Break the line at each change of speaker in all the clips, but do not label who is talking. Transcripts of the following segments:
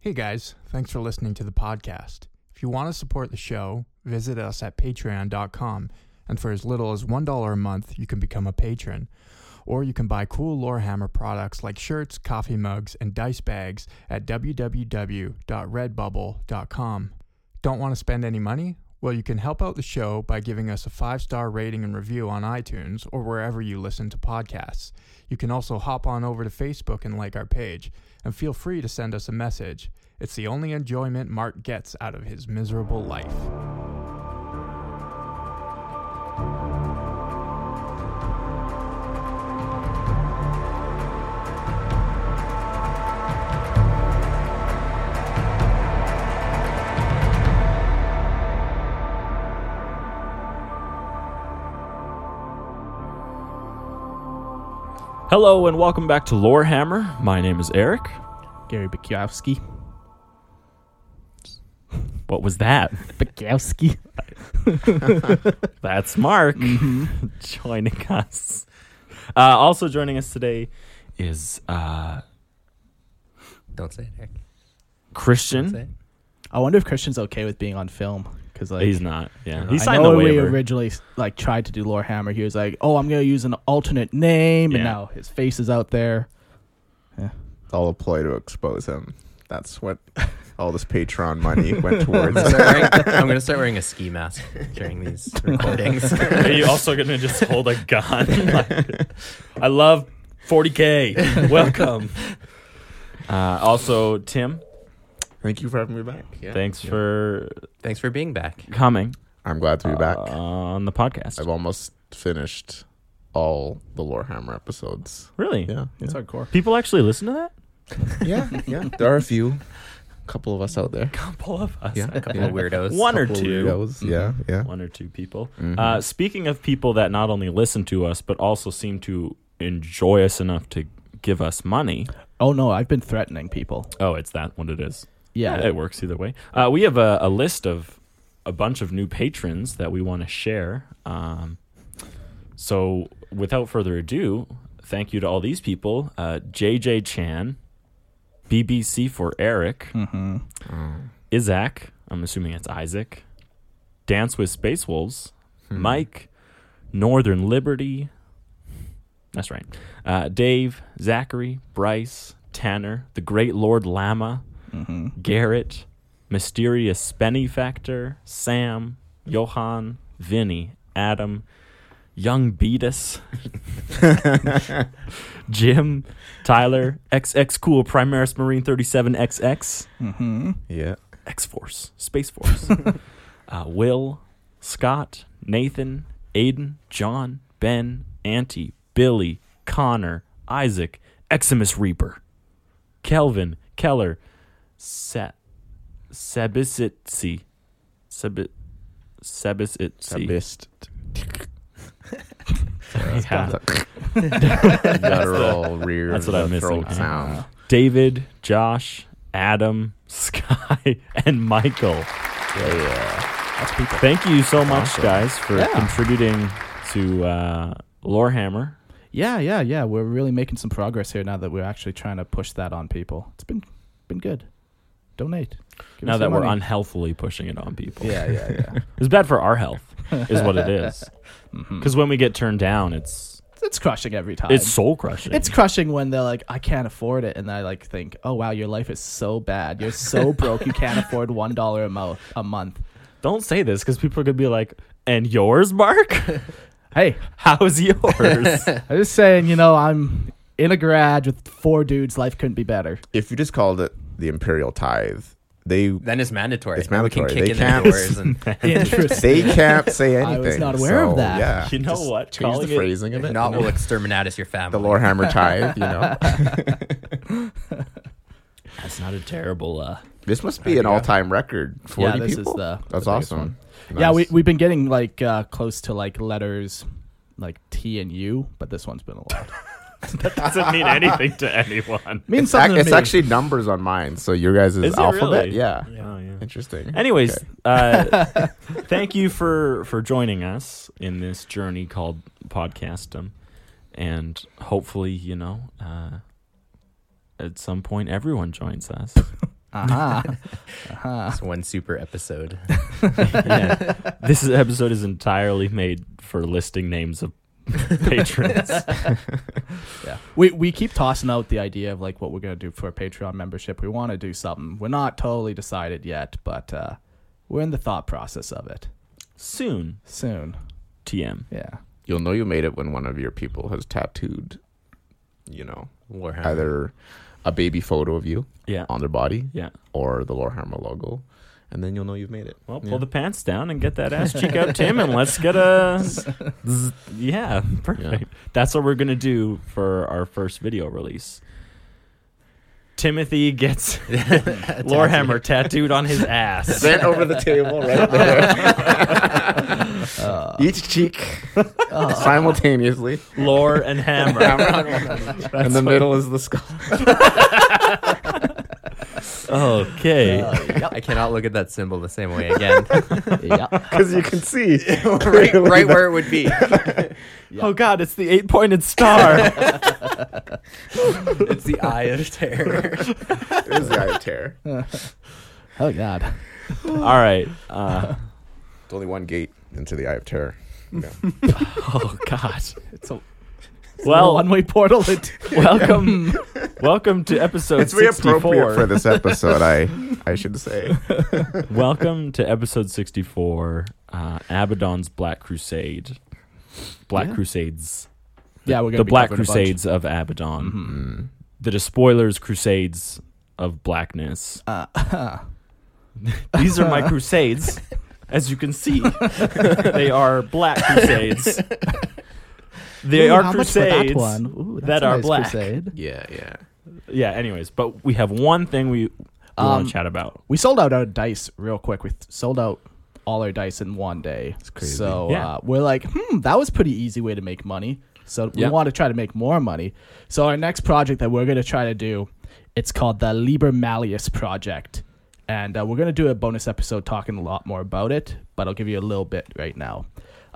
Hey guys, thanks for listening to the podcast. If you want to support the show, visit us at patreon.com, and for as little as $1 a month, you can become a patron. Or you can buy cool Lorehammer products like shirts, coffee mugs, and dice bags at www.redbubble.com. Don't want to spend any money? Well, you can help out the show by giving us a five star rating and review on iTunes or wherever you listen to podcasts. You can also hop on over to Facebook and like our page, and feel free to send us a message. It's the only enjoyment Mark gets out of his miserable life.
Hello and welcome back to Lorehammer. My name is Eric.
Gary Bukowski.
What was that?
Bukowski.
That's Mark
Mm-hmm.
joining us. Uh, also joining us today is uh,
Don't say it, Eric.
Christian.
Say it.
I wonder if Christian's okay with being on film because like
He's not. Yeah, he
He I
signed
know
the
when we
waiver.
originally like tried to do Lore Hammer. He was like, "Oh, I'm gonna use an alternate name,"
Yeah.
and now his face is out there.
It's all a ploy to expose him. That's what all this Patreon money went towards.
I'm, gonna start wearing, I'm gonna start wearing a ski mask during these recordings.
Are you also going to just hold a gun? Like, I love 40k. Welcome. Uh, also, Tim.
Thank you for having me back.
Thanks for
Thanks for being back.
coming
I'm glad to be back.
uh, on the podcast.
I've almost finished all the Lorehammer episodes.
really?
Yeah, yeah,
It's hardcore.
People actually listen to that?
yeah. yeah. There are a few, couple of us out there.
Couple of us.
Yeah,
A couple of weirdos.
One or
Couple
two.
weirdos. Yeah, Mm-hmm. yeah.
one or two people. Uh, speaking of people that not only listen to us but also seem to enjoy us enough to give us money.
Oh no, I've been threatening people.
Oh, it's that what it is.
Yeah,
it works either way. Uh, we have a, a list of a bunch of new patrons that we want to share. Um, so, without further ado, thank you to all these people: uh, JJ Chan, BBC for Eric, Isaac. I'm assuming it's Isaac. Dance with Space Wolves, Mike, Northern Liberty. That's right. Uh, Dave, Zachary, Bryce, Tanner, the Great Lord Llama, Garrett, Mysterious Spenny Factor, Sam, Johan, Vinny, Adam, Young Beatus, Jim, Tyler, XX Cool, Primaris Marine 37XX,
Yeah.
X Force, Space Force, uh, Will, Scott, Nathan, Aiden, John, Ben, Auntie, Billy, Connor, Isaac, Eximus Reaper, Kelvin, Keller, Se- Sebisitsi, Sebi- Sebisitsi.
Missed.
Yeah.
Guttural rear.
Ah. that's what I'm missing.
throat
Ah.
sound.
David, Josh, Adam, Sky, and Michael.
Yeah, yeah.
Thank you so much, guys, for
Yeah.
contributing to uh, Lorehammer.
yeah, yeah, yeah. We're really making some progress here now that we're actually trying to push that on people. It's been been good. Donate. Give
now
us
that
some
we're
money.
unhealthily pushing it on people.
Yeah, yeah, yeah. Mm-hmm.
It's bad for our health, is what it is. Because when we get turned down, it's
it's, it's crushing every time.
It's soul crushing.
It's crushing when they're like, I can't afford it, and I like think, oh wow, your life is so bad. You're so broke, you can't afford one dollar a, mo- a month.
Don't say this because people are gonna be like, "And yours, Mark?
Hey,
How's yours?"
I'm just saying, you know, I'm in a garage with four dudes. Life couldn't be better.
If you just called it the imperial tithe, they
Then it's mandatory.
It's
We
mandatory.
can
They
kick in
can't-
the doors and
Interesting.
they can't say anything.
I was not aware of
so,
that.
Yeah,
You know
Just
what?
Change
Calling it-
the phrasing of
if
it.
not,
you know?
we'll exterminatus your family.
the Lorehammer tithe. You know,
That's not a terrible. uh
this must be an all-time record. Forty
yeah, this
people.
is the
That's
the biggest one.
awesome.
Yeah, we
Nice.
we've been getting like uh, close to like letters like T and U, but this one's been a lot.
That doesn't mean anything to anyone.
means
Ac-
something
it's
to me.
actually numbers on mine. So your guys'
Is it
alphabet.
really?
Yeah.
Yeah, Oh, yeah.
Interesting.
Anyways,
Okay.
uh, thank you for for joining us in this journey called podcastum, and hopefully, you know, uh, at some point, everyone joins us.
Uh-huh. uh-huh.
It's one super episode.
yeah. This episode is entirely made for listing names of patrons.
Yeah. We we keep tossing out the idea of like what we're gonna do for a Patreon membership. We want to do something. We're not totally decided yet, but uh, we're in the thought process of it.
Soon,
Soon.
TM.
Yeah.
you'll know you made it when one of your people has tattooed. You know,
Warhammer.
either a baby photo of you
Yeah.
on their body
Yeah.
or the Lorehammer logo, and then you'll know you've made it.
Well, pull
Yeah.
the pants down and get that ass cheek out, Tim, and let's get a. zzz. Yeah, perfect. That's what we're gonna do for our first video release. Timothy gets Lorehammer tattooed on his ass.
Bent over the table right there.
Uh,
Each cheek Oh. simultaneously.
Lore and hammer.
and the middle is the skull.
Okay.
I cannot look at that symbol the same way again.
Uh, yeah.
Because you can see.
right right where it would be.
Oh God, it's the eight-pointed star.
It's the eye of terror.
There's the eye of terror.
Oh God.
All right. Uh,
It's only one gate into the eye of terror. Yeah.
oh God.
It's a
Well,
one way portal. It,
welcome, welcome to episode
It's very appropriate
sixty-four.
for this episode, I I should say.
Welcome to episode 64, uh, Abaddon's Black Crusade. Black
Yeah.
Crusades.
yeah, we're gonna
the
be
Black
covering a bunch.
Crusades of Abaddon.
Mhm.
Mm.
The Despoilers Crusades of Blackness.
Uh, uh,
These are my crusades. As you can see, they are black crusades. They
ooh,
are
how much for
crusades.
that one? Ooh, that's
that
a
are
nice
black.
crusade.
Yeah, yeah.
Yeah, anyways, but we have one thing we, we want
Um,
to chat about.
we sold out our dice real quick. We th- sold out all our dice in one day. It's
crazy.
So
Yeah.
uh, we're like, hmm, that was pretty easy way to make money. So we
Yeah.
want to try to make more money. So our next project that we're going to try to do, it's called the Liber Malleus Project. And uh, we're going to do a bonus episode talking a lot more about it, but I'll give you a little bit right now.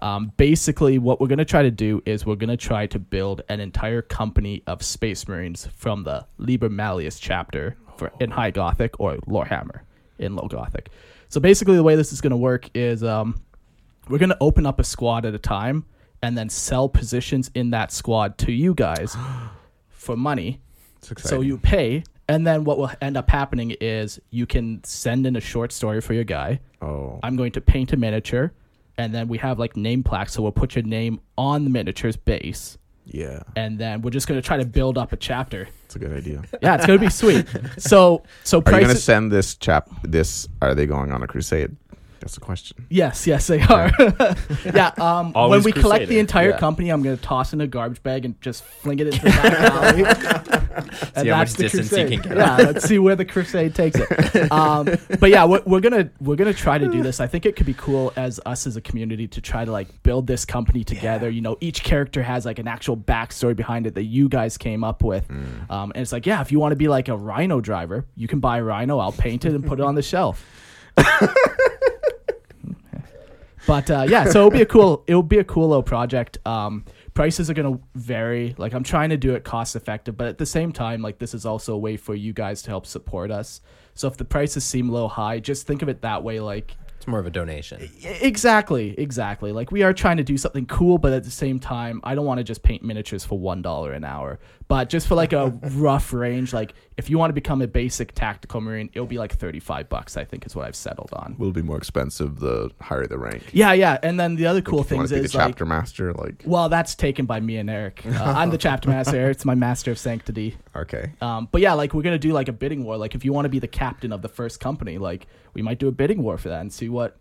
Um, basically, what we're going to try to do is we're going to try to build an entire company of Space Marines from the Liber Malleus chapter for, in High Gothic or Lorehammer in Low Gothic. So basically, the way this is going to work is um, we're going to open up a squad at a time and then sell positions in that squad to you guys for money.
It's exciting.
So you pay, and then what will end up happening is you can send in a short story for your guy.
Oh.
I'm going to paint a miniature, and then we have like name plaques, so we'll put your name on the miniature's base,
Yeah.
and then we're just going to try to build up a chapter.
It's a good idea.
Yeah, it's going to be sweet. So, so
Are you
prices-
gonna send this chap this are they going on a crusade? That's the question.
Yes, yes, they are. yeah, um, when
Always
we collect the
crusading.
entire
Yeah.
company, I'm going to toss in a garbage bag and just fling it into the back alley. and
how much distance you
crusade.
can get.
Yeah, let's see where the crusade takes it. Um, but yeah, we're, we're gonna we're gonna try to do this. I think it could be cool as us as a community to try to like build this company together. You know, each character has like an actual backstory behind it that you guys came up with,
Mm.
um, and it's like, yeah, if you want to be like a Rhino driver, you can buy a Rhino. I'll paint it and put it on the shelf. But uh, yeah, so it'll be a cool it'll be a cool little project. Um, prices are gonna vary. Like I'm trying to do it cost effective, but at the same time, like this is also a way for you guys to help support us. So if the prices seem low high, just think of it that way. Like e-,
It's
more of a donation.
Exactly, exactly. Like we are trying to do something cool, but at the same time, I don't want to just paint miniatures for one dollar an hour. But just for like a rough range, like if you want to become a basic tactical marine, it'll be like thirty-five bucks. I think is what I've settled on.
Will be more expensive the higher the rank.
Yeah, yeah. And then the other cool
if you
things
want to be the
is like,
chapter master, like
well, that's taken by me and Eric. Uh, I'm the chapter master. It's my master of sanctity.
okay,
Um, but yeah, like we're gonna do like a bidding war. Like if you want to be the captain of the first company, like we might do a bidding war for that and see what.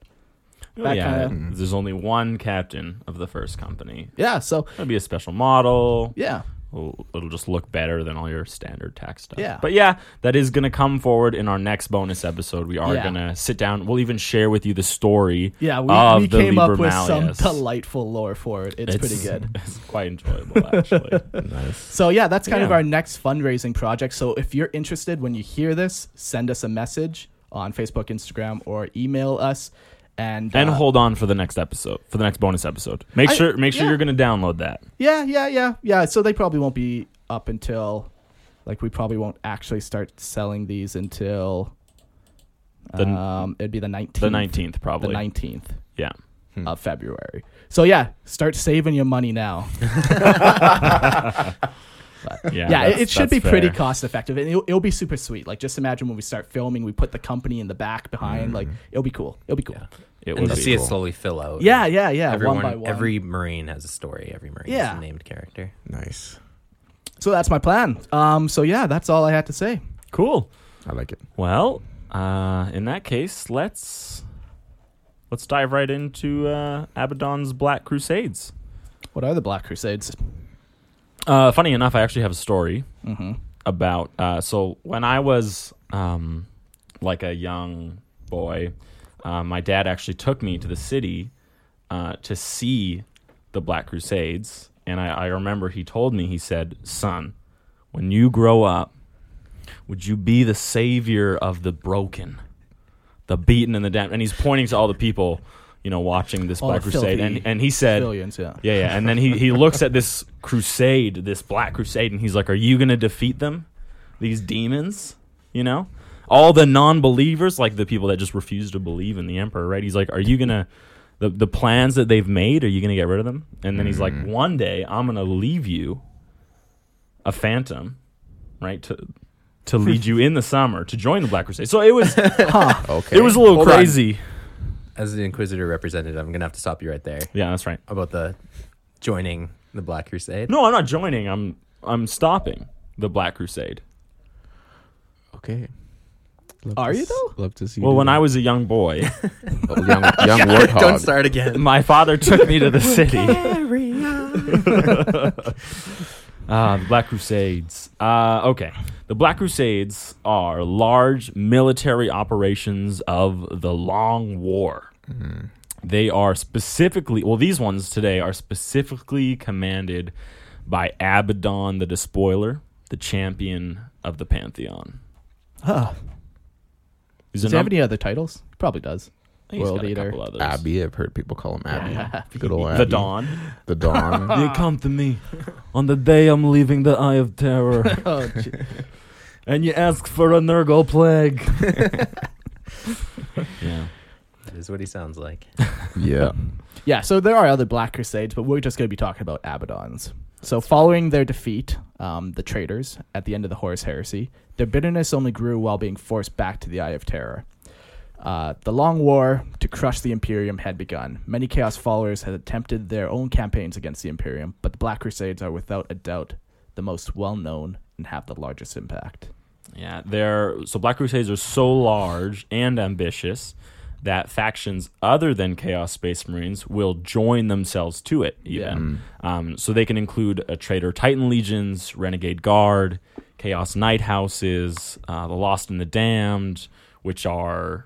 Oh,
That
yeah,
kinda-
there's only one captain of the first company.
Yeah. So
It'll be a special model.
yeah.
It'll, it'll just look better than all your standard tax stuff.
Yeah.
But yeah, that is going to come forward in our next bonus episode. We are
Yeah.
going to sit down. We'll even share with you the story.
Yeah, we,
of
we
Ah, the
came up
Liber
with some
Malleus.
delightful lore for it. It's, pretty good.
It's quite enjoyable, actually.
So yeah, that's kind of
Yeah.
our next fundraising project. So if you're interested when you hear this, send us a message on Facebook, Instagram, or email us. And,
and
uh,
hold on for the next episode, for the next bonus episode. Make
I-
sure, make sure
yeah.
you're going to download that.
yeah, yeah, yeah, yeah. So they probably won't be up until like we probably won't actually start selling these until
The-
um, it'd be the nineteenth.
The 19th,
The
probably.
nineteenth.
Yeah.
Hmm.
Of February. So yeah, start saving your money now.
Yeah,
yeah, it,
that's-
it should
that's
be pretty
fair.
cost effective, and it'll, it'll be super sweet. Like, just imagine when we start filming, we put the company in the back behind. Like,
Mm-hmm.
it'll be cool. It'll be cool.
Yeah.
It
And
would
to
be
see
cool.
it slowly fill out.
Yeah, yeah, yeah.
Everyone,
one by one.
every marine has a story. Every marine
Yeah.
is a named character.
nice.
So that's my plan. Um. So yeah, that's all I had to say.
Cool.
I like it.
Well, uh, in that case, let's let's dive right into uh, Abaddon's Black Crusades.
What are the Black Crusades?
Uh, funny enough, I actually have a story
Mm-hmm.
about. Uh, so when I was um, like a young boy, uh, my dad actually took me to the city uh, to see the Black Crusades, and I, I remember he told me he said, "Son, when you grow up, would you be the savior of the broken, the beaten, and the damned?" And he's pointing to all the people, you know, watching this
All
Black
the
Crusade, and
filthy
and he said.
Billions. Yeah.
Yeah, yeah. And then he, he looks at this crusade, this black crusade, and he's like, Are you going to defeat them? These demons? You know? All the non believers, like the people that just refuse to believe in the emperor, right? He's like, Are you going to. The, the plans that they've made, are you going to get rid of them? And then he's like,
Mm-hmm.
One day I'm going to leave you a phantom, right? To. To lead you in the summer to join the Black Crusade, so it was
Okay,
it was a little
Hold on.
crazy.
As the Inquisitor representative, I'm gonna have to stop you right there
Yeah, that's right.
about the joining the Black Crusade.
No, I'm not joining. I'm I'm stopping the Black Crusade.
okay.
Are you though?
Love to see.
Well, when I was a young boy,
Oh, young, young warthog.
Don't start again.
my father took me to the city. Ah, the Black Crusades. Uh, okay. The Black Crusades are large military operations of the Long War. They are specifically, well, these ones today are specifically commanded by Abaddon the Despoiler, the champion of the Pantheon.
Huh.
Is
Does it
there
have
num-
any other titles? Probably does.
I think he's
World
got a
Eater?
couple others.
Abby, I've heard people call him Abby. Good old Abby.
The Dawn.
The Dawn.
You come to me on the day I'm leaving the Eye of Terror,
Oh, gee.
and you ask for a Nurgle plague. yeah.
Is what he sounds like.
yeah.
Yeah, so there are other Black Crusades, but we're just going to be talking about Abaddon's. So, following their defeat, um, the traitors, at the end of the Horus Heresy, their bitterness only grew while being forced back to the Eye of Terror. Uh, the long war to crush the Imperium had begun. Many Chaos followers had attempted their own campaigns against the Imperium, but the Black Crusades are without a doubt the most well known and have the largest impact.
Yeah, they're so Black Crusades are so large and ambitious that factions other than Chaos Space Marines will join themselves to it. Even um, so, they can include a traitor Titan legions, renegade guard, Chaos Night Houses, uh, the Lost and the Damned, which are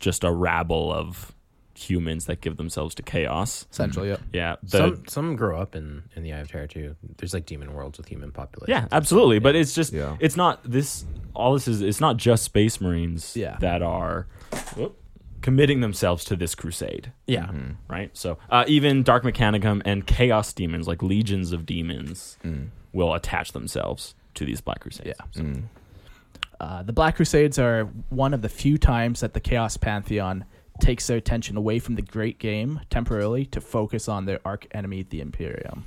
just a rabble of humans that give themselves to chaos.
Essentially, yeah.
Yeah, the-
some some grow up in in the Eye of Terror too. There's like demon worlds with human populations.
Yeah, absolutely. But it's just
Yeah.
it's not this all this is it's not just space marines
Yeah.
that are whoop, committing themselves to this crusade,
yeah.
Mm-hmm.
right? So, uh, even dark mechanicum and chaos demons like legions of demons will attach themselves to these black crusades.
Mm. Yeah. Uh, the Black Crusades are one of the few times that the Chaos Pantheon takes their attention away from the great game temporarily to focus on their arch enemy, the Imperium.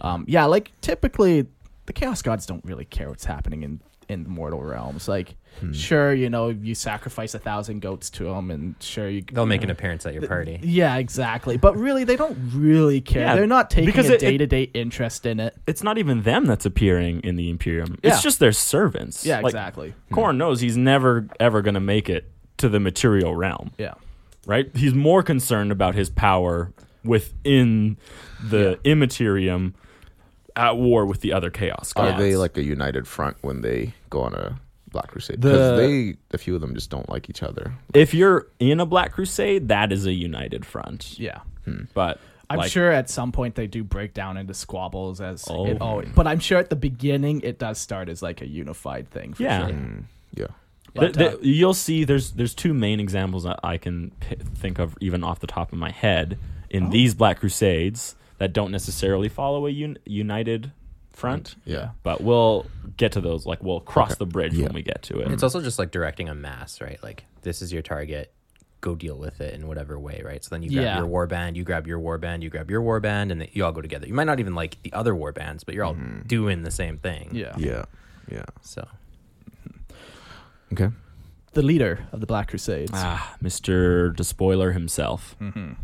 Um, yeah, like typically the Chaos Gods don't really care what's happening in in the mortal realms. Like,
Hmm.
sure, you know, you sacrifice a thousand goats to them, and sure, you
They'll make an appearance at your
Hmm.
party.
yeah, exactly. But really, they don't really care.
Yeah,
They're not taking
because
a
it- it-
day to day interest in it.
It's not even them that's appearing in the Imperium.
Yeah.
It's just their servants.
Yeah,
Like,
exactly.
Korn knows he's never ever going to make it to the material realm,
Yeah.
right? He's more concerned about his power within the immaterium at war with the other chaos
Are
gods.
they like a united front when they go on a Black Crusade?
The-
Because they, a few of them just don't like each other.
if you're in a black crusade, that is a united front.
Yeah.
But
I'm
like,
sure at some point they do break down into squabbles as
Oh.
it always, but I'm sure at the beginning it does start as like a unified thing. For
Yeah.
sure.
Yeah.
Th-
But,
th-
uh,
you'll see. There's there's two main examples that I can p- think of even off the top of my head
Oh.
in these Black Crusades that don't necessarily follow a un- united front.
Yeah.
But we'll get to those. Like we'll cross the bridge
Yeah.
when we get to it.
It's also just like directing a mass, right? Like this is your target. Go deal with it in whatever way, right? So then you grab
Yeah.
your war band, you grab your war band, you grab your war band, and you all go together. You might not even like the other war bands, but you're all doing the same thing.
Mm-hmm. yeah.
Yeah. Yeah.
So
Okay.
The leader of the Black Crusades.
ah, Mr. Despoiler himself.
Hmm.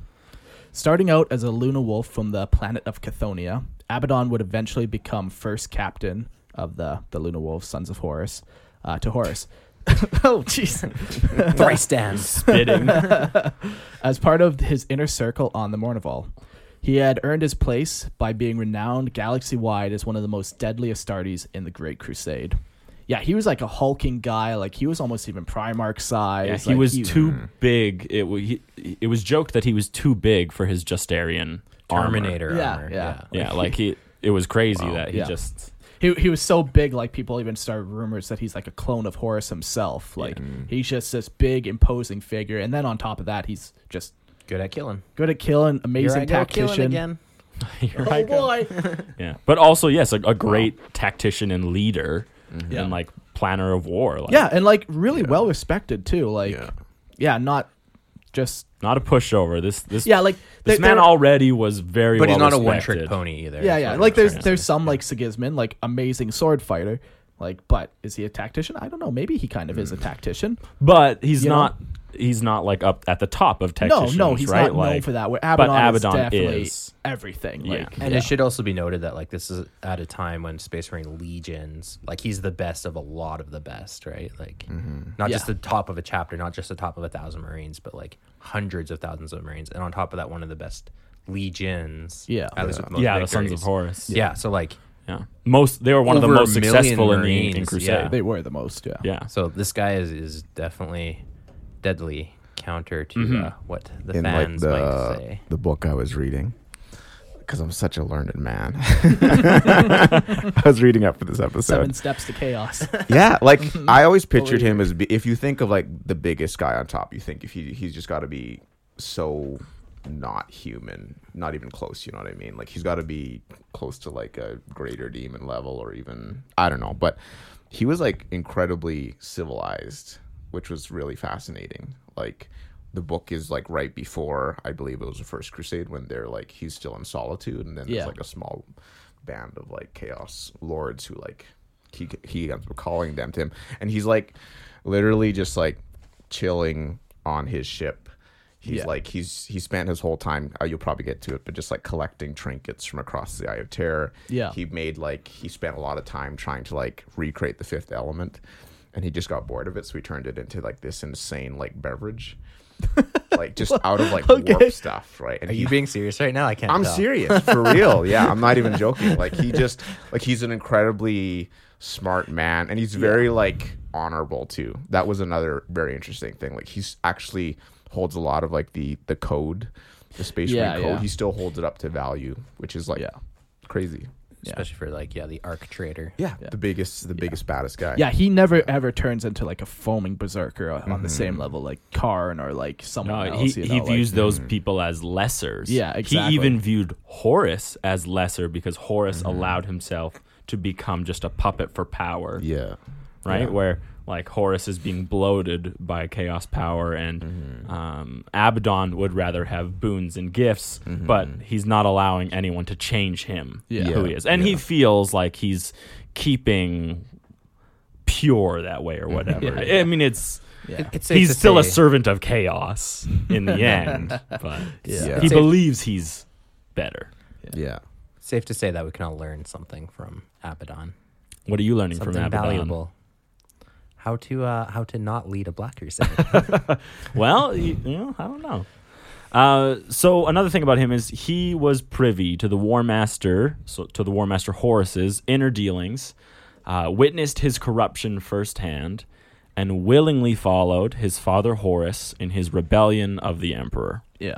Starting out as a Luna Wolf from the planet of Cathonia, Abaddon would eventually become first captain of the, the Luna Wolf Sons of Horus uh, to Horus. oh, jeez.
thrice dance.
Bidding.
as part of his inner circle on the Mournival. He had earned his place by being renowned galaxy wide as one of the most deadly Astartes in the Great Crusade. Yeah, he was like a hulking guy. Like he was almost even Primarch size.
Yeah, he
like,
was too big. It wa- he, it was joked that he was too big for his Justarian armor.
Terminator
Yeah,
armor.
yeah.
Yeah, like he. It was crazy that he
Yeah.
just.
He, he was so big, like people even started rumors that he's like a clone of Horus himself. Like he's just this big, imposing figure, and then on top of that, he's just
Good at killing.
good at killing,
Here
amazing
I go,
tactician.
killing again.
Here
Oh
I go.
boy!
Yeah, but also yes, a, a great tactician and leader,
Yeah.
and like planner of war. Like,
yeah, and like really well respected too. Like,
Yeah.
yeah not just
not a pushover. This this
yeah, like
this
there-
man
there-
already was very.
But
well
he's not a one
respected.
trick pony either.
Yeah,
That's
yeah.
what
Like
I'm
there's
trying to
there's some like Sigismund, like amazing sword fighter, like but is he a tactician? I don't know. Maybe he kind of is a
Mm.
tactician.
But he's
You know?
not. He's not like up at the top of
No,
tacticians.
no, he's
right?
not known
like,
for that. Where
but
Abaddon, is
Abaddon
definitely
is.
everything.
Yeah.
Like,
And it should also be noted that like this is at a time when Space Marine legions, like he's the best of a lot of the best, right? Like not just
Yeah.
the top of a chapter, not just the top of a thousand Marines, but like hundreds of thousands of Marines, and on top of that, one of the best legions.
Yeah.
at least with the most
Yeah, the
victories.
Sons of Horus.
Yeah. so like
yeah. Most they were one of the
Over a
most
million
successful in the
Marines,
Ancient Crusade.
they were the most. Yeah.
Yeah.
so this guy is is definitely deadly counter to uh, what the
In like
fans might
the
say.
the book I was reading, because I'm such a learned man. I was reading up for this episode.
Seven steps to chaos.
yeah, like I always pictured him as be- if you think of like the biggest guy on top, you think if he he's just got to be so not human, not even close. You know what I mean? Like he's got to be close to like a greater demon level, or even I don't know. But he was like incredibly civilized, which was really fascinating. Like the book is like right before I believe it was the first crusade when they're like he's still in solitude, and then
Yeah.
there's like a small band of like chaos lords who like he he ends up calling them to him, and he's like literally just like chilling on his ship. He's
Yeah.
like he's he spent his whole time. Uh, you'll probably get to it, but just like collecting trinkets from across the Eye of Terror.
Yeah.
he made like he spent a lot of time trying to like recreate the Fifth Element, and he just got bored of it, so he turned it into like this insane like beverage, like just out of like
Okay.
warp stuff, right? And
Are you being serious right now? I can't.
I'm
tell.
serious for real. Yeah, I'm not even joking. Like he just like he's an incredibly smart man, and he's very like honorable too. That was another very interesting thing. Like he's actually holds a lot of like the the code, the space
Yeah,
marine code.
yeah.
He still holds it up to value, which is like
Yeah.
crazy.
especially for like yeah the arc trader.
Yeah, the biggest, the biggest, baddest guy.
yeah, he never ever turns into like a foaming berserker on the same level like Karn or like someone
Mm-hmm. No, he,
else. you know,
he
like-
views those people as lessers.
Yeah,
He
exactly.
even viewed Horus as lesser because Horus allowed himself to become just a puppet for power,
yeah,
right? Where like Horus is being bloated by chaos power, and um, Abaddon would rather have boons and gifts, but he's not allowing anyone to change him
Yeah.
who
Yeah,
he is, and he feels like he's keeping pure that way or whatever.
Yeah,
I mean, it's
Yeah.
It's safe
he's
to
still a
say-
servant of chaos in the end, but
Yeah.
he
Safe-
believes he's better.
Yeah.
Safe to say that we can all learn something from Abaddon.
What are you learning
Something
from Abaddon?
valuable. How to uh, how to not lead a black crusade.
Well, you, you know, I don't know. Uh, so another thing about him is he was privy to the War Master, so to the War Master Horus's inner dealings, uh, witnessed his corruption firsthand, and willingly followed his father Horus in his rebellion of the Emperor.
Yeah.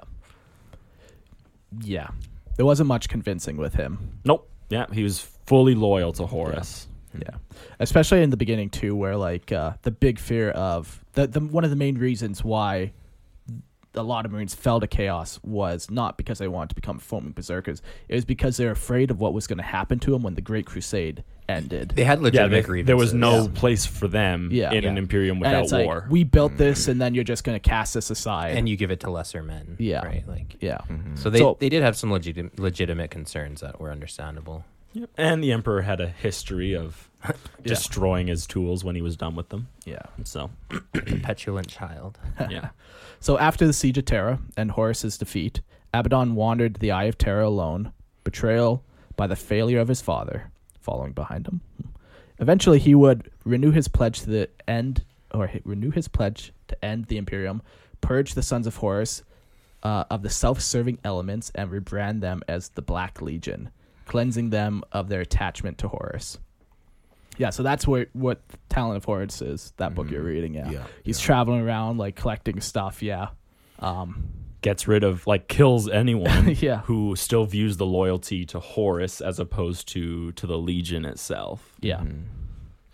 Yeah. There wasn't much convincing with him.
Nope. Yeah, he was fully loyal to Horus.
Mm-hmm.
Yeah. Especially in the beginning too where like uh, the big fear of the, the one of the main reasons why a lot of Marines fell to chaos was not because they wanted to become foaming berserkers. It was because they were afraid of what was going to happen to them when the Great Crusade ended.
they had legitimate
they-
grievances.
there was no place for them
Yeah.
in an
Yeah.
Imperium
and
without
it's like,
war.
we built this, and then you're just going to cast this aside.
Mm-hmm. and Mm-hmm. you give it to lesser men.
Yeah.
right. Like
yeah,
so they
So-
they did have some legit, legitimate concerns that were understandable.
Yep. And the Emperor had a history of destroying his tools when he was done with them.
yeah.
So,
The petulant child.
yeah.
So after the siege of Terra and Horus's defeat, Abaddon wandered the Eye of Terra alone, betrayal by the failure of his father, following behind him. Eventually, he would renew his pledge to the end, or he- renew his pledge to end the Imperium, purge the Sons of Horus uh, of the self-serving elements, and rebrand them as the Black Legion, cleansing them of their attachment to Horus. Yeah, so that's where what Talent of Horus is. That book you're reading, yeah.
Mm-hmm. Yeah,
He's traveling around like collecting stuff, yeah. Um,
Gets rid of, like, kills anyone
Yeah.
who still views the loyalty to Horus as opposed to to the Legion itself.
yeah.
Mm-hmm.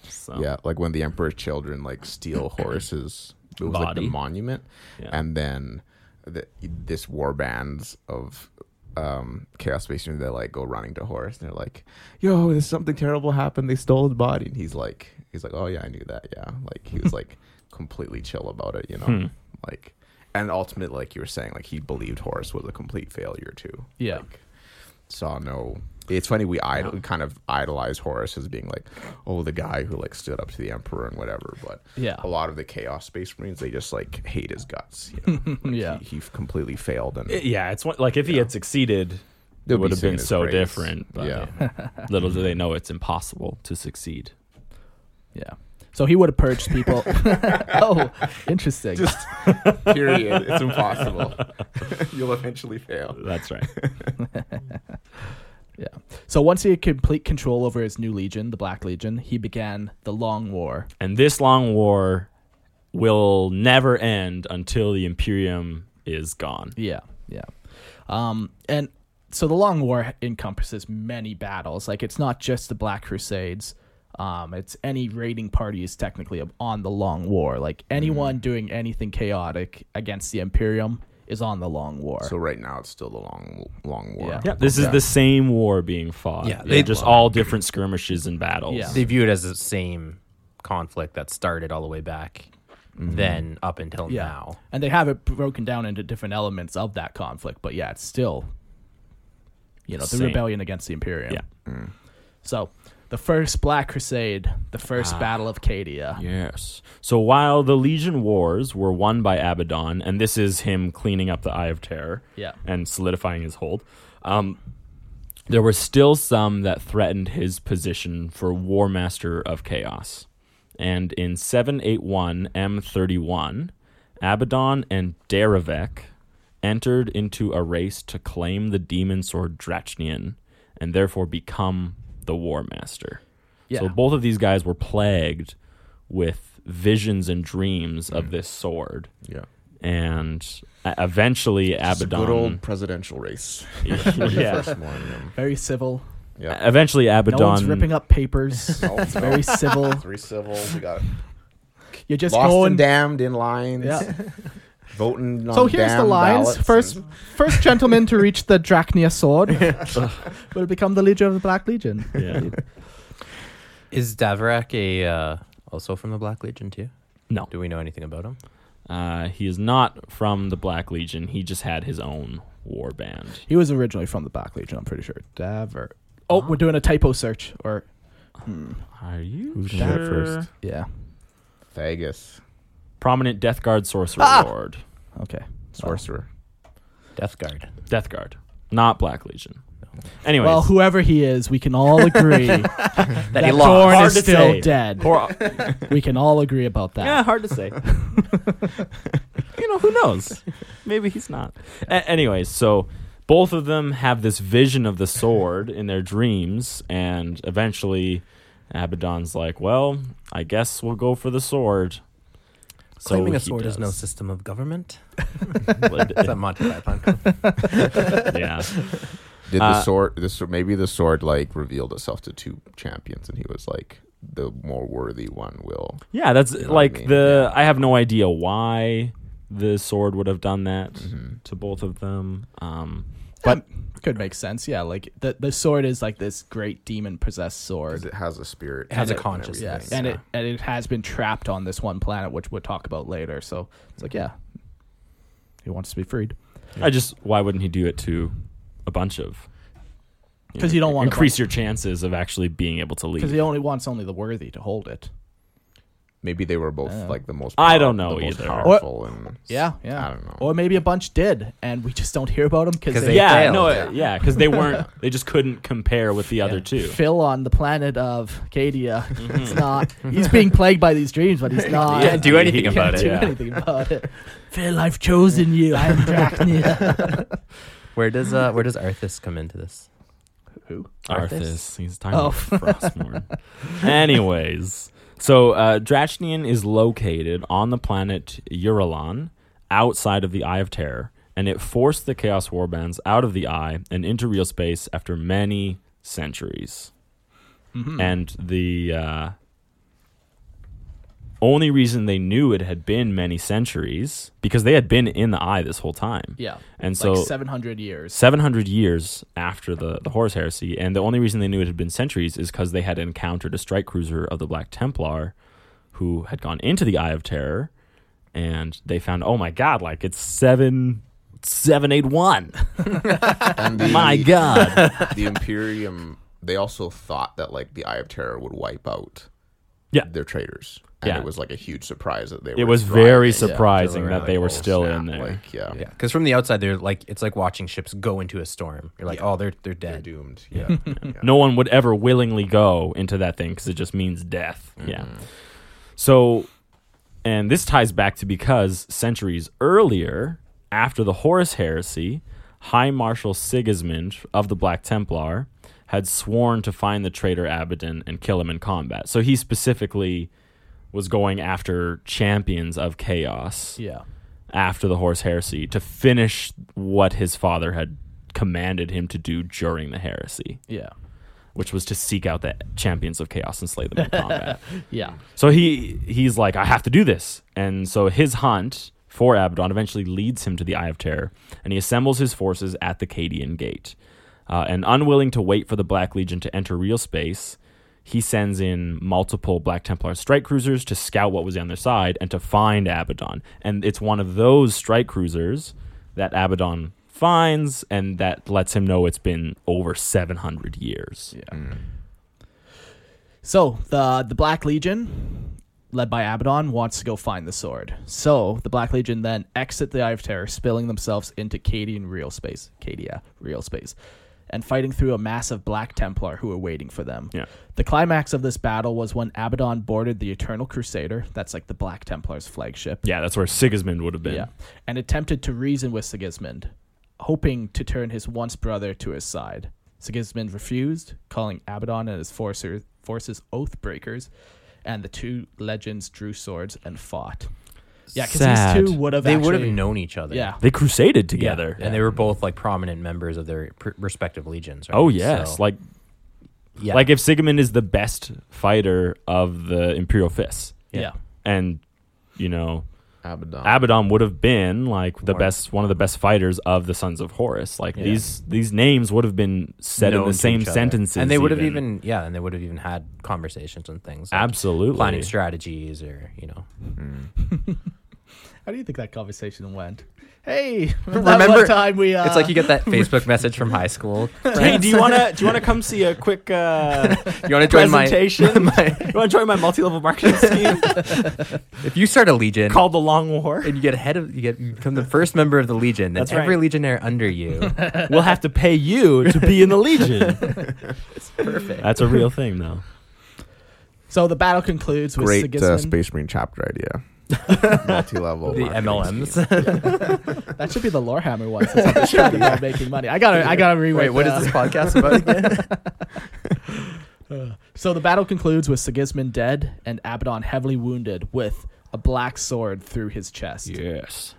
So,
Yeah, like when the emperor's children like steal Horus's it was like the
Body.
monument,
Yeah.
and then the, this war bands of um chaos space marines they like go running to Horus and they're like, "Yo, there's something terrible happened. They stole his body." And he's like, he's like, "Oh yeah, I knew that. Yeah." Like he was like completely chill about it, you know.
Hmm.
Like and ultimately like you were saying like he believed Horus was a complete failure too.
Yeah.
Like, saw no. It's funny we idol, kind of idolize Horus as being like, oh, the guy who like stood up to the emperor and whatever. But
Yeah.
a lot of the Chaos Space Marines they just like hate his guts. You know?
Yeah.
he, he completely failed, and
I- yeah, it's one, like if he had succeeded, it
They'll be
would have
singing
been
his
so
praise.
different. But
Yeah.
little do they know it's impossible to succeed.
Yeah. So he would have purged people. oh, interesting.
just period. It's impossible. You'll eventually fail.
That's right.
yeah. So once he had complete control over his new legion, the Black Legion, he began the Long War.
And this long war will never end until the Imperium is gone.
Yeah, yeah. Um, and so the Long War encompasses many battles. Like it's not just the Black Crusades. Um, it's any raiding party is technically on the Long War. Like anyone doing anything chaotic against the Imperium is on the Long War.
So right now it's still the long, long war.
Yeah.
Yeah, this is
Okay.
the same war being fought.
Yeah,
Yeah,
they-
just all different skirmishes and battles.
Yeah.
They view it as the same conflict that started all the way back then up until
yeah,
now.
and they have it broken down into different elements of that conflict. But yeah, it's still, you know, the
Same.
rebellion against the Imperium. Mm.
Yeah.
So the first Black Crusade, the first
Ah.
Battle of Cadia.
Yes. So while the Legion Wars were won by Abaddon, and this is him cleaning up the Eye of Terror
Yeah.
and solidifying his hold, um, there were still some that threatened his position for War Master of Chaos. And in 781 M31, Abaddon and Derevek entered into a race to claim the demon sword Drachnian and therefore become the War Master.
Yeah.
So both of these guys were plagued with visions and dreams
Mm.
of this sword.
Yeah.
And uh, eventually
It's a
Abaddon
good old presidential race. Um,
yeah.
First one, yeah.
Very civil.
Yeah.
Eventually
No
Abaddon
one's ripping up papers.
No,
it's
no.
very civil.
Three civil. We got
You're just
lost
going.
and damned in lines.
Yeah.
Voting on
So here's the
damn
lines.
ballots
First,
and-
first gentleman to reach the Drachnia sword will become the leader of the Black Legion.
Yeah.
Is Davrak a uh, also from the Black Legion too?
No.
Do we know anything about him?
Uh, he is not from the Black Legion. He just had his own war band.
He was originally from the Black Legion, I'm pretty sure. Daver. Oh, we're doing a typo search. Or, hmm,
Are you
Who's
sure?
that first?
yeah,
Vegas
Prominent Death Guard Sorcerer Lord.
okay.
Oh.
sorcerer.
Death Guard.
Death Guard, not Black Legion. Anyways,
Well, whoever he is, we can all agree that,
That he
Dorne
lost.
Hard
is
to
still
say.
dead.
Hor-
we can all agree about that.
yeah, hard to say. you know, who knows? Maybe he's not. A- anyways, so both of them have this vision of the sword in their dreams, and eventually, Abaddon's like, "Well, I guess we'll go for the sword." So
Claiming a
he
sword is no
does.
system of government.
Well, it-
Is that Monty Python?
yeah.
Did
Uh,
the sword? The sword, maybe the sword like revealed itself to two champions, and he was like the more worthy one will.
Yeah, that's
know what I
like
mean?
the I have no idea why the sword would have done that
Mm-hmm.
to both of them. Um
But could make sense. Yeah, like the the sword is like this great demon possessed sword.
'Cause it has a spirit,
It has
in
a
it and
consciousness.
everything.
and
yeah.
it and it has been trapped on this one planet, which we'll talk about later. So it's like, yeah, he wants to be freed
I just why wouldn't he do it to a bunch of
because you don't want
increase your chances of actually being able to
because
leave.
he only wants only the worthy to hold it.
Maybe they were both
Yeah.
like the most.
I
pow-
don't know
the most
either.
powerful and
Yeah, yeah.
I don't know.
Or maybe a bunch did, and we just don't hear about them because
'Cause
they
they
yeah,
failed.
no, it- yeah, because they weren't. They just couldn't compare with the other
Yeah.
two.
Phil on the planet of Cadia. It's not. He's being plagued by these dreams, but he's not.
Can't do anything
Can't
about it.
do
yeah.
anything about it. Phil, I've chosen you. I am Drachnia.
Where does uh, where does Arthas come into this?
Who?
Arthas?
Arthas. He's talking
Oh.
about Frostmourne. Anyways, so uh, Drachnian is located on the planet Uralon, outside of the Eye of Terror, and it forced the Chaos Warbands out of the Eye and into real space after many centuries.
Mm-hmm.
And the uh, only reason they knew it had been many centuries because they had been in the Eye this whole time.
Yeah.
And
like
so
700 years.
700 years after the, the Horus Heresy, and the only reason they knew it had been centuries is because they had encountered a strike cruiser of the Black Templar who had gone into the Eye of Terror, and they found, oh my god, like it's 7. 781.
And the,
My God.
the Imperium. They also thought that like the Eye of Terror would wipe out.
Yeah.
their traitors. And
Yeah.
it was like a huge surprise that they. were
It was
thriving.
very
Yeah.
surprising
Yeah.
that they were still
"Oh, Snap,
in there.
Like, yeah,
Yeah, because from the outside, they're like it's like watching ships go into a storm. You're like, oh, they're they're
they're
dead.
doomed. Yeah. Yeah.
No one would ever willingly go into that thing because it just means death. Yeah. So, and this ties back to because centuries earlier, after the Horus Heresy, High Marshal Sigismund of the Black Templar had sworn to find the traitor Abaddon and kill him in combat. So he specifically was going after champions of chaos
Yeah.
after the Horse Heresy to finish what his father had commanded him to do during the heresy,
Yeah.
which was to seek out the champions of chaos and slay them in combat.
Yeah.
So he he's like, I have to do this, and so his hunt for Abaddon eventually leads him to the Eye of Terror, and he assembles his forces at the Cadian Gate. Uh, and unwilling to wait for the Black Legion to enter real space, he sends in multiple Black Templar strike cruisers to scout what was on their side and to find Abaddon. And it's one of those strike cruisers that Abaddon finds, and that lets him know it's been over 700 years.
Yeah. So the the Black Legion, led by Abaddon, wants to go find the sword. So the Black Legion then exit the Eye of Terror, spilling themselves into Cadian real space, Cadia real space, and fighting through a massive Black Templar who were waiting for them.
Yeah.
The climax of this battle was when Abaddon boarded the Eternal Crusader, that's like the Black Templar's flagship,
Yeah, that's where Sigismund would have been.
yeah, and attempted to reason with Sigismund, hoping to turn his once brother to his side. Sigismund refused, calling Abaddon and his forcer, forces oath breakers, and the two legends drew swords and fought. Yeah, because
Sad.
these two would have
They would have
actually-
known each other.
Yeah,
They crusaded together.
and they were both like prominent members of their pr- respective legions. Right?
Oh yes,
So,
like
yeah,
like if Sigmund is the best fighter of the Imperial Fists,
yeah,
and you know
Abaddon.
Abaddon would have been like the
Right.
best, one of the best fighters of the Sons of Horus. Like
Yeah.
these these names would have been said in
Known
the
to
same
each other.
sentences,
and they would have even yeah, and they would have even had conversations and things. like
absolutely
planning strategies or you know.
How do you think that conversation went? Hey, remember, that
Remember-
one time we? Uh,
it's like you get that Facebook message from high school.
Hey, do you wanna do you wanna come see a quick uh,
You want to join my,
presentation?
my
you wanna join my multi level marketing scheme
if you start a legion
called the Long War?
and you get head of you get you become the first member of the legion, then
That's
every
right.
legionnaire under you.
We'll have to pay you to be in the Legion.
Perfect.
That's a real thing, though.
so the battle concludes with
Great uh,
Sigismund.
Space Marine chapter idea. Multi-level.
the
marketing scheme.
MLMs.
That should be the Lorehammer one. Since I'm just talking about making money. I gotta, I gotta rewrite.
Wait, what is
that.
this podcast about again?
Uh, so the battle concludes with Sigismund dead and Abaddon heavily wounded with a black sword through his chest.
Yes.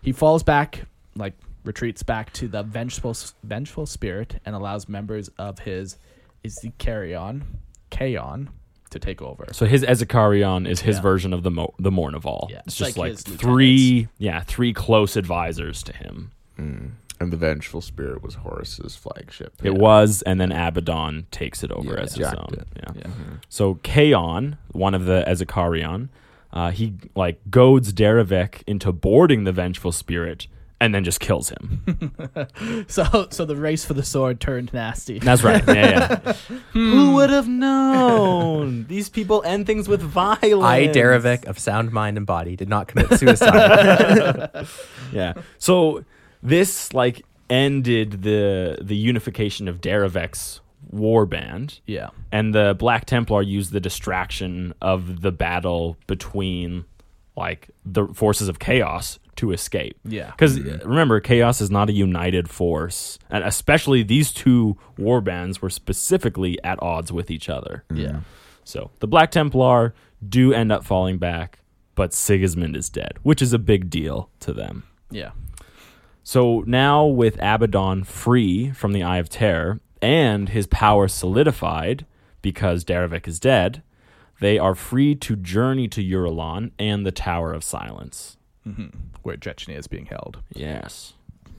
He falls back, like retreats back to the vengeful, vengeful spirit, and allows members of his is the Carrion, Kaon, to take over.
So his Ezekarion is his
Yeah.
version of the Mo- the Mournival.
Yeah,
It's
it's
just
like
like,
his
three, yeah, three close advisors to him.
Mm. And the Vengeful Spirit was Horus's flagship.
It was, and then Abaddon takes it over
Yeah,
as his
jacked
own.
it.
Yeah.
Mhm.
Mm-hmm.
So Kaon, one of the Ezekarion, uh, he like goads Derevek into boarding the vengeful spirit and then just kills him.
So, so the race for the sword turned nasty.
That's right. Yeah, yeah. Who would have known? These people end things with violence.
I, Derevik, of sound mind and body, did not commit suicide.
Yeah. So this like ended the the unification of Derevek's warband.
Yeah.
and the Black Templar used the distraction of the battle between like the forces of chaos to escape.
Yeah.
Because remember, chaos is not a united force, and especially these two war bands were specifically at odds with each other.
Yeah.
So the Black Templar do end up falling back, but Sigismund is dead, which is a big deal to them.
Yeah.
So now, with Abaddon free from the Eye of Terror and his power solidified because Derevik is dead, they are free to journey to Urulon and the Tower of Silence.
Where Chechnya is being held.
Yes.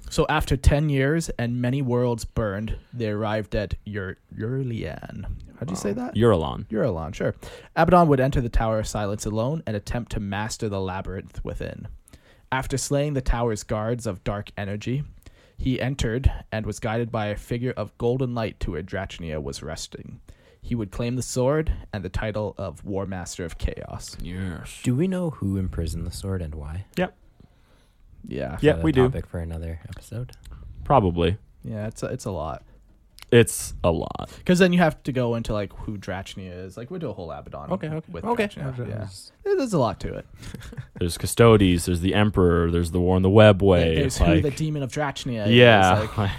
So after 10 years and many worlds burned, they arrived at Ur- Urlian. How'd you say that?
Urulon.
Uralon, sure. Abaddon would enter the Tower of Silence alone and attempt to master the labyrinth within. After slaying the tower's guards of dark energy, he entered and was guided by a figure of golden light to where Drachnia was resting. He would claim the sword and the title of War Master of Chaos.
Yes.
Do we know who imprisoned the sword and why?
Yeah.
Yeah,
Another
we do.
Topic for another episode.
Probably.
Yeah, it's a, it's a lot.
It's a lot.
Because then you have to go into like who Drachnia is. Like we do a whole Abaddon with Drachnia. Yeah. There's a lot to it.
There's Custodes, there's the Emperor, there's the War in the Webway.
There's who
like,
the demon of Drachnia is.
yeah.
Like,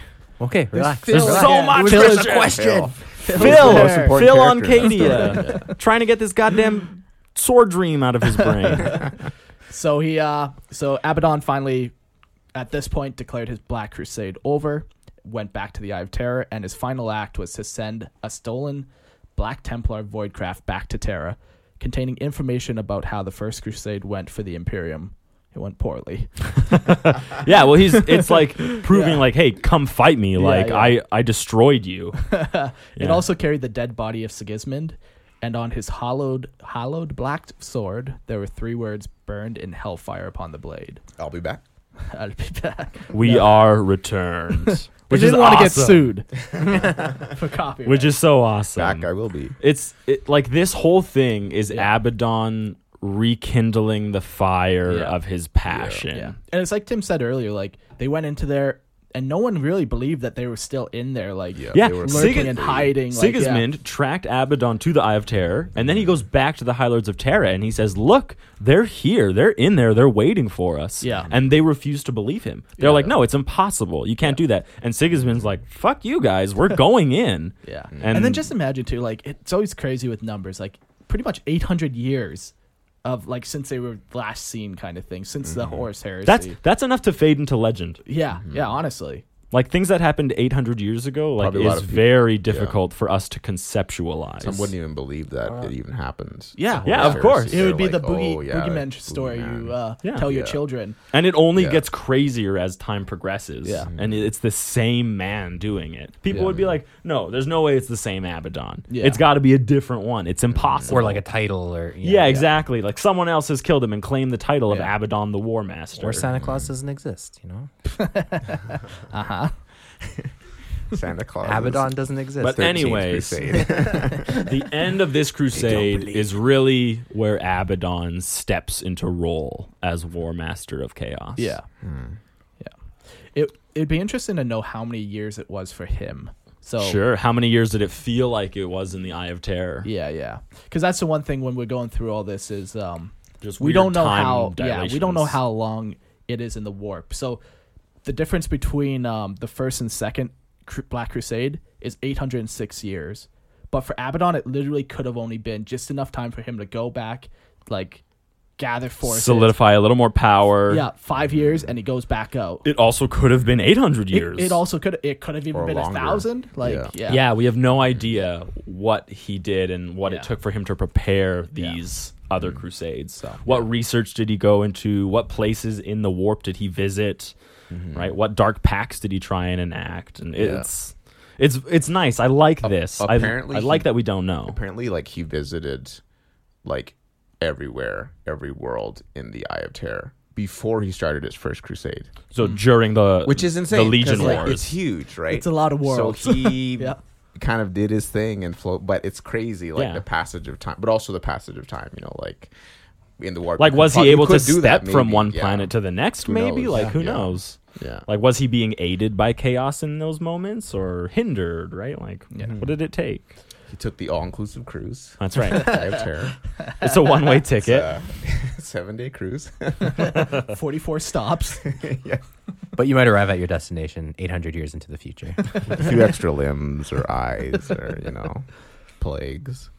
Okay, relax.
Phil-
relax.
so
much
Phil is
pressure.
a question.
Phil,
Most important
Phil on
character in that
Cadia, trying to get this goddamn sword dream out of his brain.
So he, uh, so Abaddon finally, at this point, declared his Black Crusade over, went back to the Eye of Terror, and his final act was to send a stolen Black Templar Voidcraft back to Terra, containing information about how the First Crusade went for the Imperium. It went poorly.
Yeah, well, he's it's like proving
Yeah.
like, hey, come fight me. like
yeah.
I I destroyed you.
It
Yeah.
also carried the dead body of Sigismund, and on his hollowed, hollowed black sword, there were three words burned in hellfire upon the blade.
I'll be back.
I'll be back.
we are returned, which
They
is awesome.
didn't wanna get sued for copyright.
Which is so awesome.
Back I will be.
It's it, like this whole thing is
Yeah.
Abaddon rekindling the fire
Yeah.
of his passion.
Yeah. And it's like Tim said earlier, like they went into there and no one really believed that they were still in there, like
Yeah,
they were
lurking
Sigis-
and hiding. like, yeah.
Sigismund tracked Abaddon to the Eye of Terror, and then he goes back to the High Lords of Terra and he says, Look, they're here. They're in there. They're waiting for us.
Yeah.
And they refuse to believe him. They're
Yeah.
like, No, it's impossible. You can't do that. And Sigismund's like, Fuck you guys. We're going in.
Yeah.
Mm.
And,
And,
then just imagine too, like it's always crazy with numbers, like pretty much eight hundred years of like since they were
Mm-hmm.
last seen kind of thing, since the horse heresy.
that's that's enough to fade into legend.
yeah, yeah, honestly.
Like things that happened 800 years ago, like
Probably a lot
is
of people-
very
yeah.
difficult for us to conceptualize.
Some wouldn't even believe that it even happens.
yeah,
Some
yeah, of
lawyers,
course.
It
they're
would be the
like,
boogie,
"Oh, yeah,
boogeyman
that's
story you
boogeyman."
uh,
Yeah.
tell your
Yeah.
children.
And it only
Yeah.
gets crazier as time progresses.
Yeah.
And it- it's the same man doing it. People
Yeah.
would be like, no, there's no way it's the same Abaddon.
Yeah.
It's got to be a different one. It's impossible.
or like a title or
Yeah, exactly. Like someone else has killed him and claimed the title
Yeah.
of Abaddon the War Master.
Or Santa Claus doesn't exist, you know.
uh,
Santa Claus. is
Abaddon doesn't exist.
But
13th
anyways.
Crusade.
the end of this crusade is really where Abaddon steps into role as War Master of Chaos.
Yeah.
Mm.
Yeah. It it'd be interesting to know how many years it was for him. So
Sure. How many years did it feel like it was in the Eye of Terror?
Yeah, yeah. Because that's the one thing when we're going through all this is um,
Just
we
weird
don't know
time
how. Yeah, we don't know
dilations.
how long it is in the warp. So the difference between um, the first and second Cru- Black Crusade is 806 years, but for Abaddon, it literally could have only been just enough time for him to go back, like gather forces,
solidify a little more power.
Yeah, five years, and he goes back out.
It also could have been 800
It,
years.
it also could it could have even
Or
been
longer.
a thousand. Like
Yeah.
yeah,
Yeah. we have no idea what he did and what
Yeah. Mm-hmm.
it took for him to prepare
Yeah.
these other crusades. what research did he go into? What places in the warp did he visit?
Mm-hmm.
Right? What dark pacts did he try and enact? And it's it's it's nice. I like this. I-
apparently
I, like
he-
that we don't know.
Apparently, like he visited, like everywhere, every world in the Eye of Terror before he started his first crusade,
So during the
Mm-hmm. which is insane.
the
'cause,
Legion
like,
Wars.
it's huge, right?
It's a lot of worlds.
So he
Yeah.
kind of did his thing and float, but it's crazy, like
Yeah.
the passage of time, but also the passage of time. You know, like in the warp.
like
you
was
probably
he able to
could do that,
step from
maybe,
one
yeah.
planet to the next
Who
maybe?
knows?
Like
Yeah.
who
Yeah.
knows?
Yeah.
Like was he being aided by chaos in those moments or hindered, right? Like what did it take?
He took the all-inclusive cruise.
That's right.
Eye of Terror.
it's a one-way ticket.
Uh, seven-day cruise.
44 stops.
yeah.
But you might arrive at your destination 800 years into the future.
a few extra limbs or eyes or you know plagues.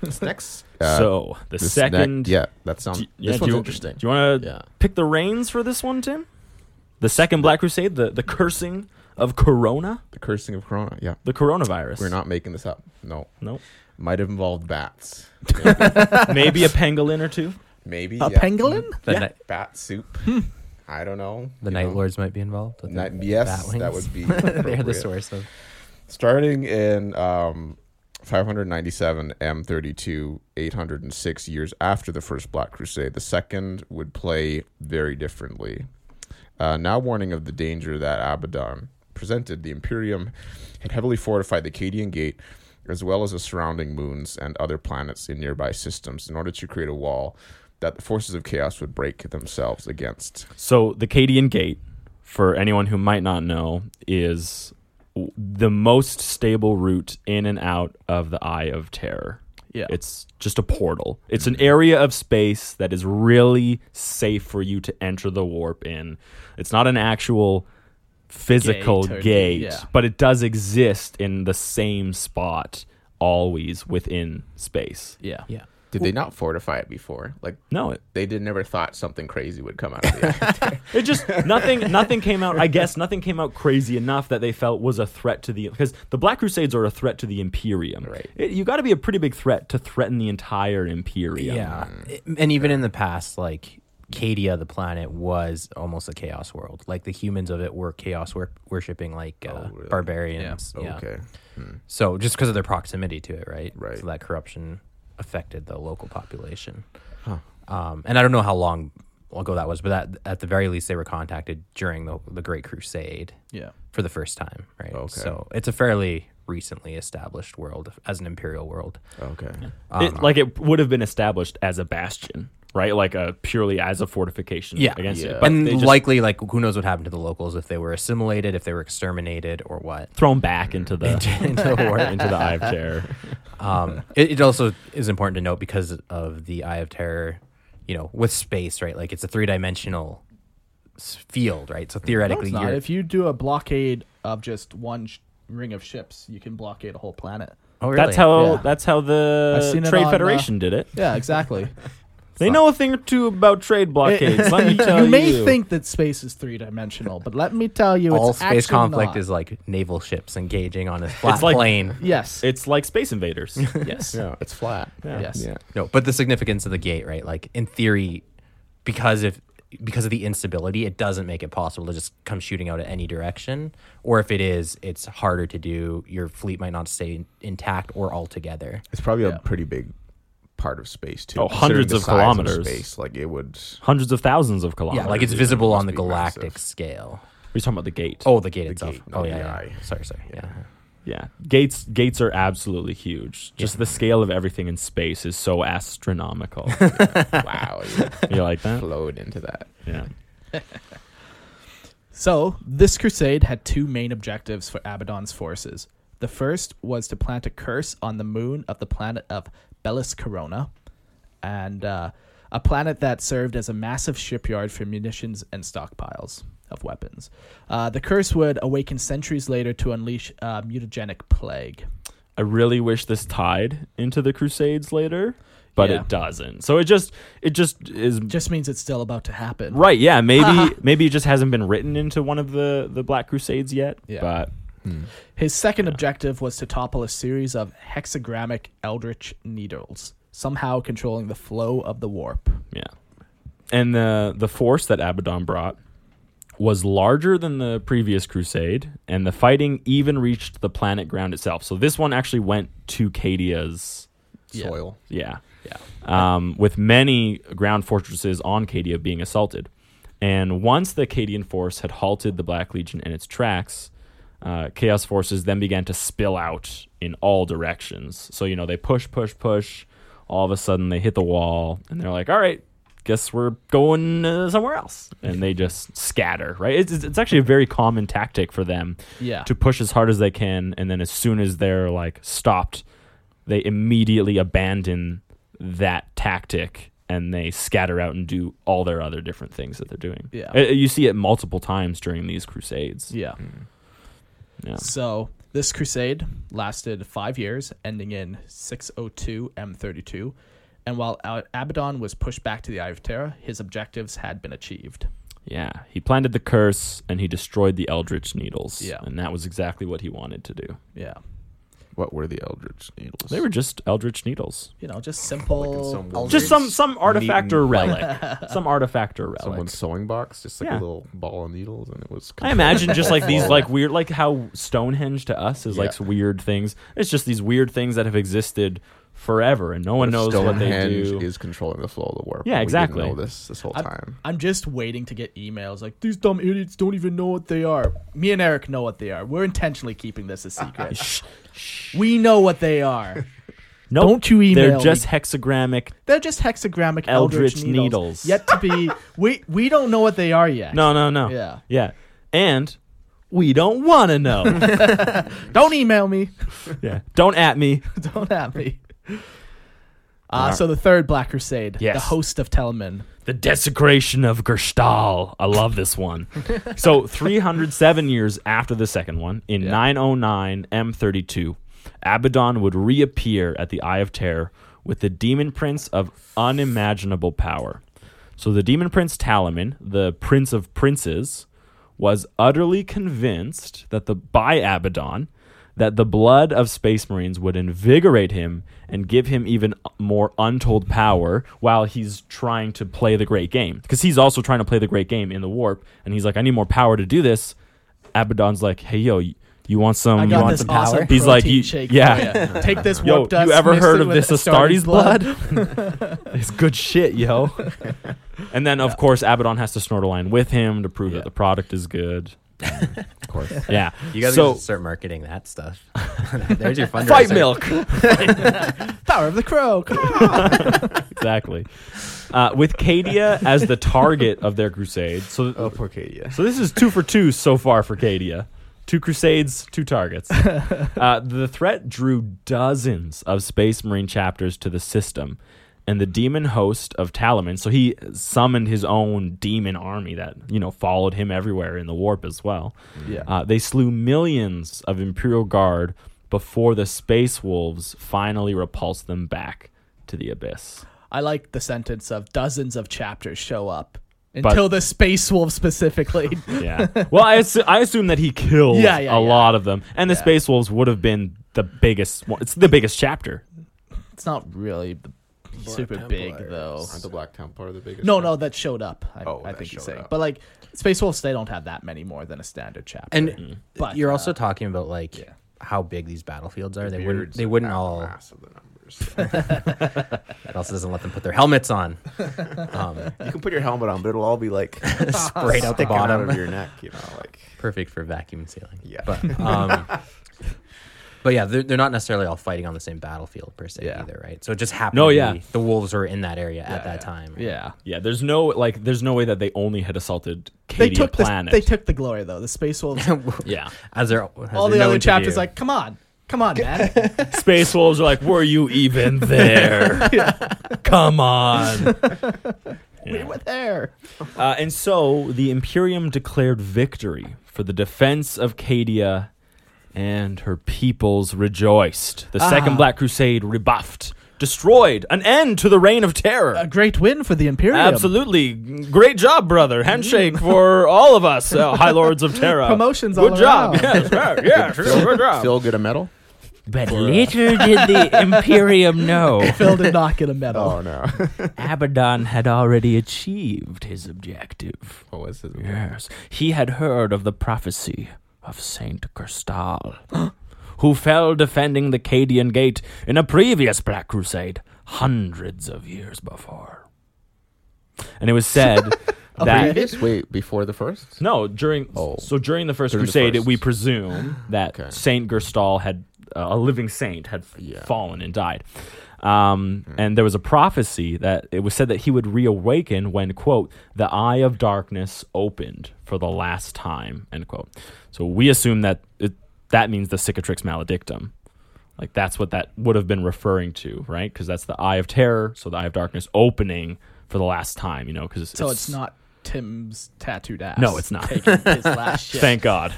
This next, uh,
so, the
this
second
next- yeah, that sounds.
Do- yeah,
this
do
one's
you-
interesting.
Do you want to
Yeah.
pick the reins for this one, Tim? The second Black Crusade, the, the cursing of Corona,
the cursing of Corona. Yeah,
the coronavirus.
we're not making this up. No,
Nope.
might have involved bats.
Maybe a pangolin or two.
Maybe
A
yeah.
pangolin?
The,
Yeah.
ni-
bat soup. I don't know.
Hmm. the
you
Night
know.
Lords might be involved. with
Night,
the bat
yes,
wings.
that would be.
They're the
appropriate.
source of.
Starting in um, 597 M32, 806 years after the first Black Crusade, the second would play very differently. Uh, now warning of the danger that Abaddon presented, the Imperium had heavily fortified the Cadian Gate as well as the surrounding moons and other planets in nearby systems in order to create a wall that the forces of chaos would break themselves against.
So the Cadian Gate, for anyone who might not know, is w- the most stable route in and out of the Eye of Terror.
Yeah. Mm-hmm.
It's just a portal. It's an area of space that is really safe for you to enter the warp in. It's not an actual physical
Gate or-
gate,
yeah.
but it does exist in the same spot always within space.
Yeah.
Yeah.
Did they not fortify it before? Like
No, it,
they did never thought something crazy would come out of the
It just nothing nothing came out I guess nothing came out crazy enough that they felt was a threat to the because the Black Crusades are a threat to the Imperium.
Right.
It, you got to be a pretty big threat to threaten the entire Imperium.
Yeah. I- And even in the past, like Cadia, the planet, was almost a chaos world. Like the humans of it were chaos wor- worshipping, like uh,
really?
barbarians. Yeah.
Okay.
So just because of their proximity to it, right?
Right.
So that corruption affected the local population. Um, and I don't know how long ago that was, but that at the very least they were contacted during the the Great Crusade
Yeah.
for the first time, right?
Okay.
So it's a fairly recently established world as an imperial world.
Okay.
It, like it would have been established as a bastion, right? Like a purely as a fortification
Yeah.
against
Yeah.
it. But
and
they just
likely, like who knows what happened to the locals if they were assimilated, if they were exterminated, or what.
thrown back into the
into the war.
into the eye of terror.
Um, it, it also is important to note because of the Eye of Terror, you know, with space, right? Like it's a three dimensional field, right? So
No, it's
theoretically,
not.
you're,
If you do a blockade of just one sh- ring of ships, you can blockade a whole planet.
oh, really?
That's how
Yeah.
that's how
I've
the
seen it
Trade
on, uh,
Federation did it.
Yeah, exactly.
They know a thing or two about trade blockades. let me
you,
tell you.
may think that space is three dimensional, but let me tell you,
All
it's
space
actually
conflict
not.
is like naval ships engaging on a flat
like-
plane.
yes,
it's like Space Invaders.
yes,
Yeah, it's flat.
yes.
Yeah.
No, but the significance of the gate, right? Like in theory, because if because of the instability, it doesn't make it possible to just come shooting out at any direction. Or if it is, it's harder to do. Your fleet might not stay intact or altogether.
It's probably a pretty big part of space too.
Oh,
considering
hundreds
the
of
size
kilometers.
space, like it would.
Hundreds of thousands of
Yeah,
kilometers.
like it's visible
must
on the
be
galactic
massive.
scale.
We're talking about the gate.
Oh, the gate itself.
gate,
oh
not
yeah,
the
yeah.
eye.
Sorry, sorry. Yeah.
Yeah, gates gates are absolutely huge. Just the scale of everything in space is so astronomical.
Wow, you
you like that?
flowed into that.
Yeah.
So, this crusade had two main objectives for Abaddon's forces. The first was to plant a curse on the moon of the planet of Bellis Corona, and uh, a planet that served as a massive shipyard for munitions and stockpiles of weapons. Uh, the curse would awaken centuries later to unleash a mutagenic plague.
I really wish this tied into the Crusades later, but
Yeah.
it doesn't. So it just it just is
Just means it's still about to happen.
right. Yeah, maybe maybe it just hasn't been written into one of the the Black Crusades yet.
Yeah.
But
His second objective was to topple a series of hexagrammic eldritch needles, somehow controlling the flow of the warp.
yeah, and the the force that Abaddon brought was larger than the previous crusade and the fighting even reached the planet ground itself so this one actually went to cadia's
Yeah.
Soil.
Yeah.
Yeah.
Um, with many ground fortresses on Cadia being assaulted. And once the Cadian force had halted the Black Legion in its tracks, uh, Chaos forces then began to spill out in all directions. So, you know, they push, push, push. All of a sudden, they hit the wall and they're like, all right, guess we're going uh, somewhere else. And they just scatter, right? It's, it's it's actually a very common tactic for them
Yeah.
to push as hard as they can and then as soon as they're like stopped they immediately abandon that tactic and they scatter out and do all their other different things that they're doing
Yeah.
Uh, you see it multiple times during these crusades
Yeah.
Yeah.
Mm. So this crusade lasted five years, ending in 602 M32. And while Al- Abaddon was pushed back to the Eye of Terra, his objectives had been achieved.
yeah he planted the curse and he destroyed the eldritch needles
Yeah.
and that was exactly what he wanted to do
Yeah.
What were the eldritch needles?
they were just eldritch needles
You know, just simple.
some
Aldrich-
just some some artifact or
Neaton.
relic some artifact or relic
someone's sewing box, just like
Yeah.
a little ball of needles, and it was.
I imagine just like these
Well,
like weird like how Stonehenge to us is like
Yeah.
weird things. It's just these weird things that have existed forever and no one knows what they
Stonehenge
do.
is controlling the flow of the warp.
Yeah,
We
exactly.
Didn't know this this whole time.
I'm just waiting to get emails like these dumb idiots don't even know what they are. Me and Eric know what they are. We're intentionally keeping this a secret. we know what they are.
no,
Don't you email
They're
me.
just hexagrammic.
They're just hexagrammic
Eldritch
eldritch, needles,
needles.
Yet to be we we don't know what they are yet.
No, no, no.
Yeah.
Yeah. And we don't want to know.
Don't email me.
yeah. Don't at me.
Don't at me. Uh, so the third Black Crusade, the
Yes. Mm.
host of Telman.
The desecration of Gerstal. I love this one. so, 307 years after the second one, in 909 M32, Abaddon would reappear at the Eye of Terror with the demon prince of unimaginable power. So, the demon prince Talaman, the prince of princes, was utterly convinced that the by Abaddon that the blood of space marines would invigorate him and give him even more untold power while he's trying to play the great game because he's also trying to play the great game in the warp and he's like I need more power to do this Abaddon's like hey yo y- you want some
I
you
got
want
this
some
awesome
He's
protein
like, you-
shake.
yeah.
for ya. Take this warp
Yo,
dust.
you ever
mixed
heard
in
of
with
this Astartes blood? it's good shit, yo. and then, of course, Abaddon has to snort a line with him to prove
Yeah.
that the product is good.
Of course,
Yeah.
You guys
so,
should start marketing that stuff. There's your fundraiser.
fight milk.
Power of the Crow.
exactly. Uh, with Cadia as the target of their crusade. So,
oh, poor Cadia.
so this is two for two so far for Cadia. Two crusades, two targets. Uh, the threat drew dozens of Space Marine chapters to the system, and the demon host of Talaman. So he summoned his own demon army that you know followed him everywhere in the warp as well.
Yeah.
Uh, they slew millions of Imperial Guard before the Space Wolves finally repulsed them back to the abyss.
I like the sentence of dozens of chapters show up until the Space Wolf specifically.
Yeah. Well, I, assu- I assume that he killed
Yeah, yeah,
a
yeah.
lot of them, and the Space Wolves would have been the biggest. One. It's the biggest chapter.
it's not really the super big though.
Aren't the Black Templar the biggest?
No,
one?
no, that showed up. I,
Oh,
I
that
think you're
showed
saying,
up.
but like Space Wolves, they don't have that many more than a standard chapter.
And
Mm-hmm.
But,
you're
uh,
also talking about like
yeah.
how big these battlefields are. They wouldn't.
Beards
They wouldn't all.
outclass of the numbers.
That also doesn't let them put their helmets on. Um,
you can put your helmet on, but it'll all be like
sprayed out the
sticking out
bottom.
of your neck. You know, like
perfect for vacuum sealing.
Yeah.
But um, but yeah, they're, they're not necessarily all fighting on the same battlefield per se
Yeah.
either, right? So it just happened.
No,
to
yeah.
be the wolves were in that area at that time. right?
yeah,
Yeah. There's no like. There's no way that they only had assaulted
they
Cadia
took the,
Planet.
they took the glory though. The Space Wolves,
yeah.
As they're as
all
they're
the other
known to
chapters,
do.
like, come on, come on, man.
Space Wolves are like, were you even there? Come on.
we were there.
Uh, and so the Imperium declared victory for the defense of Cadia, and her peoples rejoiced. The
Ah.
Second Black Crusade rebuffed, destroyed, an end to the reign of terror.
A great win for the Imperium.
Absolutely. Great job, brother.
Mm-hmm.
Handshake for all of us, uh, High Lords of Terra.
Promotions
Good
all
job.
around.
Yes, right. Yeah, sure. Good job.
Phil get a medal.
But little did the Imperium know
Phil did not get a medal.
oh no,
Abaddon had already achieved his objective.
What was his?
Yes, he had heard of the prophecy of Saint Kerstal, who fell defending the Cadian Gate in a previous Black Crusade hundreds of years before. And it was said that
Previous? Wait, before the first?
no, during
Oh.
so during the first
During the
crusade,
first.
we presume that
Okay.
Saint Gerstal had uh, a living saint had
Yeah. Hmm.
fallen and died. Um, And there was a prophecy that it was said that he would reawaken when quote the eye of darkness opened for the last time end quote. So we assume that it, that means the cicatrix maledictum. Like that's what that would have been referring to, right? Because that's the eye of terror. So the eye of darkness opening for the last time, you know. Because
So it's, not Tim's tattooed ass.
No, it's not.
Taking his last shit.
Thank God.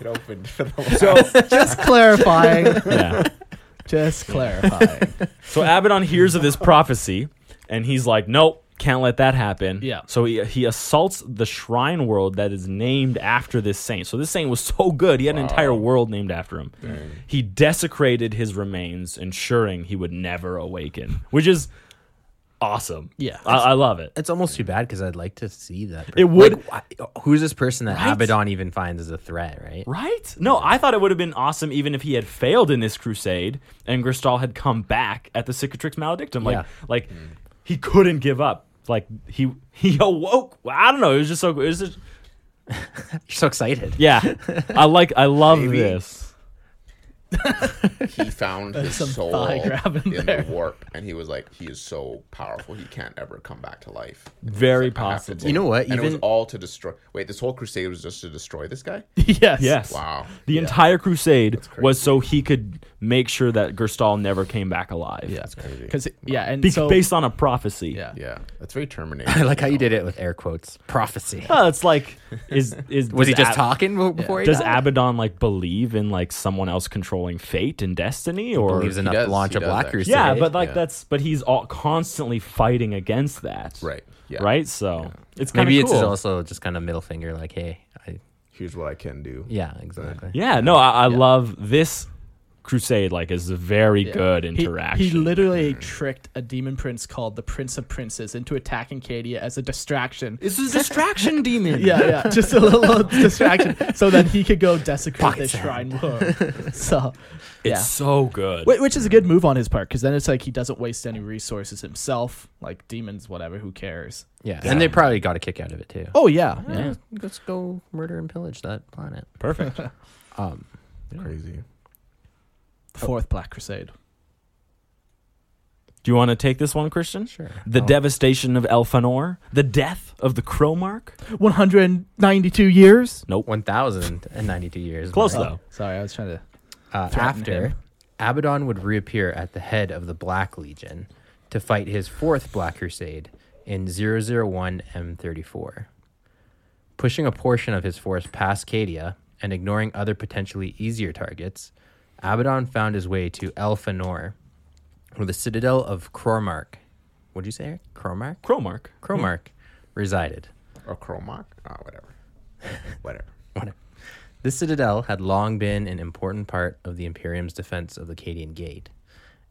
it opened for the
Just clarifying.
yeah.
Just clarifying.
So Abaddon hears of this prophecy, and he's like, "Nope, can't let that happen."
Yeah.
So he he assaults the shrine world that is named after this saint. So this saint was so good, he had an entire world named after him. He desecrated his remains, ensuring he would never awaken, which is awesome.
Yeah.
I, I love it.
It's almost too bad because I'd like to see that.
It would-
Like, wh- who's this person that
Right?
Abaddon even finds as a threat? Right.
Right? No, I thought it would have been awesome even if he had failed in this crusade and Gristal had come back at the Cicatrix Maledictum. Like,
Yeah.
like he couldn't give up. Like he he awoke. I don't know. It was just so. It was just,
You're so excited.
yeah. I like. I love this.
He found his
some
soul
thigh grab in
in,
there.
the warp, and he was like, "He is so powerful, he can't ever come back to life." And he was
Very
like, "I have to
possible.
take
You know
it."
what?
And it was
Even-
all to destroy. Wait, this whole crusade was just to destroy this guy.
yes.
Yes.
Wow.
The entire crusade was so he could make sure that Gerstal never came back alive.
Yeah.
crazy.
Because yeah, and
Be-
so
based on a prophecy.
yeah.
Yeah, that's very Terminator.
I like how you did it with air quotes. Prophecy.
Well, Uh, it's like is is
Was he
does
just
Ab-
talking w- before he
Does
died?
Abaddon like believe in like someone else controlling fate and destiny, or
believes enough
does,
to launch
he
a
does,
black
actually.
crusade?
Yeah, but like
Yeah.
that's but he's all constantly fighting against that.
Right, yeah.
Right. So it's kind of
maybe
cool.
it's also just kind of middle finger, like, hey, I,
Here's what I can do.
yeah, exactly.
yeah. No, I, I love this crusade. Like, is a very good
He-
interaction. Mm.
He, literally tricked a demon prince called the Prince of Princes into attacking Cadia as a distraction.
This is a distraction demon.
yeah, yeah, just a little distraction, so that he could go desecrate the shrine world. So,
It's
yeah,
so good.
Wh- which is a good move on his part, because then it's like he doesn't waste any resources himself, like demons, whatever. Who cares?
Yeah. And they probably got a kick out of it too.
Oh yeah,
yeah. Let's go murder and pillage that planet.
Perfect.
Um,
Crazy.
the fourth Black Crusade.
Do you want to take this one, Christian?
Sure.
The
I'll-
devastation of Elfanor, the death of the Crowmark.
One hundred and ninety-two years.
Nope.
1,092 years.
Close
right?
though.
Sorry, I was trying to.
Uh,
Threaten
after,
him.
Abaddon would reappear at the head of the Black Legion to fight his fourth Black Crusade in 001 M34. Pushing a portion of his force past Cadia and ignoring other potentially easier targets, Abaddon found his way to El Fanor, where the citadel of Crormark what'd you say? Eric? Cromark?
Cromark.
Cromark resided.
or Chromok, ah, whatever, whatever.
Whatever. This citadel had long been an important part of the Imperium's defense of the Cadian Gate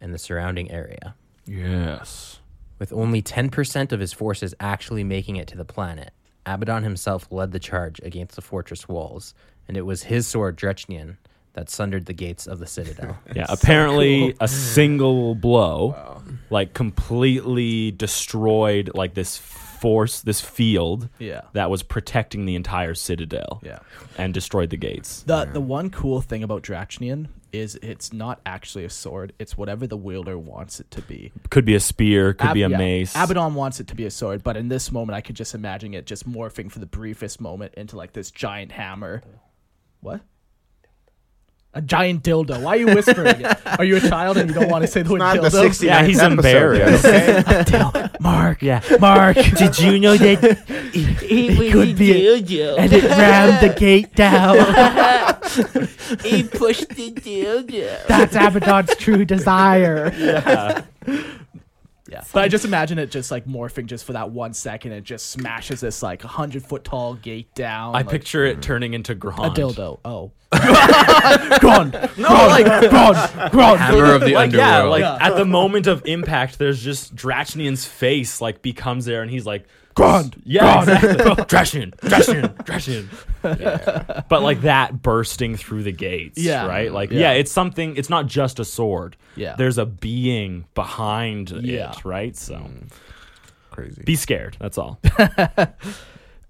and the surrounding area,
Yes.
with only 10% of his forces actually making it to the planet. Abaddon himself led the charge against the fortress walls, and it was his sword Drechnian that sundered the gates of the citadel.
Yeah, apparently a single blow like completely destroyed like this force, this field
Yeah.
that was protecting the entire citadel.
Yeah.
And destroyed the gates.
The the one cool thing about Drachnian is it's not actually a sword. It's whatever the wielder wants it to be.
Could be a spear, could be a
Ab- yeah,
mace.
Abaddon wants it to be a sword, but in this moment, I could just imagine it just morphing for the briefest moment into like this giant hammer. What? A giant dildo. Why are you whispering it? Are you a child and you don't want to say the word
Not
dildo?
the 69th
Yeah, he's
episode yet,
embarrassed.
okay?
Mark.
Yeah.
Mark.
Did you know that
It could be a dildo. And it rammed the gate down.
He pushed the dildo.
That's Abaddon's true desire. Yeah. yeah. But I just imagine it just like morphing just for that one second. It just smashes this like 100 foot tall gate down.
I
like,
picture it turning into
a
Grond.
dildo. Oh. Gron. No, like Gron. Gron.
Hammer of the
like, yeah,
underworld.
like at the moment of impact, there's just Drachnian's face like becomes there, and he's like,
Grand,
yeah, exactly. Drachnian, Drachnian, Drachnian. But like that bursting through the gates,
Yeah.
right? Like,
Yeah.
yeah. it's something. It's not just a sword.
Yeah.
there's a being behind
Yeah. Mm.
it, right? So
Crazy.
be scared. That's all.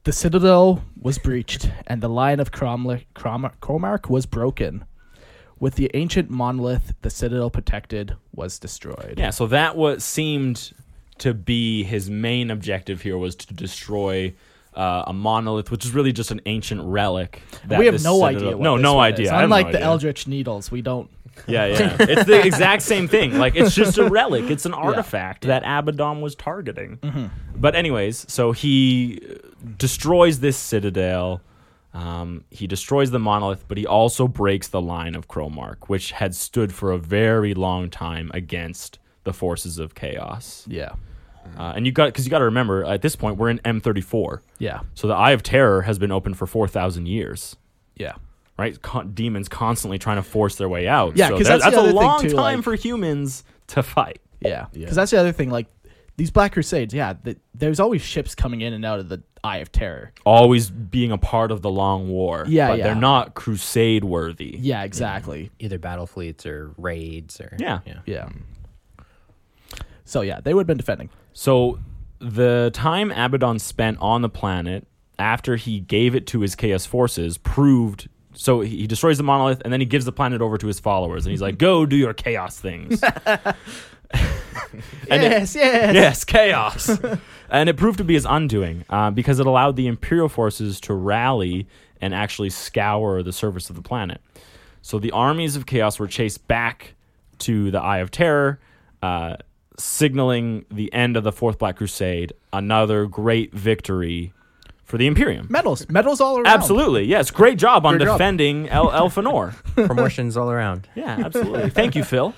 The citadel was breached, and the line of Cromle- Crom- Cromark was broken. With the ancient monolith, the citadel protected was destroyed.
Yeah, so that what seemed to be his main objective here was to destroy uh, a monolith, which is really just an ancient relic. that
we have
this
no
citadel-
idea. What
no,
this
no
one
idea.
Is.
I have
Unlike
no
the
idea.
Eldritch Needles, we don't.
Yeah, yeah. it's the exact same thing. Like it's just a relic. It's an artifact that Abaddon was targeting. But anyways, so he uh, destroys this citadel. Um, he destroys the monolith, but he also breaks the line of Cromark, which had stood for a very long time against the forces of chaos.
Yeah,
Uh, and you got because you got to remember at this point we're in M34,
yeah,
so the Eye of Terror has been open for four thousand years,
yeah.
right? Con- demons constantly trying to force their way out.
Yeah,
so
'cause
that-
that's the other
a
thing
long
too,
time
like-
for humans to fight.
Yeah, because that's the other thing. Like these Black Crusades, yeah. The, there's always ships coming in and out of the Eye of Terror.
Always being a part of the long war.
Yeah,
but
yeah.
they're not crusade worthy.
Yeah, exactly.
Either battle fleets or raids or
Yeah.
Yeah. So yeah, they would have been defending.
So the time Abaddon spent on the planet after he gave it to his chaos forces proved so he he destroys the monolith and then he gives the planet over to his followers and he's like go do your chaos things. And it-
yes, yes.
yes, chaos. and it proved to be his undoing uh, because it allowed the Imperial forces to rally and actually scour the surface of the planet. So the armies of chaos were chased back to the Eye of Terror, uh, signaling the end of the Fourth Black Crusade, another great victory for the Imperium.
Medals, medals all around.
Absolutely, yes. Great job on
Great job.
defending El Elfenor.
promotions all around.
yeah, absolutely. Thank you, Phil.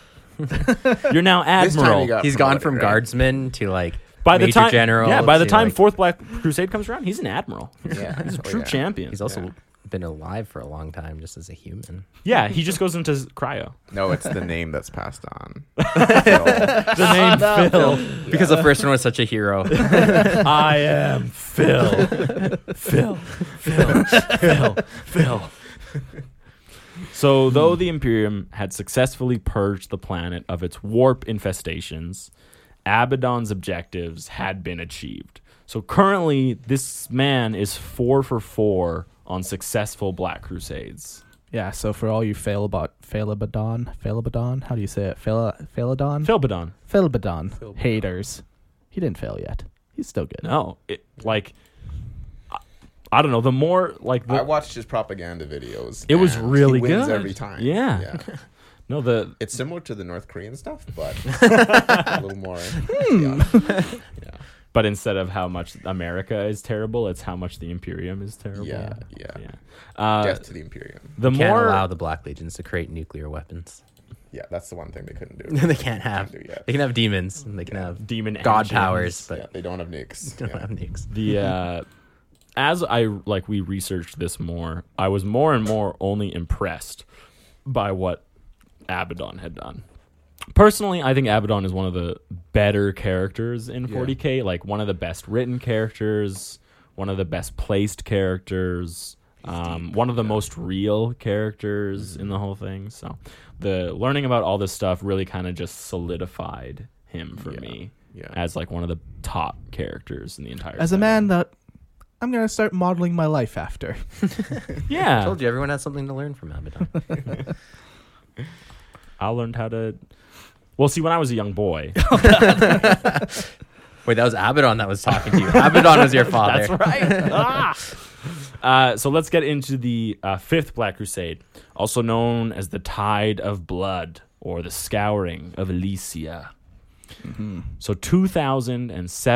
You're now
This time
admiral.
he got
He's gone
promoted,
from
right?
guardsman to like
by the
major
time
general.
yeah by the
to,
time
like-
fourth black crusade comes around he's an admiral
Yeah.
he's a
Oh,
true
yeah.
champion
He's also been alive for a long time, just as a human.
yeah he just goes into cryo
No, it's the name that's passed on.
the name phil
Because the first one was such a hero.
i am phil phil phil phil phil so though the imperium had successfully purged the planet of its warp infestations abaddon's objectives had been achieved so currently this man is four for four on successful black crusades
Yeah. So for all you failabot, failabadon, failabadon, how do you say it? Fail, failadon,
philbadon
failabadon, haters. He didn't fail yet. He's still good.
No, it like I- I don't know. The more like
I
the,
watched his propaganda videos.
It was
and
really
he wins
good.
every time.
Yeah. no the
It's similar to the North Korean stuff, but a little more.
Hmm.
yeah.
but instead of how much America is terrible, it's how much the Imperium is terrible.
Yeah, yeah.
yeah. Uh,
Death to the Imperium.
the
Can't
more
allow the Black Legions to create nuclear weapons.
Yeah, that's the one thing they couldn't do.
they can't have.
do, yeah.
They can have demons. And they can have
Demon
god
engines.
powers, but
yeah, they don't have nukes.
they don't
Yeah.
have nukes.
the uh, as I like we researched this more, I was more and more only impressed by what Abaddon had done. Personally, I think Abaddon is one of the better characters in 40k, like one of the best written characters, one of the best placed characters, um, one of the most real characters in the whole thing. So, the learning about all this stuff really kind of just solidified him for me
yeah.
as like one of the top characters in the entire
As a
set.
man that I'm gonna start modeling my life after.
Yeah.
I told you everyone has something to learn from Abaddon.
I learned how to. Well, see, when I was a young boy,
Wait, that was Abaddon that was talking to you. Abaddon was your father.
that's right. Ah! Uh, so let's get into the uh, fifth Black Crusade, also known as the Tide of Blood or the Scouring of Elysia.
Mm-hmm.
So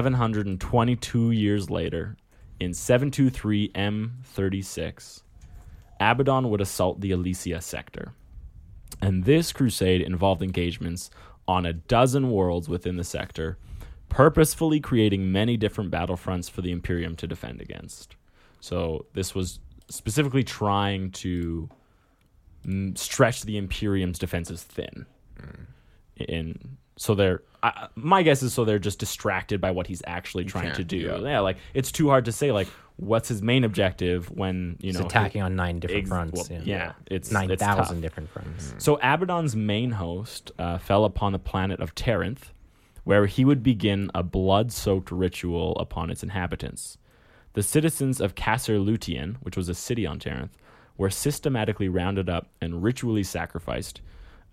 2,722 years later, in 723 M36, Abaddon would assault the Elysia sector. And this crusade involved engagements on a dozen worlds within the sector, purposefully creating many different battlefronts for the Imperium to defend against. So this was specifically trying to mm, stretch the Imperium's defenses thin. And so they're I, my guess is so they're just distracted by what he's actually trying to
can't,
do.
yeah.
Yeah. like it's too hard to say like what's his main objective when you
He's
know
attacking on nine different
ex-
fronts.
well,
yeah.
yeah, it's-
nine
it's tough.
thousand different fronts.
So Abaddon's main host uh, fell upon the planet of Tarinth, where he would begin a blood soaked ritual upon its inhabitants. The citizens of Kasser Lutien, which was a city on Tarinth, were systematically rounded up and ritually sacrificed,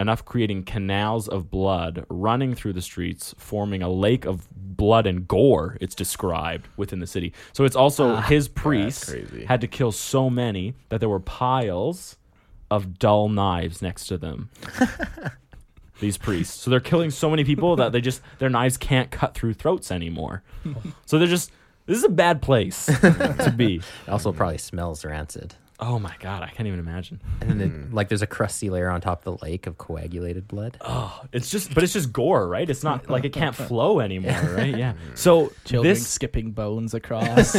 enough creating canals of blood running through the streets, forming a lake of blood and gore, it's described within the city. So it's also his priests
crazy.
had to kill so many that there were piles of dull knives next to them. These priests. So they're killing so many people that they just their knives can't cut through throats anymore. So they're just this is a bad place to be.
It also probably smells rancid.
Oh my god, I can't even imagine.
And then
Hmm.
the, like there's a crusty layer on top of the lake of coagulated blood.
Oh. It's just but it's just gore, right? It's not like it can't flow anymore, right? Yeah. So
Children
this
skipping bones across.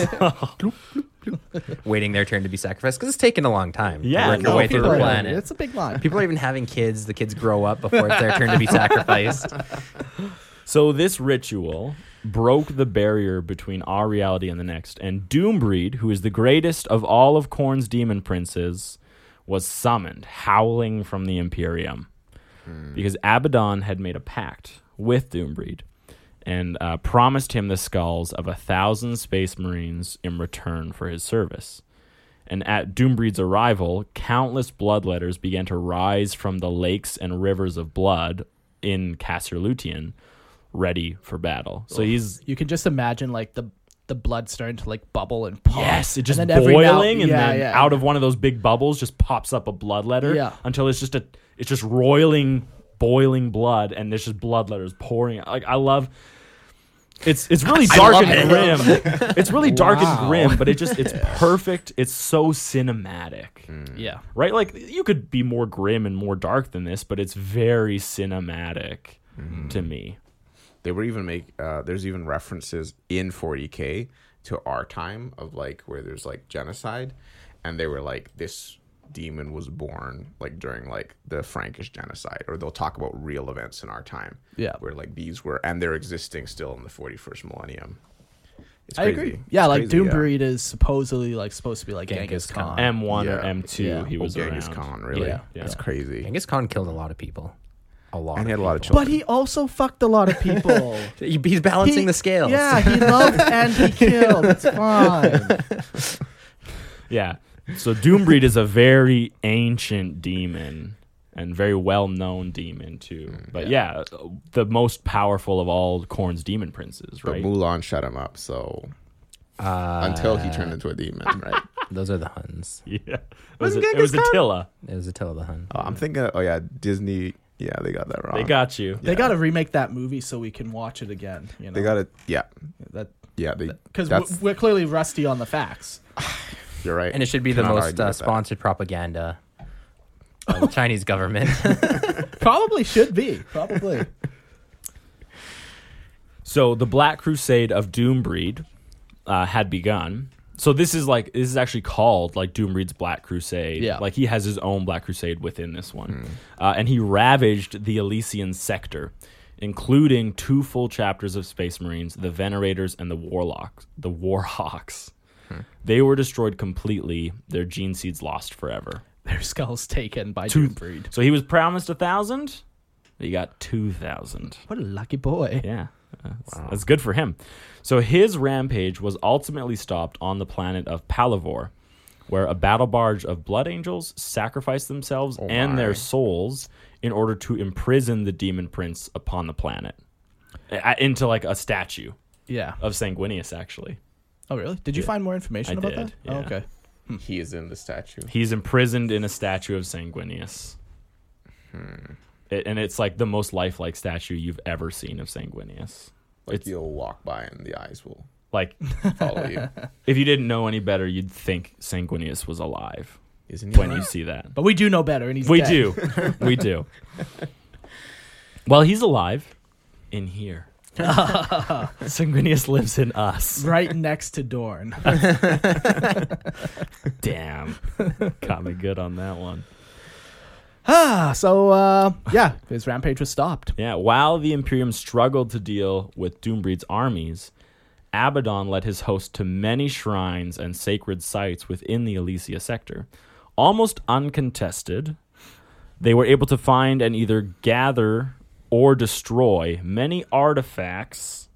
waiting their turn to be sacrificed because it's taken a long time. to
Yeah,
work your
no,
way through the
people are-
planet.
It's a big line.
People are even having kids. The kids grow up before it's their turn to be sacrificed.
So this ritual broke the barrier between our reality and the next, and Doombreed, who is the greatest of all of Korn's demon princes, was summoned, howling from the Imperium, because Abaddon had made a pact with Doombreed and uh, promised him the skulls of a thousand Space Marines in return for his service. And at Doombreed's arrival, countless bloodletters began to rise from the lakes and rivers of blood in Casterlutian, ready for battle. So he's
You can just imagine like the the blood starting to like bubble and pop.
yes, it just
and then every
boiling,
now-
and
yeah,
then
yeah.
out of one of those big bubbles just pops up a bloodletter
Yeah.
until it's just a it's just roiling, boiling blood, and there's just bloodletters pouring. out. Like I love. It's it's really dark and grim. It's really dark and grim, but it just it's perfect. It's so cinematic
Mm.
Yeah.
right? Like you could be more grim and more dark than this, but it's very cinematic
Mm-hmm.
to me.
they were even make uh, there's even references in 40k to our time of like where there's like genocide and they were like this demon was born like during like the frankish genocide or they'll talk about real events in our time
Yeah.
where like these were and they're existing still in the 41st millennium it's
I
crazy.
agree. Yeah,
It's
like
crazy,
Doom
yeah.
Breed is supposedly like supposed to be like Genghis,
Genghis
Khan.
M one or
Uh, yeah.
M two,
Yeah.
he
Oh,
was
Genghis
around.
Khan, really?
Yeah.
That's
Yeah.
crazy.
Genghis Khan killed a lot of people. A lot.
And he had a lot of
people.
But he also fucked a lot of people.
He- he's balancing
He-
the scales.
Yeah, he loved and he killed. It's fine.
Yeah. So Doombreed is a very ancient demon and very well known demon too.
Mm,
But yeah. the most powerful of all Korn's demon princes,
But
right?
Mulan shut him up, so
Uh,
until he turned into a demon, right?
Those are the Huns.
yeah. It was, it was Attila.
It was Attila the Hun.
Oh, I'm thinking, oh yeah, Disney. Yeah, they got that wrong.
They got you.
They got to remake that movie so we can watch it again. You know,
They got it. Yeah,
that
yeah. They
because
that's-
we're clearly rusty on the facts.
you're right.
And it should be the
Cannot
most
argue
uh,
with that.
sponsored propaganda of the Chinese government.
Probably should be. Probably.
So the Black Crusade of Doombreed uh, had begun. So this is like this is actually called like Doombreed's Black Crusade.
Yeah.
Like he has his own Black Crusade within this one, uh, and he ravaged the Elysian sector, including two full chapters of Space Marines, the Venerators and the Warlocks. The Warhawks. They were destroyed completely. Their gene seeds lost forever.
Their skulls taken by
Two-
Doom Breed.
So he was promised a thousand. He got two thousand.
What a lucky boy.
Yeah. Uh, That's, that's good for him. So his rampage was ultimately stopped on the planet of Palivor, where a battle barge of blood angels sacrificed themselves and their souls in order to imprison the demon prince upon the planet A- into like a statue
Yeah.
of Sanguinius, actually.
Oh, really? Did you
Yeah.
find more information
I
about
did,
that? Oh,
yeah.
okay.
He is in the statue.
He's imprisoned in a statue of Sanguinius. It- and it's like the most lifelike statue you've ever seen of Sanguinius.
Like
It's-
you'll walk by and the eyes will
Like,
follow you.
if you didn't know any better, you'd think Sanguinius was alive.
Isn't he?
when you see that.
But we do know better, and he's
We
dead.
do. We do. Well, he's alive in here. Sanguinius lives in us.
Right next to Dorn.
Damn. Got me good on that one.
ah, so uh, yeah, his rampage was stopped.
Yeah, while the Imperium struggled to deal with Doombreed's armies, Abaddon led his host to many shrines and sacred sites within the Elysia sector. Almost uncontested, they were able to find and either gather or destroy many artifacts.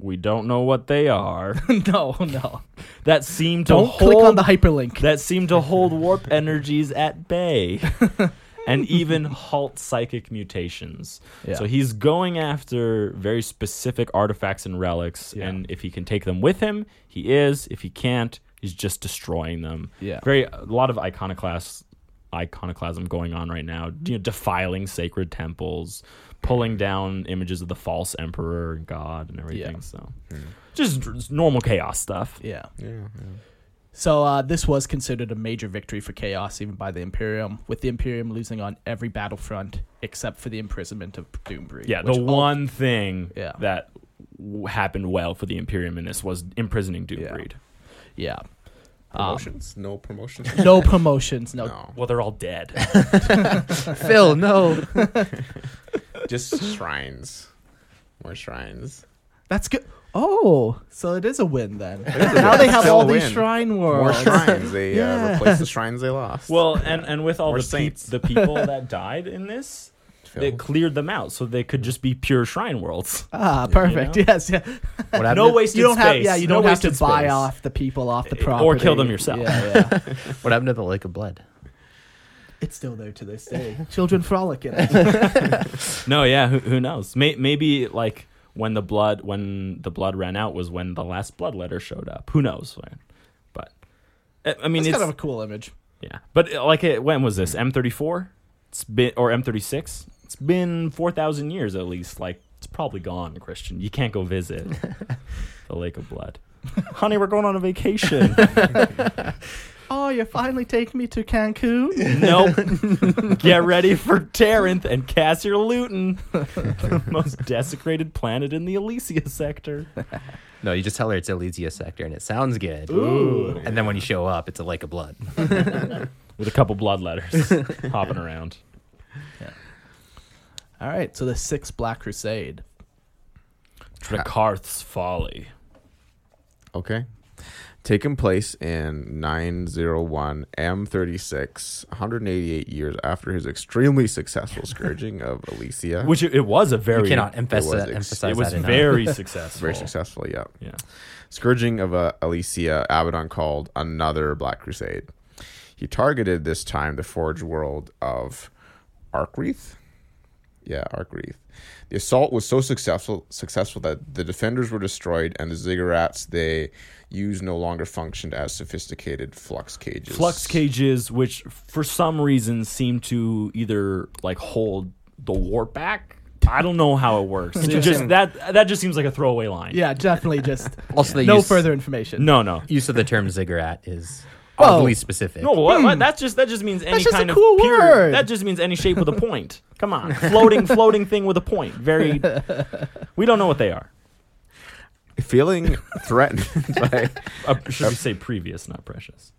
We don't know what they are.
no, no.
That seem to
Don't
hold
click on the hyperlink.
that seem to hold warp energies at bay and even halt psychic mutations.
Yeah.
So he's going after very specific artifacts and relics,
Yeah.
and if he can take them with him, he is. If he can't, he's just destroying them.
Yeah.
Very a lot of iconoclast iconoclasm going on right now. You know, defiling sacred temples, pulling down images of the false emperor and god and everything. So
Hmm.
just dr- normal chaos stuff.
Yeah. So uh, this was considered a major victory for Chaos, even by the Imperium, with the Imperium losing on every battlefront except for the imprisonment of Doombreed.
Yeah, the
which all-
one thing
Yeah.
that w- happened well for the Imperium in this was imprisoning Doombreed.
Yeah. Um,
Promotions? no promotions?
no promotions. No.
No.
Well, they're all dead.
Phil, no.
Just shrines. More shrines.
That's good. Oh, so it is a win then. now they have
Still
all
a
these
win.
shrine
More
worlds.
shrines. They
Yeah.
uh, replaced the shrines they lost.
well, and, and with all
Or
the, peop
saints.
the people that died in this, they
Phil.
cleared them out so they could just be pure shrine worlds.
Ah, perfect.
You
Yes. Yeah.
What happened,
No
to-
wasted
You don't have.
space.
Yeah. You
No
don't have to
wasted
buy
space. Eh,
off the people off the
Or kill
property
them yourself.
Yeah, yeah.
what happened to the Lake of Blood?
it's still there to this day. Children frolic in it.
No, yeah, who, who knows? May, maybe like when the blood when the blood ran out was when the last blood letter showed up. Who knows? right? But I- I mean,
It's
it's,
kind of a cool image.
yeah. But uh, like, it, when was this?
Hmm.
M thirty four? It's been or M thirty six? It's been four thousand years at least. Like it's probably gone, Christian. You can't go visit the Lake of Blood. Honey, we're going on a vacation.
Oh, you're finally taking me to Cancun.
nope. Get ready for Taranth and Cassier Luton, the most desecrated planet in the Elysia sector.
No, you just tell her it's Elysia sector and it sounds good.
Ooh.
And then when you show up, it's a lake of blood.
with a couple blood letters hopping around.
All right. So the sixth Black Crusade.
Dracarth's folly.
Okay. Taking place in 901 M36, 188 years after his extremely successful scourging of Elysia.
Which it, it was a
Oh. You
very
cannot emphasize,
It was ex-
emphasize
it was
that enough.
very successful.
very successful, yeah.
Yeah.
Scourging of uh, Elysia, Abaddon called another Black Crusade. He targeted this time the forge world of Arkwreath. Yeah, Arkwreath. The assault was so successful successful that the defenders were destroyed and the ziggurats they used no longer functioned as sophisticated flux cages.
Flux cages, which for some reason seem to either like hold the warp back. I don't know how it works. It just that that just seems like a throwaway line.
Yeah, definitely. Just
Also, the
no
use,
further information.
No, no.
use of the term ziggurat is oddly specific.
No, what, what? That's just that just means any
Hmm. just a
kind
cool
of pure.
word.
That just means any shape with a point. Come on, floating, floating thing with a point. Very. We don't know what they are.
Feeling threatened by
Uh, should we say previous, not precious?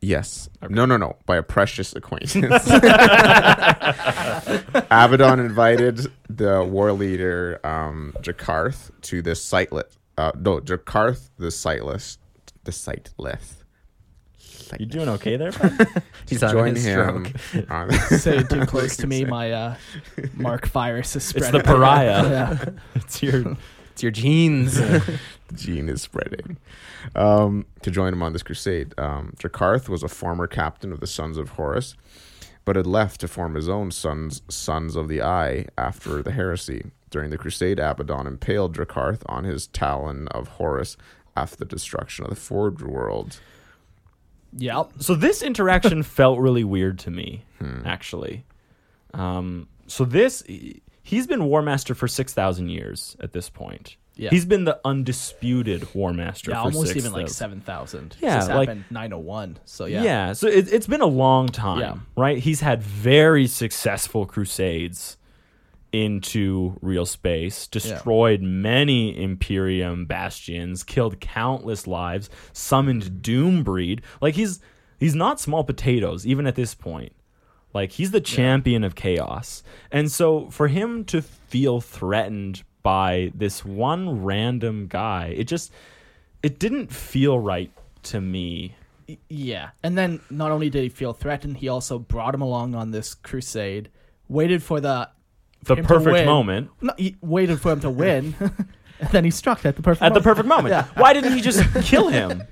Yes. No, no, no. By a precious acquaintance. Abaddon invited the war leader um, Jakarth to this siteless. Uh, no, Jakarth the siteless. The siteless.
You doing okay there? bud?
He's having
Join
his
him.
stroke.
on-
Say too close to me, my uh, Mark virus is
It's
spreading.
the pariah.
Yeah.
It's your.
It's your genes.
gene is spreading. Um, to join him on this crusade, um, Dracarth was a former captain of the Sons of Horus, but had left to form his own sons, Sons of the Eye, after the heresy. During the crusade, Abaddon impaled Dracarth on his talon of Horus after the destruction of the Forge World.
Yep.
So this interaction felt really weird to me,
Hmm.
actually. Um, so this, he's been War Master for six thousand years at this point.
Yeah.
He's been the undisputed War Master.
Yeah,
for
almost
6,
even like
though.
seven thousand.
Yeah,
this
like-
happened nine oh one. So yeah.
Yeah. so it, it's been a long time,
Yeah.
right? He's had very successful crusades into real space, destroyed many Imperium bastions, killed countless lives, summoned Doombreed. Like he's he's not small potatoes even at this point. Like he's the champion of chaos. And so for him to feel threatened by this one random guy, it just it didn't feel right to me.
Y- Yeah. And then not only did he feel threatened, he also brought him along on this crusade, waited for the
The
him to
perfect
win.
moment.
No, he waited for him to win. and then he struck at the perfect
at the
moment.
perfect moment. Why didn't he just kill him?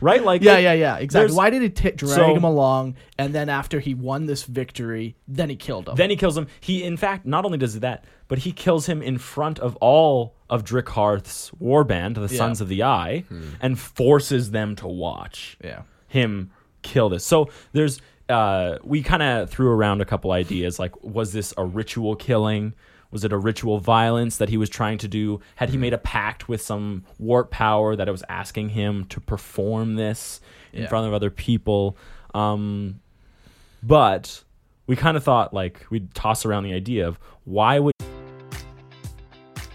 Right? Like
Yeah,
it-
yeah, yeah. Exactly.
there's-
Why did he t- drag
So-
him along? And then after he won this victory, then he killed him.
Then he kills him. He in fact not only does that, but he kills him in front of all of Drickharth's warband, the Sons of the Eye,
Hmm.
and forces them to watch.
Yeah.
him kill this. So there's uh we kind of threw around a couple ideas like was this a ritual killing? Was it a ritual violence that he was trying to do? Had he made a pact with some warp power that it was asking him to perform this in
Yeah.
front of other people? Um but we kind of thought like we'd toss around the idea of why would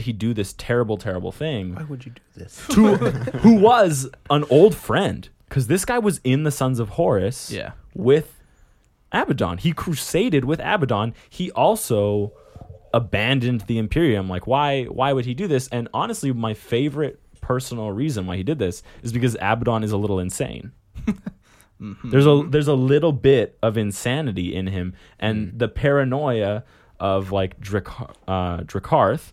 he do this terrible terrible thing?
would you do this?
to who was an old friend because this guy was in the Sons of Horus
Yeah.
with Abaddon. He crusaded with Abaddon. He also abandoned the Imperium. Like why why would he do this? And honestly, my favorite personal reason why he did this is because Abaddon is a little insane. There's a there's a little bit of insanity in him, and the paranoia of like Drac- uh, Dracarth.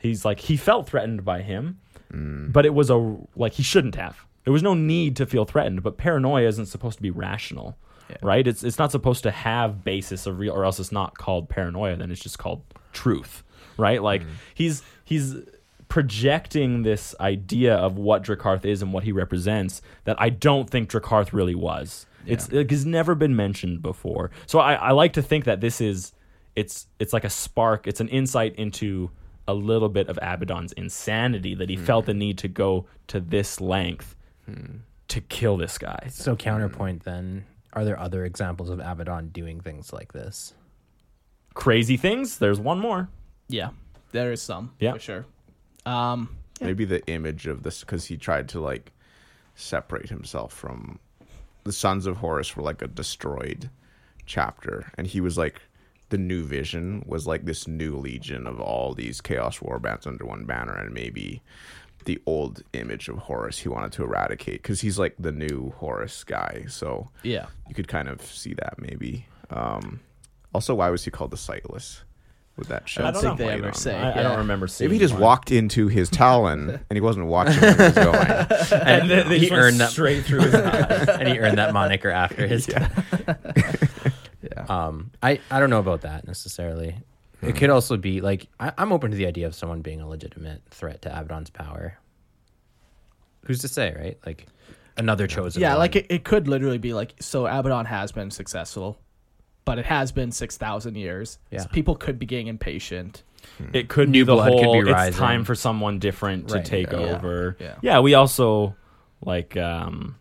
He's like he felt threatened by him, but it was a like he shouldn't have. There was no need to feel threatened, but paranoia isn't supposed to be rational, right? It's it's not supposed to have basis of real, or else it's not called paranoia. Then it's just called truth, right? Like he's he's projecting this idea of what Dracarth is and what he represents that I don't think Dracarth really was. It's like it's never been mentioned before. So I, I like to think that this is it's it's like a spark it's an insight into a little bit of abaddon's insanity that he felt the need to go to this length to kill this guy
So counterpoint then, are there other examples of Abaddon doing things like this?
crazy things there's one more
yeah. There is some.
Yeah.
For sure. Um,
Maybe the image of this, because he tried to like separate himself from the Sons of Horus were like a destroyed chapter, and he was like the new Vision was like this new legion of all these Chaos Warbands under one banner, and maybe the old image of Horus he wanted to eradicate because he's like the new Horus guy. So
Yeah.
you could kind of see that maybe. Um, also, why was he called the Sightless? With that show,
I don't think
played
they ever
on
say.
that?
I, I
yeah.
don't remember seeing.
Maybe he just
one.
walked into his Talon and he wasn't watching where he was going.
and
They- they
he
just went
earned that
straight through his eye.
and he earned that moniker after his death. Um, I, I don't know about that necessarily. It could also be like I, I'm open to the idea of someone being a legitimate threat to Abaddon's power. Who's to say, right? Like another chosen.
Yeah,
one.
like it, it could literally be like so Abaddon has been successful, but it has been six thousand years.
Yeah.
So people could be getting impatient.
It could
New
be the
blood could
whole.
be
it's
rising.
time for someone different to
Right,
take
yeah.
over.
Yeah.
we also like um,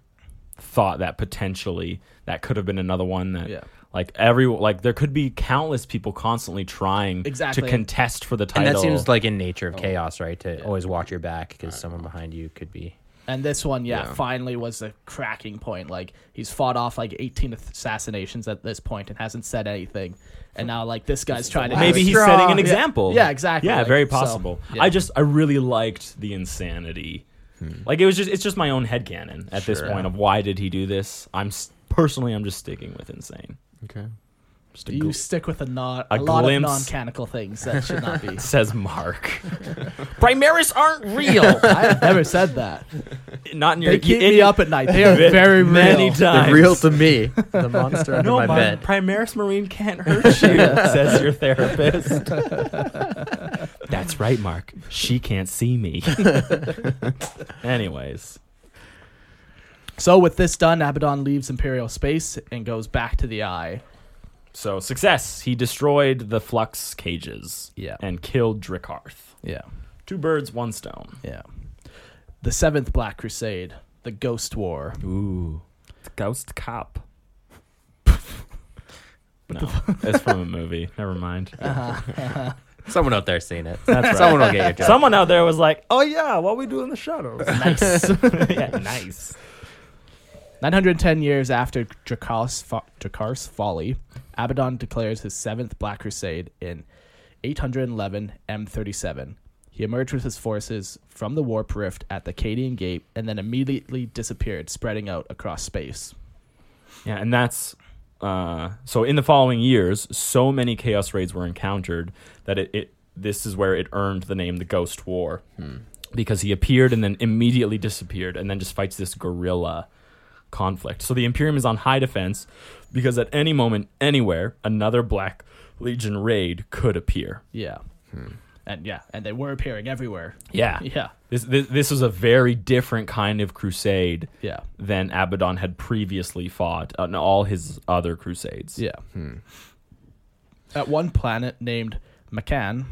thought that potentially that could have been another one that.
Yeah.
Like every like, there could be countless people constantly trying
Exactly.
to contest for the
and
title.
that seems like in nature of chaos, right? To always watch your back because someone behind you could be.
And this one, yeah, finally was a cracking point. Like he's fought off like eighteen assassinations at this point and hasn't said anything, and now like this guy's trying to do
maybe
it.
he's
straw.
setting an
Yeah.
example.
Yeah, exactly.
Yeah,
Like,
very
so,
possible.
yeah.
I just I really liked the insanity. Like it was just it's just my own headcanon at this point of why did he do this? I'm s- personally I'm just sticking with insane.
Okay.
Just a
Do you
gl-
stick with a not
a
a, lot of
glimpse.
non-canonical things that should not be.
says Mark.
Primaris aren't real.
I have never said that.
Not in your
They keep
you
me
idiot.
up at night. They are very real.
many times.
to me. The monster under
No,
my
Mar-
bed.
Primaris Marine can't hurt you, says your therapist. That's right, Mark. She can't see me. Anyways,
So with this done, Abaddon leaves Imperial space and goes back to the Eye.
So success. He destroyed the flux cages.
Yeah.
And killed Drickarth.
Yeah,
Two birds, one stone.
yeah. The seventh Black Crusade, the Ghost War.
Ooh. Ghost cop. no, it's from a movie. Never mind.
Someone out there seen it.
That's right.
Someone will get your joke.
Someone out there was like, "Oh yeah, what we do in the shadows." Nice. yeah, nice.
910 years after Dracar's, fo- Dracar's folly, Abaddon declares his seventh Black Crusade in 811 M37. He emerged with his forces from the warp rift at the Cadian Gate and then immediately disappeared, spreading out across space.
Yeah, and that's uh, so. In the following years, so many chaos raids were encountered that it, it this is where it earned the name the Ghost War, because he appeared and then immediately disappeared, and then just fights this guerrilla conflict. So the Imperium is on high defense because at any moment, anywhere, another Black Legion raid could appear.
Yeah. And yeah, and they were appearing everywhere.
Hmm. Yeah,
Yeah.
This this, this was a very different kind of crusade
Yeah.
than Abaddon had previously fought on all his other crusades.
Yeah. At one planet named Macan,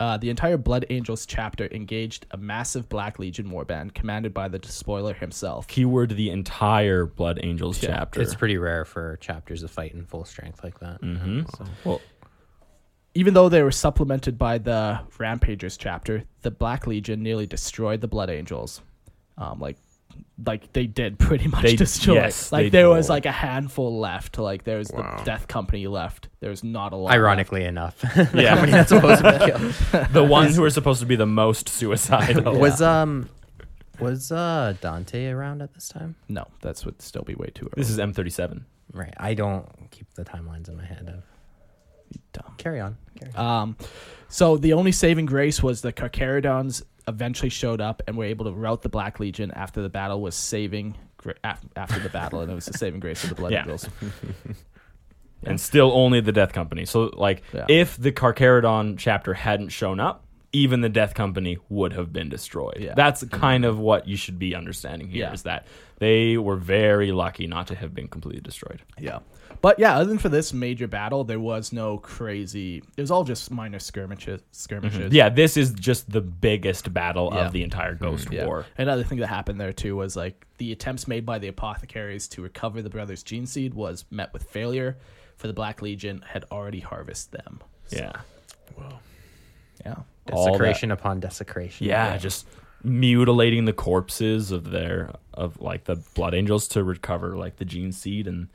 uh, the entire Blood Angels chapter engaged a massive Black Legion warband commanded by the Despoiler himself.
keyword the entire Blood Angels chapter.
It's pretty rare for chapters to fight in full strength like that.
Mhm.
So-
well,
Even though they were supplemented by the Rampagers chapter, the Black Legion nearly destroyed the Blood Angels. Um, like, like they did pretty much
They-
destroy.
yes,
like
they
there was
did.
like a handful left. Like there was the Death Company left. There was not a lot.
Ironically enough, the
Yeah.
company that's supposed to be killed
the ones who are supposed to be the most suicidal.
was um was uh Dante around at this time?
left. No, that's would still be way too early.
This is M37.
Right. I don't keep the timelines in my head. Of
Dumb.
carry on. Carry on.
Um, so the only saving grace was the Carcharodons eventually showed up and were able to rout the Black Legion after the battle was saving gra- af- after the battle, and it was the saving grace of the Blood
Yeah.
Angels.
And still only the Death Company. So, like,
Yeah.
if the Carcharodon chapter hadn't shown up, even the Death Company would have been destroyed.
Yeah. Mm-hmm.
That's kind of what you should be understanding here is
Yeah.
that they were very lucky not to have been completely destroyed.
Yeah, but yeah, other than for this major battle, there was no crazy. It was all just minor skirmishes. Skirmishes.
Yeah, this is just the biggest battle
Yeah.
of the entire
Hmm,
Ghost
Yeah.
War.
Another thing that happened there too was like the attempts made by the apothecaries to recover the brothers' gene seed was met with failure, for the Black Legion had already harvested them.
Yeah.
Yeah.
all that-
Desecration upon desecration.
Yeah, just mutilating the corpses of their of like the blood angels to recover like the gene seed and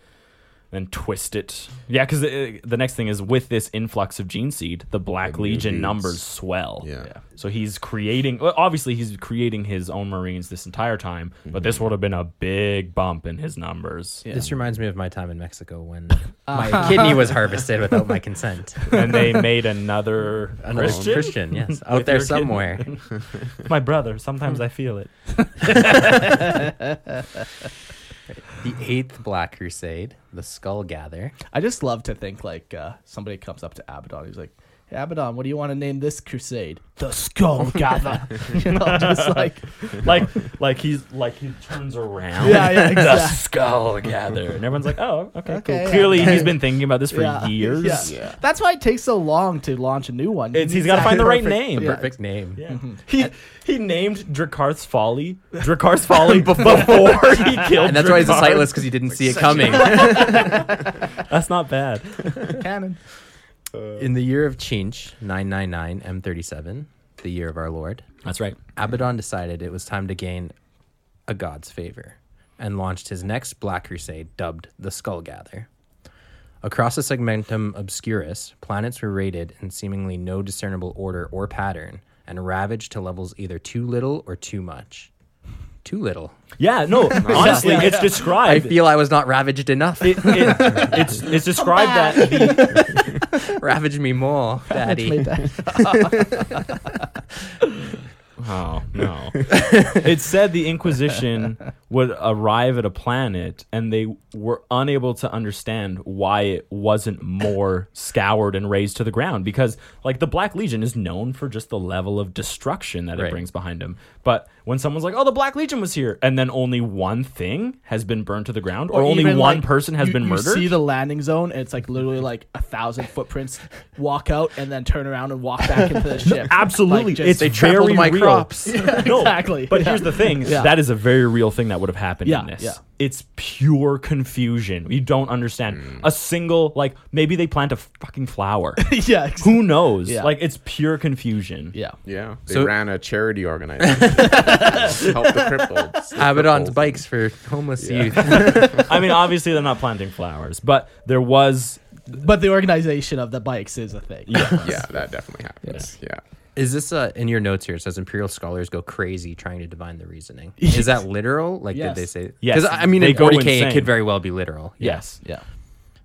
and twist it. Yeah, because the, the next thing is with this influx of gene seed, the Black
The new
Legion
dudes.
numbers swell.
Yeah. Yeah.
So he's creating. Well, obviously, he's creating his own Marines this entire time,
Mm-hmm.
but this would have been a big bump in his numbers.
This reminds me of my time in Mexico when my kidney was harvested without my consent.
and they made another,
Another
Christian.
Christian, yes,
With
out there
your kidney.
somewhere.
My brother. Sometimes I feel it.
The Eighth Black Crusade, the Skull Gather.
I just love to think like uh, somebody comes up to Abaddon. He's like, "Hey, Abaddon, what do you want to name this crusade? The Skull Gather." you know, just like
Like, like he's like he turns around.
yeah, yeah,
The
exactly.
skull gather, and everyone's like, "Oh, okay,
Okay,
cool."
yeah.
Clearly, he's been thinking about this for
Yeah.
years.
Yeah. That's why it takes so long to launch a new one.
It's- he's gotta find the right name.
Yeah.
Perfect name.
Yeah. He he named Dracarth's Folly Dracarth's Folly before he killed
And that's why he's a
Drakkar.
sightless because he didn't see it coming.
That's not bad.
Canon.
In the year of Chinch, 999 M37, the year of our Lord,
That's right.
Abaddon decided it was time to gain a god's favor and launched his next Black Crusade dubbed the Skull Gather. Across the segmentum obscurus, planets were raided in seemingly no discernible order or pattern and ravaged to levels either too little or too much. Too little.
Yeah, no, honestly, it's
I
described.
feel I was not ravaged enough.
it, it, it's it's described that the,
Ravage me more, Daddy.
oh no, it said the Inquisition would arrive at a planet and they were unable to understand why it wasn't more scoured and razed to the ground because like the Black Legion is known for just the level of destruction that it
Right.
brings behind him. But when someone's like, "Oh, the Black Legion was here," and then only one thing has been burned to the ground, or, only
even,
one
like,
person has
you-
been
You see
murdered,
the landing zone, and it's like literally like a thousand footprints. Walk out and then turn around and walk back into the ship.
absolutely,
Like, just-
it's
They
very
trampled my
real.
crops.
No,
exactly.
But
Yeah.
here's the thing:
Yeah.
that is a very real thing that would have happened
Yeah,
in this.
yeah.
It's pure confusion. You don't understand a single like. Maybe they plant a fucking flower.
yeah, ex-
Who knows?
Yeah.
Like it's pure confusion.
yeah.
Yeah, they
So-
ran a charity organization. Help the cripples. the
Abaddon's
cripples.
bikes for homeless youth.
I mean, obviously they're not planting flowers, but there was.
But the organization of the bikes is a thing.
Yeah, that definitely happened. Yeah.
Is this uh, in your notes here? It says Imperial scholars go crazy trying to divine the reasoning. Is that literal? Like,
Yes.
did they say?
Yes,
I mean,
they
in
go
40K,
insane.
it could very well be literal.
Yes.
Yeah.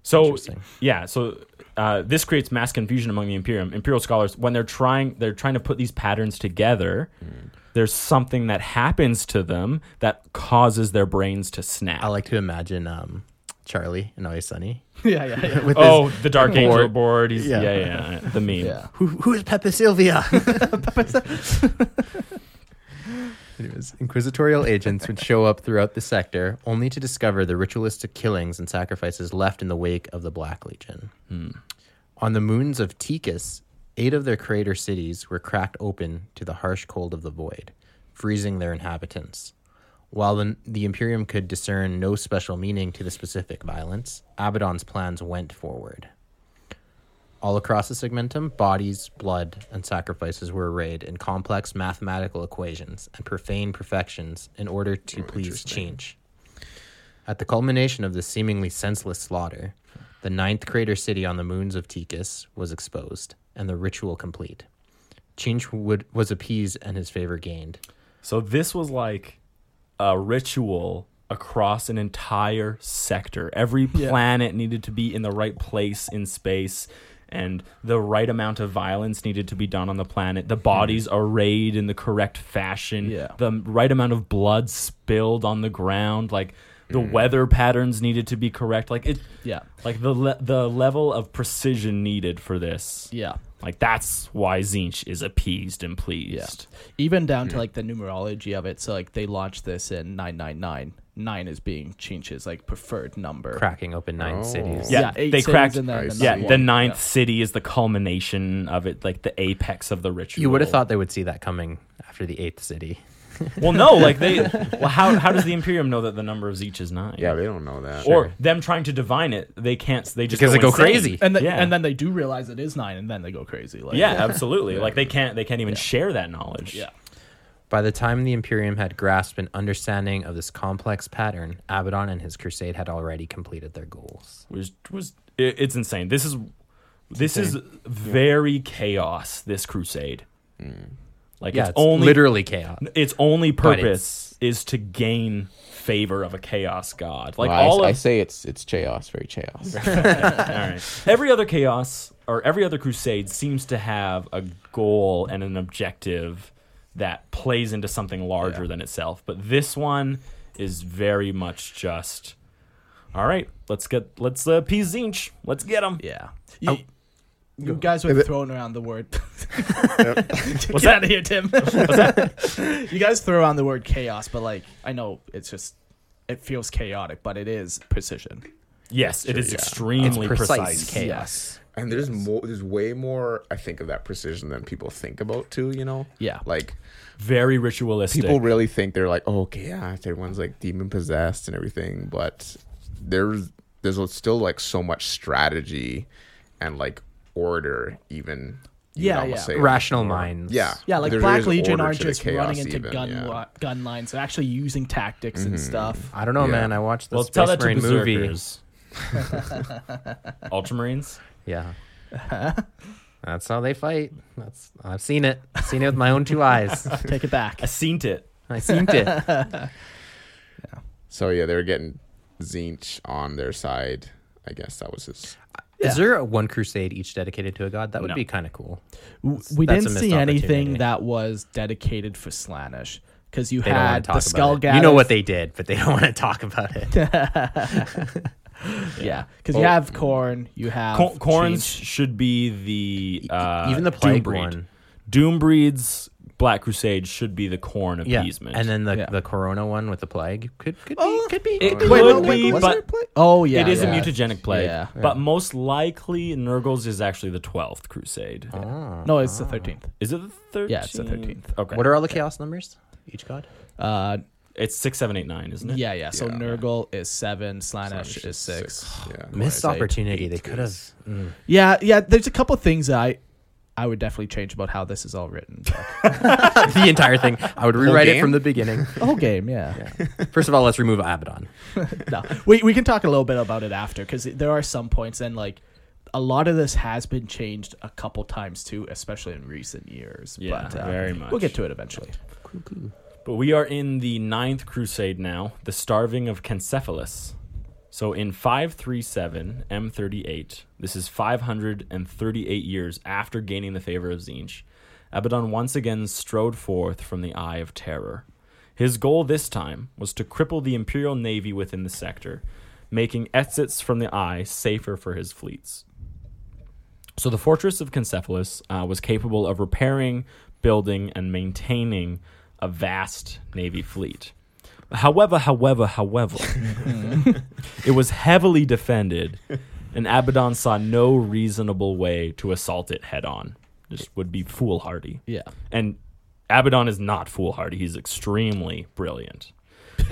So
Interesting.
yeah, so uh, this creates mass confusion among the Imperium. Imperial scholars, when they're trying, they're trying to put these patterns together. There's something that happens to them that causes their brains to snap.
I like to imagine um, Charlie and Always Sunny.
Yeah, yeah, yeah.
With
oh, the Dark Angel
board.
board. He's, yeah.
Yeah.
yeah, yeah, the meme.
Yeah.
who, who is Pepe Sylvia? Anyways, inquisitorial agents would show up throughout the sector only to discover the ritualistic killings and sacrifices left in the wake of the Black Legion. On the moons of Tikis, eight of their crater cities were cracked open to the harsh cold of the void, freezing their inhabitants. While the, the Imperium could discern no special meaning to the specific violence, Abaddon's plans went forward. All across the segmentum, bodies, blood, and sacrifices were arrayed in complex mathematical equations and profane perfections in order to please Chinch. At the culmination of this seemingly senseless slaughter, the ninth crater city on the moons of Tikis was exposed, and the ritual complete. Chinch would, was appeased and his favor gained.
So this was like a ritual across an entire sector. Every planet needed to be in the right place in space. And the right amount of violence needed to be done on the planet. The bodies arrayed in the correct fashion.
Hmm. Yeah.
The right amount of blood spilled on the ground. Like the
Hmm.
weather patterns needed to be correct. Like it.
Yeah.
Like the le- the level of precision needed for this.
Yeah.
Like that's why Zinch is appeased and pleased.
Even down
Hmm.
to like the numerology of it. So like they launched this in 999. 9 is being Chinch's like preferred number.
Cracking open nine
Oh.
cities.
Yeah,
eight
they
cities
cracked-
and then the
Nice.
Yeah,
ninth
the
one.
ninth city is the culmination of it, like the apex of the ritual.
You would have thought they would see that coming after the eighth city.
Well, no, like they. Well, how how does the Imperium know that the number of each is nine?
Yeah, they don't know that.
Or them trying to divine it, they can't. They just
Because
go
they go
insane.
crazy.
And, the,
yeah.
and then they do realize it is 9 and then they go crazy. Like,
yeah, absolutely. Like they can't. They can't even share that knowledge.
Yeah.
By the time the Imperium had grasped an understanding of this complex pattern, Abaddon and his crusade had already completed their goals.
was was it, it's insane. This is this is very chaos. This crusade,
Mm.
like
Yeah,
it's,
it's
only
literally chaos.
its only
But
purpose is to gain favor of a chaos god. Like
Well, I-
all
I,
of
say it's it's chaos, very chaos.
all right. every other chaos or every other crusade seems to have a goal and an objective that plays into something larger than itself. But this one is very much just all right. Let's get let's uh, appease Zinch. Let's get him.
Yeah.
Oh.
You, you guys were throwing around the word.
What's
Get
that?
out of here, Tim. you guys throw around the word chaos, but like I know it's just it feels chaotic, but it is precision.
Yes, it is extremely
Precise,
precise.
chaos.
And there's more. There's way more. I think of that precision than people think about too. You know.
Yeah.
Like
Very ritualistic.
people really think they're like, oh, okay, yeah, everyone's like demon possessed and everything, but there's there's still like so much strategy and like order, even. you
Yeah,
would almost
yeah.
say, like,
Rational minds.
Yeah.
Yeah, like
There
Black
is
Legion
order
aren't
to the
just
chaos
running into
even,
gun
yeah.
li- gun lines. They're actually using tactics and stuff.
I don't know,
Yeah.
man. I watched the
well,
Space
tell that to
Marine movie.
berserkers. Ultramarines.
Yeah. That's how they fight. That's I've seen it. I've seen it with my own two eyes.
Take it back.
I seen it.
I seen it.
So yeah, they were getting Zinch on their side. I guess that was his.
Is there a one crusade each dedicated to a god? That would
No.
be kind of cool.
W- we
that's
didn't
a missed
see anything
opportunity.
that was dedicated for Slanish because you
They don't
had
want to
the
talk
Skull
about it. You know what they did, but they don't want to talk about it.
yeah, because you have corn, you have
Cor- Corns
Cheech.
should be the uh,
E-, even the
Doom
plague
breed.
one.
Doom breeds. Black Crusade should be the corn
Yeah,
appeasement.
and then the,
Yeah.
the Corona one with the plague could could
Oh,
be could be.
it
could be
could
looked
be, but-
at.
there a play- oh yeah,
it is
yeah.
a mutagenic plague,
Yeah.
but most likely Nurgle's is actually the twelfth Crusade.
Ah.
No, it's the thirteenth.
Is it the thirteenth?
Yeah, it's the 13th.
Okay,
what are all the chaos numbers? Each god.
Uh,
it's six, seven, eight, nine, isn't it?
yeah, yeah. So
Yeah.
Nurgle is seven, Slanish, is six.
Yeah.
Missed
eight-
opportunity. They could have.
Yeah, yeah. There's a couple things that I, I would definitely change about how this is all written.
the entire thing. I would rewrite it
game?
from the beginning.
the whole game, yeah.
First of all, let's remove Abaddon.
No, we we can talk a little bit about it after because there are some points and like. A lot of this has been changed a couple times too, especially in recent years.
Yeah,
but, uh,
very
We'll
much.
get to it eventually.
But we are in the ninth crusade now, the starving of Cancephalus. So in 537 M38, this is 538 years after gaining the favor of Zinj, Abaddon once again strode forth from the Eye of Terror. His goal this time was to cripple the Imperial Navy within the sector, making exits from the Eye safer for his fleets. So the fortress of Concephalus uh, was capable of repairing, building, and maintaining a vast navy fleet. However, however, however, it was heavily defended, and Abaddon saw no reasonable way to assault it head on. This would be foolhardy.
Yeah.
And Abaddon is not foolhardy. He's extremely brilliant.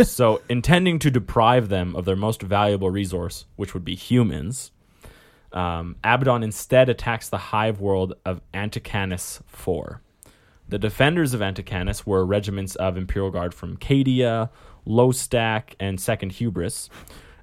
so, intending to deprive them of their most valuable resource, which would be humans, um, Abaddon instead attacks the hive world of Anticanus IV. The defenders of Anticanus were regiments of Imperial Guard from Cadia, Lostak, and Second Hubris,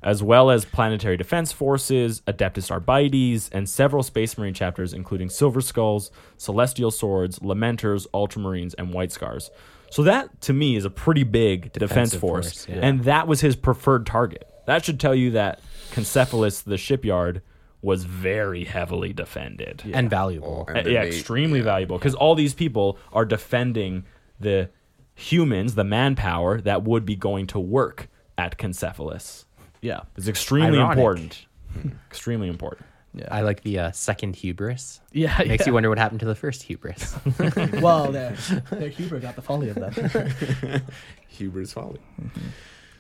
as well as Planetary Defense Forces, Adeptus Arbites, and several Space Marine chapters, including Silver Skulls, Celestial Swords, Lamenters, Ultramarines, and White Scars. So that, to me, is a pretty big defense
Defensive
force,
force, yeah.
and that was his preferred target. That should tell you that Concephalus, the shipyard, was very heavily defended
And valuable.
And
Uh, yeah,
then they-
extremely valuable because all these people are defending the humans, the manpower that would be going to work at Concephalus.
Yeah.
It's extremely
Ironic.
important. extremely important.
I like the uh, second hubris.
Yeah.
Makes
yeah.
you wonder what happened to the first hubris.
Well, their, their Huber got the folly of that.
Huber's folly.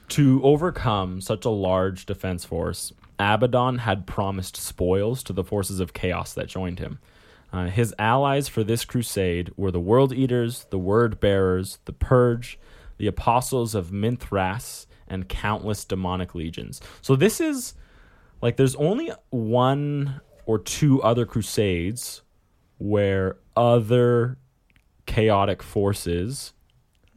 To overcome such a large defense force, Abaddon had promised spoils to the forces of chaos that joined him. Uh, his allies for this crusade were the World Eaters, the Word Bearers, the Purge, the Apostles of Minthras, and countless demonic legions. So this is like there's only one or two other crusades where other chaotic forces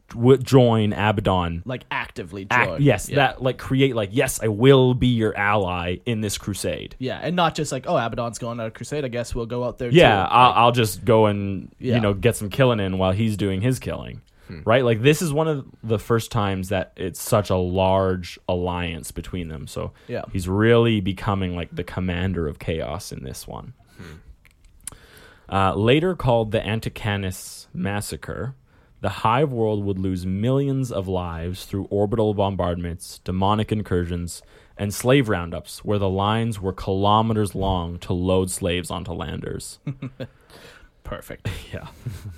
w- join Abaddon.
like actively join.
Act, yes,
yeah.
that like create like yes, I will be your ally in this crusade.
Yeah, and not just like, oh, Abaddon's going on a crusade. I guess we'll go out there.
Yeah, uh,
too.
I'll, I'll just go and
Yeah. Hmm.
you know get some killing in while he's doing his killing, right? Like this is one of the first times that it's such a large alliance between them. So
Yeah.
he's really becoming like the commander of chaos in this one.
Hmm.
Uh, later called the Anticanus Massacre, the Hive World would lose millions of lives through orbital bombardments, demonic incursions, and slave roundups, where the lines were kilometers long to load slaves onto landers.
perfect.
Yeah.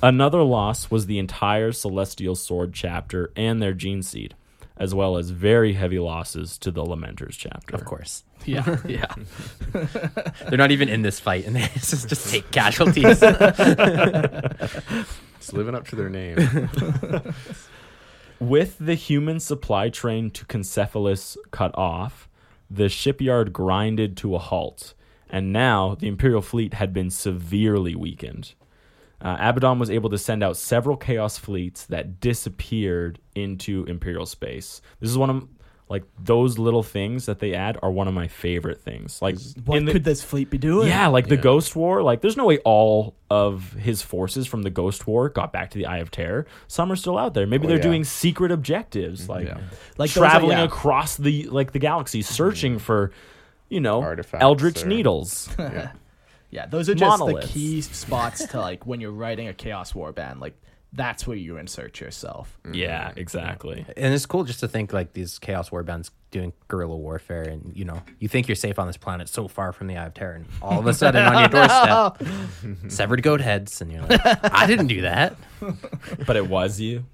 Another loss was the entire Celestial Sword chapter and their Gene Seed, as well as very heavy losses to the Lamenters chapter.
Of course.
Yeah, yeah.
They're not even in this fight, and they just, just take casualties.
It's living up to their name.
With the human supply train to Concephalus cut off, the shipyard grinded to a halt, and now the Imperial fleet had been severely weakened. Uh, Abaddon was able to send out several Chaos fleets that disappeared into Imperial space. This is one of like those little things that they add are one of my favorite things. Like
What
in the-
could this fleet be doing?
yeah, like the Ghost War. Like, there's no way all of his forces from the Ghost War got back to the Eye of Terror. Some are still out there. Maybe they're
yeah.
doing secret objectives, like,
Like those are-
traveling
yeah.
across the like the galaxy, searching for, you know,
Artifacts
Eldritch
or-
needles.
yeah. Those are just
Monoliths.
the key spots to like when you're writing a Chaos War band. Like that's where you insert yourself.
yeah, exactly.
and it's cool just to think like these chaos warbands doing guerrilla warfare and you know you think you're safe on this planet so far from the eye of terror and all of a sudden on your doorstep severed goat heads and you're like i didn't do that
But it was you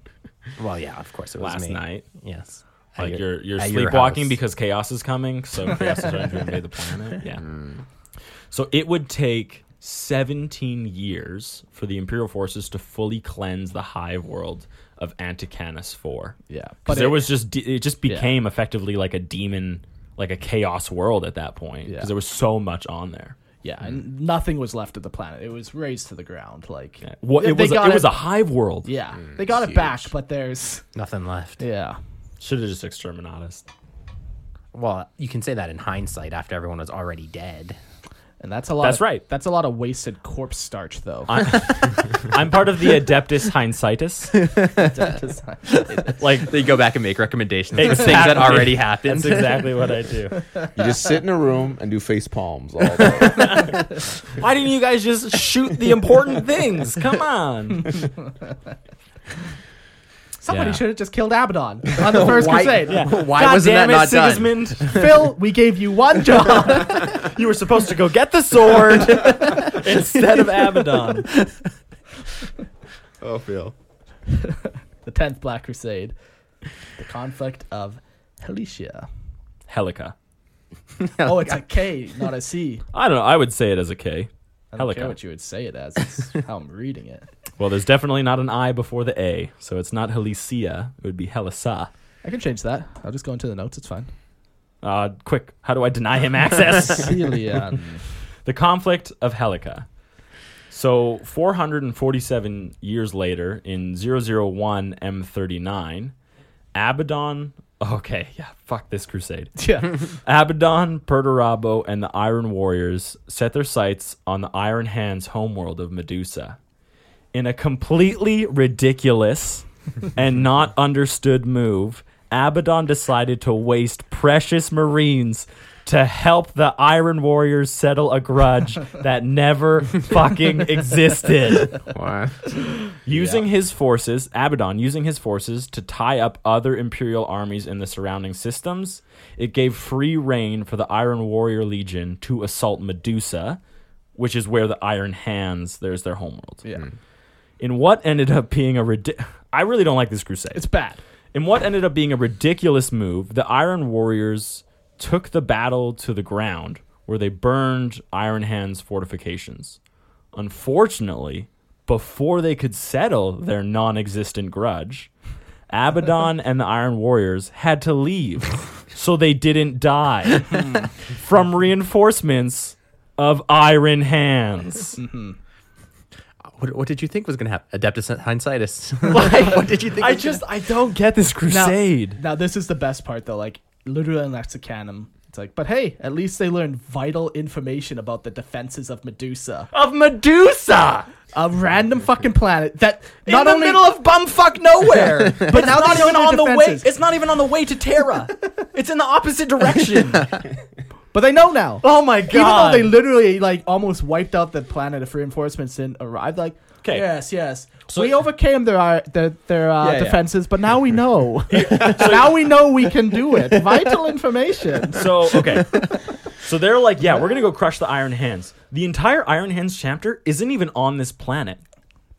well yeah of course it was
last
me.
night.
yes At
Like you're you're
at your
sleepwalking
house.
because chaos is coming, so chaos is trying to invade the planet. Yeah. So it would take 17 years for the Imperial forces to fully cleanse the Hive world of Anticanus 4.
Yeah,
But
but
there
it-
was just de- it just became effectively like a demon, like a chaos world at that point because
Yeah.
there was so much on there.
Yeah, and nothing was left of the planet. It was razed to the ground. Like
Yeah. What
they
it was a,
got
it was a Hive world.
yeah. They got it back, but there's
nothing left
yeah.
Should have just exterminatus.
well you can say that in hindsight after everyone was already dead
And that's a lot.
That's
of-
right.
That's a lot of wasted corpse starch, though.
I'm part of the Adeptus Hindsightus. Like
they go back and make recommendations for
Exactly.
things that already happened
that's exactly what I do.
You just sit in a room and do face palms all day.
Why didn't you guys just shoot the important things? Come on.
Somebody
Yeah.
should have just killed Abaddon on the first crusade.
why
God
wasn't
damn
that
it,
not done
Sigismund.
Phil, we gave you one job.
You were supposed to go get the sword instead of Abaddon.
oh, Phil.
the tenth Black Crusade, the conflict of Helicia.
Helica.
Oh, it's a K, not a C.
I don't know. I would say it as a K.
I don't care
Helica.
what you would say it as. It's how I'm reading it.
Well, there's definitely not an I before the A, so it's not Helicia. It would be Helisa.
I can change that. I'll just go into the notes. It's fine.
Uh, quick, how do I deny him access?
Helion.
The conflict of Helica. So 447 years later, in 001 M39, Abaddon. Okay, yeah, fuck this crusade.
yeah.
Abaddon, Perturabo, and the Iron Warriors set their sights on the Iron Hand's homeworld of Medusa. In a completely ridiculous and not understood move, Abaddon decided to waste precious Marines to help the Iron Warriors settle a grudge that never fucking existed.
What?
Using his forces, Abaddon using his forces to tie up other Imperial armies in the surrounding systems, it gave free rein for the Iron Warrior Legion to assault Medusa, which is where the Iron Hands, there's their homeworld.
Yeah.
In what ended up being a ridiculous. I really don't like this crusade.
It's bad.
In what ended up being a ridiculous move, the Iron Warriors took the battle to the ground, where they burned Iron Hand's fortifications. Unfortunately, before they could settle their non existent grudge, Abaddon and the Iron Warriors had to leave so they didn't die
Hmm.
from reinforcements of Iron Hands.
What, what did you think was going to happen? Adeptus hindsightus. Like, what did you think?
I
was gonna-
just I don't get this crusade.
Now this is the best part though, like Literally and Lexicanum. It's like, but hey, at least they learned vital information about the defenses of Medusa,
Of Medusa
a random fucking planet that
in
not
the
only
middle of bumfuck nowhere. but it's
now
not
they own
even
their
on the way.
defenses.
It's not even on the way to Terra. it's in the opposite direction.
but they know now.
oh my god!
Even though they literally like almost wiped out the planet if reinforcements didn't arrive, like
'Kay.
yes, yes, we overcame their uh, their, their uh, defenses, but now we know. now we know we can do it. Vital information.
So okay. So they're like, yeah, we're gonna go crush the Iron Hands. The entire Iron Hands chapter isn't even on this planet.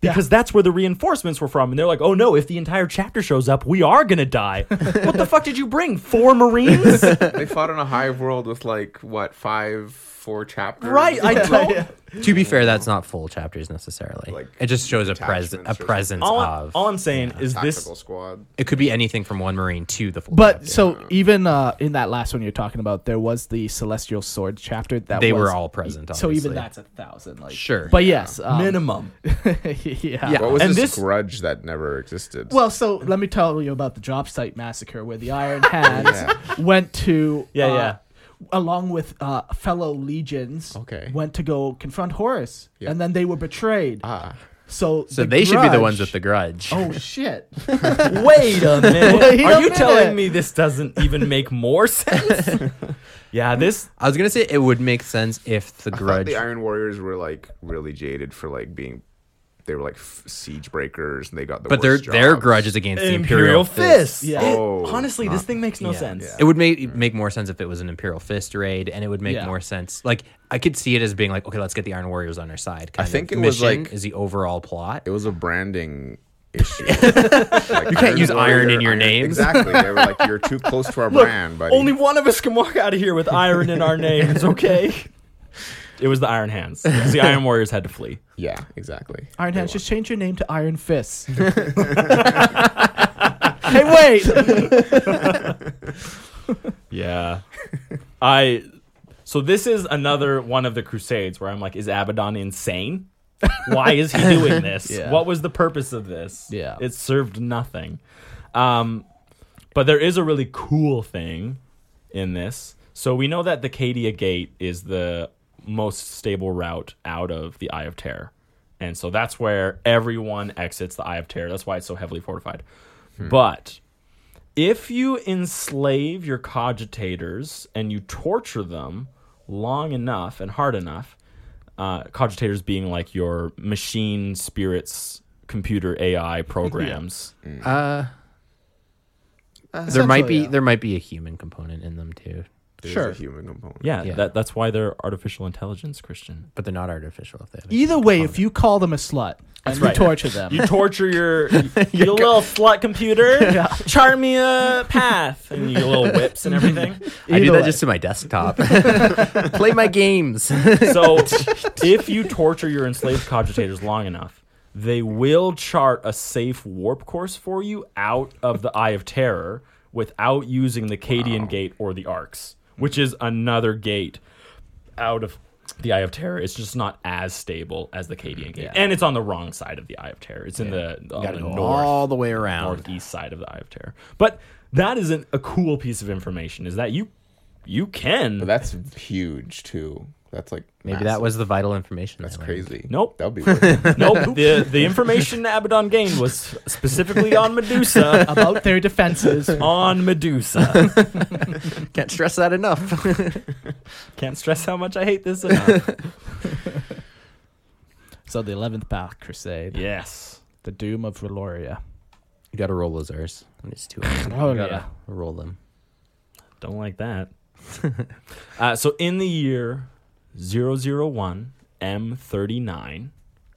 Because that's where the reinforcements were from. And they're like, oh no, if the entire chapter shows up, we are gonna die. what the fuck did you bring? Four Marines?
they fought on a hive world with like what five, four chapters.
right. I don't
to be fair, that's not full chapters necessarily.
Like,
it just shows a pres
detachments
a
or something.
presence
all, I,
of.
all I'm saying is this
Tactical squad.
it could be anything from one marine to the full.
But
chapter.
so even uh, in that last one you're talking about, there was the celestial sword chapter that
they
was,
were all present. Obviously.
So even that's a thousand, like
Sure.
But yes, um,
minimum.
yeah.
Yeah.
What was
And
this,
this-
grudge that never existed?
Well, so let me tell you about the job site massacre where the Iron Hands went to.
Yeah,
uh,
yeah.
Along with uh, fellow legions,
Okay.
went to go confront Horus, and then they were betrayed.
ah,
So,
so
the
they should be the ones with
grudge-
the grudge.
Oh shit!
Wait a minute.
Wait
Are
a
you telling
minute.
me this doesn't even make more sense? yeah, this
I was gonna say it would make sense if the
I thought
grudge.
the Iron Warriors were like really jaded for like being. They were like f- siege breakers, and they got the.
but their
worst
their
jobs.
grudge is against the
Imperial Fist. It-
Yeah.
Oh,
honestly, this thing makes no
Yeah.
sense.
It would make make more sense if it was an Imperial Fist raid, and it would make
Yeah.
more sense. Like I could see it as being like, okay, let's get the Iron Warriors on our side. Kind
think
of
it was,
mission
like-
is the overall plot.
It was a branding issue. you can't
use iron in your names.
Exactly. They were like, "You're too close to our brand, buddy."
Only one of us can walk out of here with iron in our names, okay? It was the Iron Hands. 'cause The Iron Warriors had to flee.
yeah, exactly.
Iron Hands, just change your name to Iron Fists. hey, wait!
Yeah. I. So this is another one of the Crusades where I'm like, is Abaddon insane? Why is he doing this?
Yeah.
What was the purpose of this?
Yeah.
It served nothing. Um, but there is a really cool thing in this. So we know that the Cadia Gate is the most stable route out of the Eye of Terror. And so that's where everyone exits the Eye of Terror. That's why it's so heavily fortified.
Hmm.
But if you enslave your cogitators and you torture them long enough and hard enough, uh, cogitators being like your machine spirits, computer AI programs.
there might be
Essentially, yeah.
there might be a human component in them too,
There's
Sure.
a human component.
Yeah,
Yeah.
That, that's why they're artificial intelligence, Christian.
but they're not artificial. If they have a
Either way, if you call them a slut and you
right.
torture them,
You torture your your little slut computer, charm me a path, and your little whips and everything.
I do
Either
that
way.
just to my desktop. Play my games.
So, if you torture your enslaved cogitators long enough, they will chart a safe warp course for you out of the Eye of Terror without using the Cadian Gate or the Arcs, which is another gate out of the Eye of Terror. It's just not as stable as the Cadian Gate, and it's on the wrong side of the Eye of Terror. It's in the, on
Got to
the
go
north
all the way around.
northeast side of the Eye of Terror. But that is an, a cool piece of information. Is that you? You
But
can.
that's huge too. That's like
Maybe
massive.
that was the vital information.
that's
they learned.
crazy.
Nope.
that would be worth it.
Nope. the The information Abaddon gained was specifically on Medusa.
about their defenses.
On Medusa.
Can't stress that enough.
Can't stress how much I hate this enough.
so the eleventh Path Crusade,
Yes.
the Doom of Reloria.
you got to roll those R's when it's two. R's.
Oh,
You gotta
yeah.
roll them.
Don't like that. uh, so in the year 001 M39,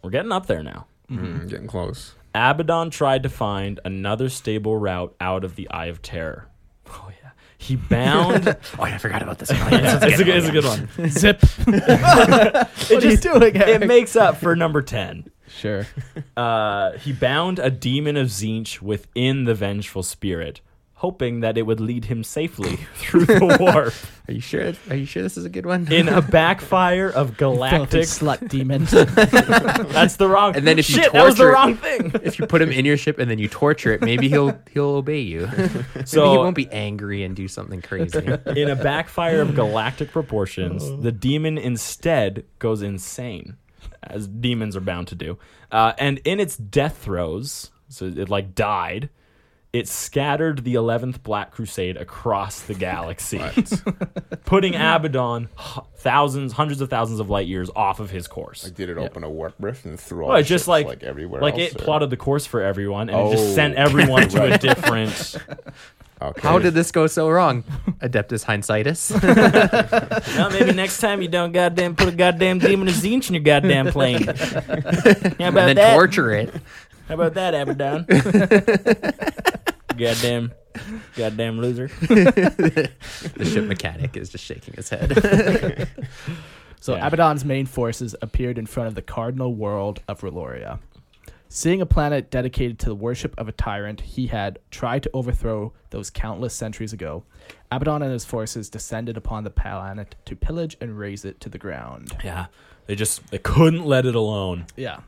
we're getting up there now.
Mm, getting close.
Abaddon tried to find another stable route out of the Eye of Terror. Oh yeah. He bound.
Oh, yeah, I forgot about this.
it's, a good, it's a good one.
Zip.
It
what are you
just
doing? Eric?
it makes up for number ten.
sure.
Uh, he bound a demon of Zinch within the vengeful spirit, hoping that it would lead him safely through the warp
Are you sure? Are you sure this is a good one?
in a backfire of
Filthy
galactic.
slut demon.
That's the wrong.
And then if you
shit, that was the
torture it-
wrong thing.
if you put him in your ship and then you torture it, maybe he'll he'll obey you. maybe he
So
won't be angry and do something crazy.
in a backfire of galactic proportions, the demon instead goes insane, as demons are bound to do. Uh, and in its death throes, so it like died, it scattered the 11th Black Crusade across the galaxy, putting Abaddon h- thousands, hundreds of thousands of light years off of his course.
Did it open a warp rift and throw all
Well,
the
it's just
ships,
like,
like everywhere
like
else,
it
or-
plotted the course for everyone, and it just
Oh.
sent everyone to a different.
Okay.
How did this go so wrong? Adeptus hindsightitis.
Well, maybe next time you don't goddamn put a goddamn demon of zinch in your goddamn plane. How about
and then
that?
torture it.
How about that, Abaddon? goddamn, goddamn loser.
The ship mechanic is just shaking his head.
So
Yeah.
Abaddon's main forces appeared in front of the cardinal world of Reloria. Seeing a planet dedicated to the worship of a tyrant he had tried to overthrow those countless centuries ago, Abaddon and his forces descended upon the planet to pillage and raze it to the ground.
Yeah, they just they couldn't let it alone.
Yeah.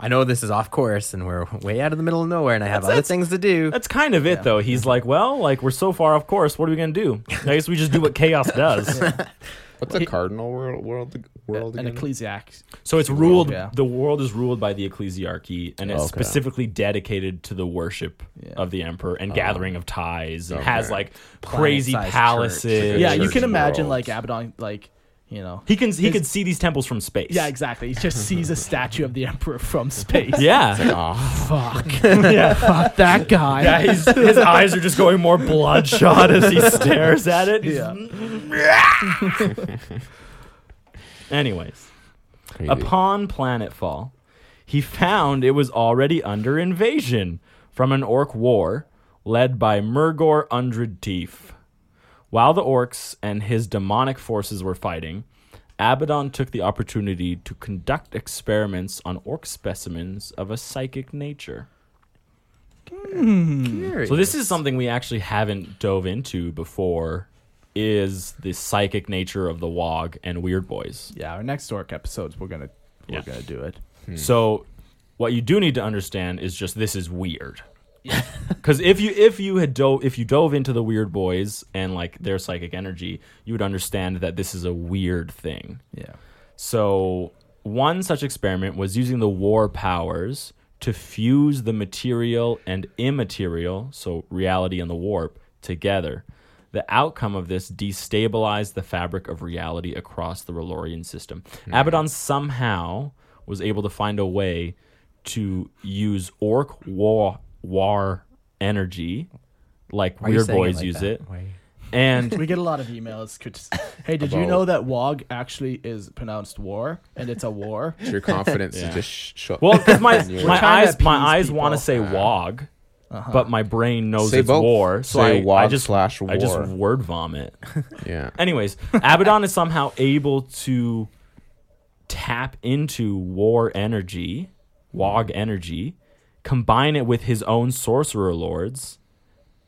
I know this is off course and we're way out of the middle of nowhere and I have other things to do.
That's kind of it, though. He's like, well, like we're so far off course. What are we gonna do? I guess we just do what chaos does.
What's a cardinal world world world
An
again?
ecclesiarch.
So it's ruled.
Yeah.
The world is ruled by the ecclesiarchy, and it's specifically dedicated to the worship
Yeah.
of the emperor and gathering of ties, and has
Okay.
like crazy
Planet-sized
palaces.
church.
Yeah, you
church
can imagine
world.
like Abaddon like, you know.
He can he could see these temples from space.
Yeah, exactly. He just sees a statue of the emperor from space.
yeah.
Ah,
Fuck. yeah, fuck that guy.
yeah he's, his eyes are just going more bloodshot as he stares at it. He's-
Yeah.
Anyways, upon planetfall, he found it was already under invasion from an orc war led by Murgor Undred Teef. While the orcs and his demonic forces were fighting, Abaddon took the opportunity to conduct experiments on orc specimens of a psychic nature. So this is something we actually haven't dove into before is the psychic nature of the Wog and Weird Boys.
Yeah, our next orc episodes we're gonna we're
Yeah.
gonna do it.
So what you do need to understand is just this is weird. Because if you if you had dove if you dove into the weird boys and like their psychic energy, you would understand that this is a weird thing.
Yeah.
So one such experiment was using the war powers to fuse the material and immaterial, so reality and the warp, together. The outcome of this destabilized the fabric of reality across the Relorian system.
Hmm.
Abaddon somehow was able to find a way to use orc war war energy, like
are you
weird
saying it
boys
like
use
that?
it,
Why-
and
We get a lot of emails. Could just- hey, did you know that WOG actually is pronounced war and it's a war?
Your confidence is just sh- shook.
Well, because my
We're
my
trying to
eyes my
appease
eyes want to
people. Uh-huh.
say wog, but my brain knows
Say
it's
both.
war, so
Say
I, I
wog
just
slash
I just
war.
word vomit.
yeah.
Anyways, Abaddon is somehow able to tap into war energy, wog energy, combine it with his own sorcerer lords,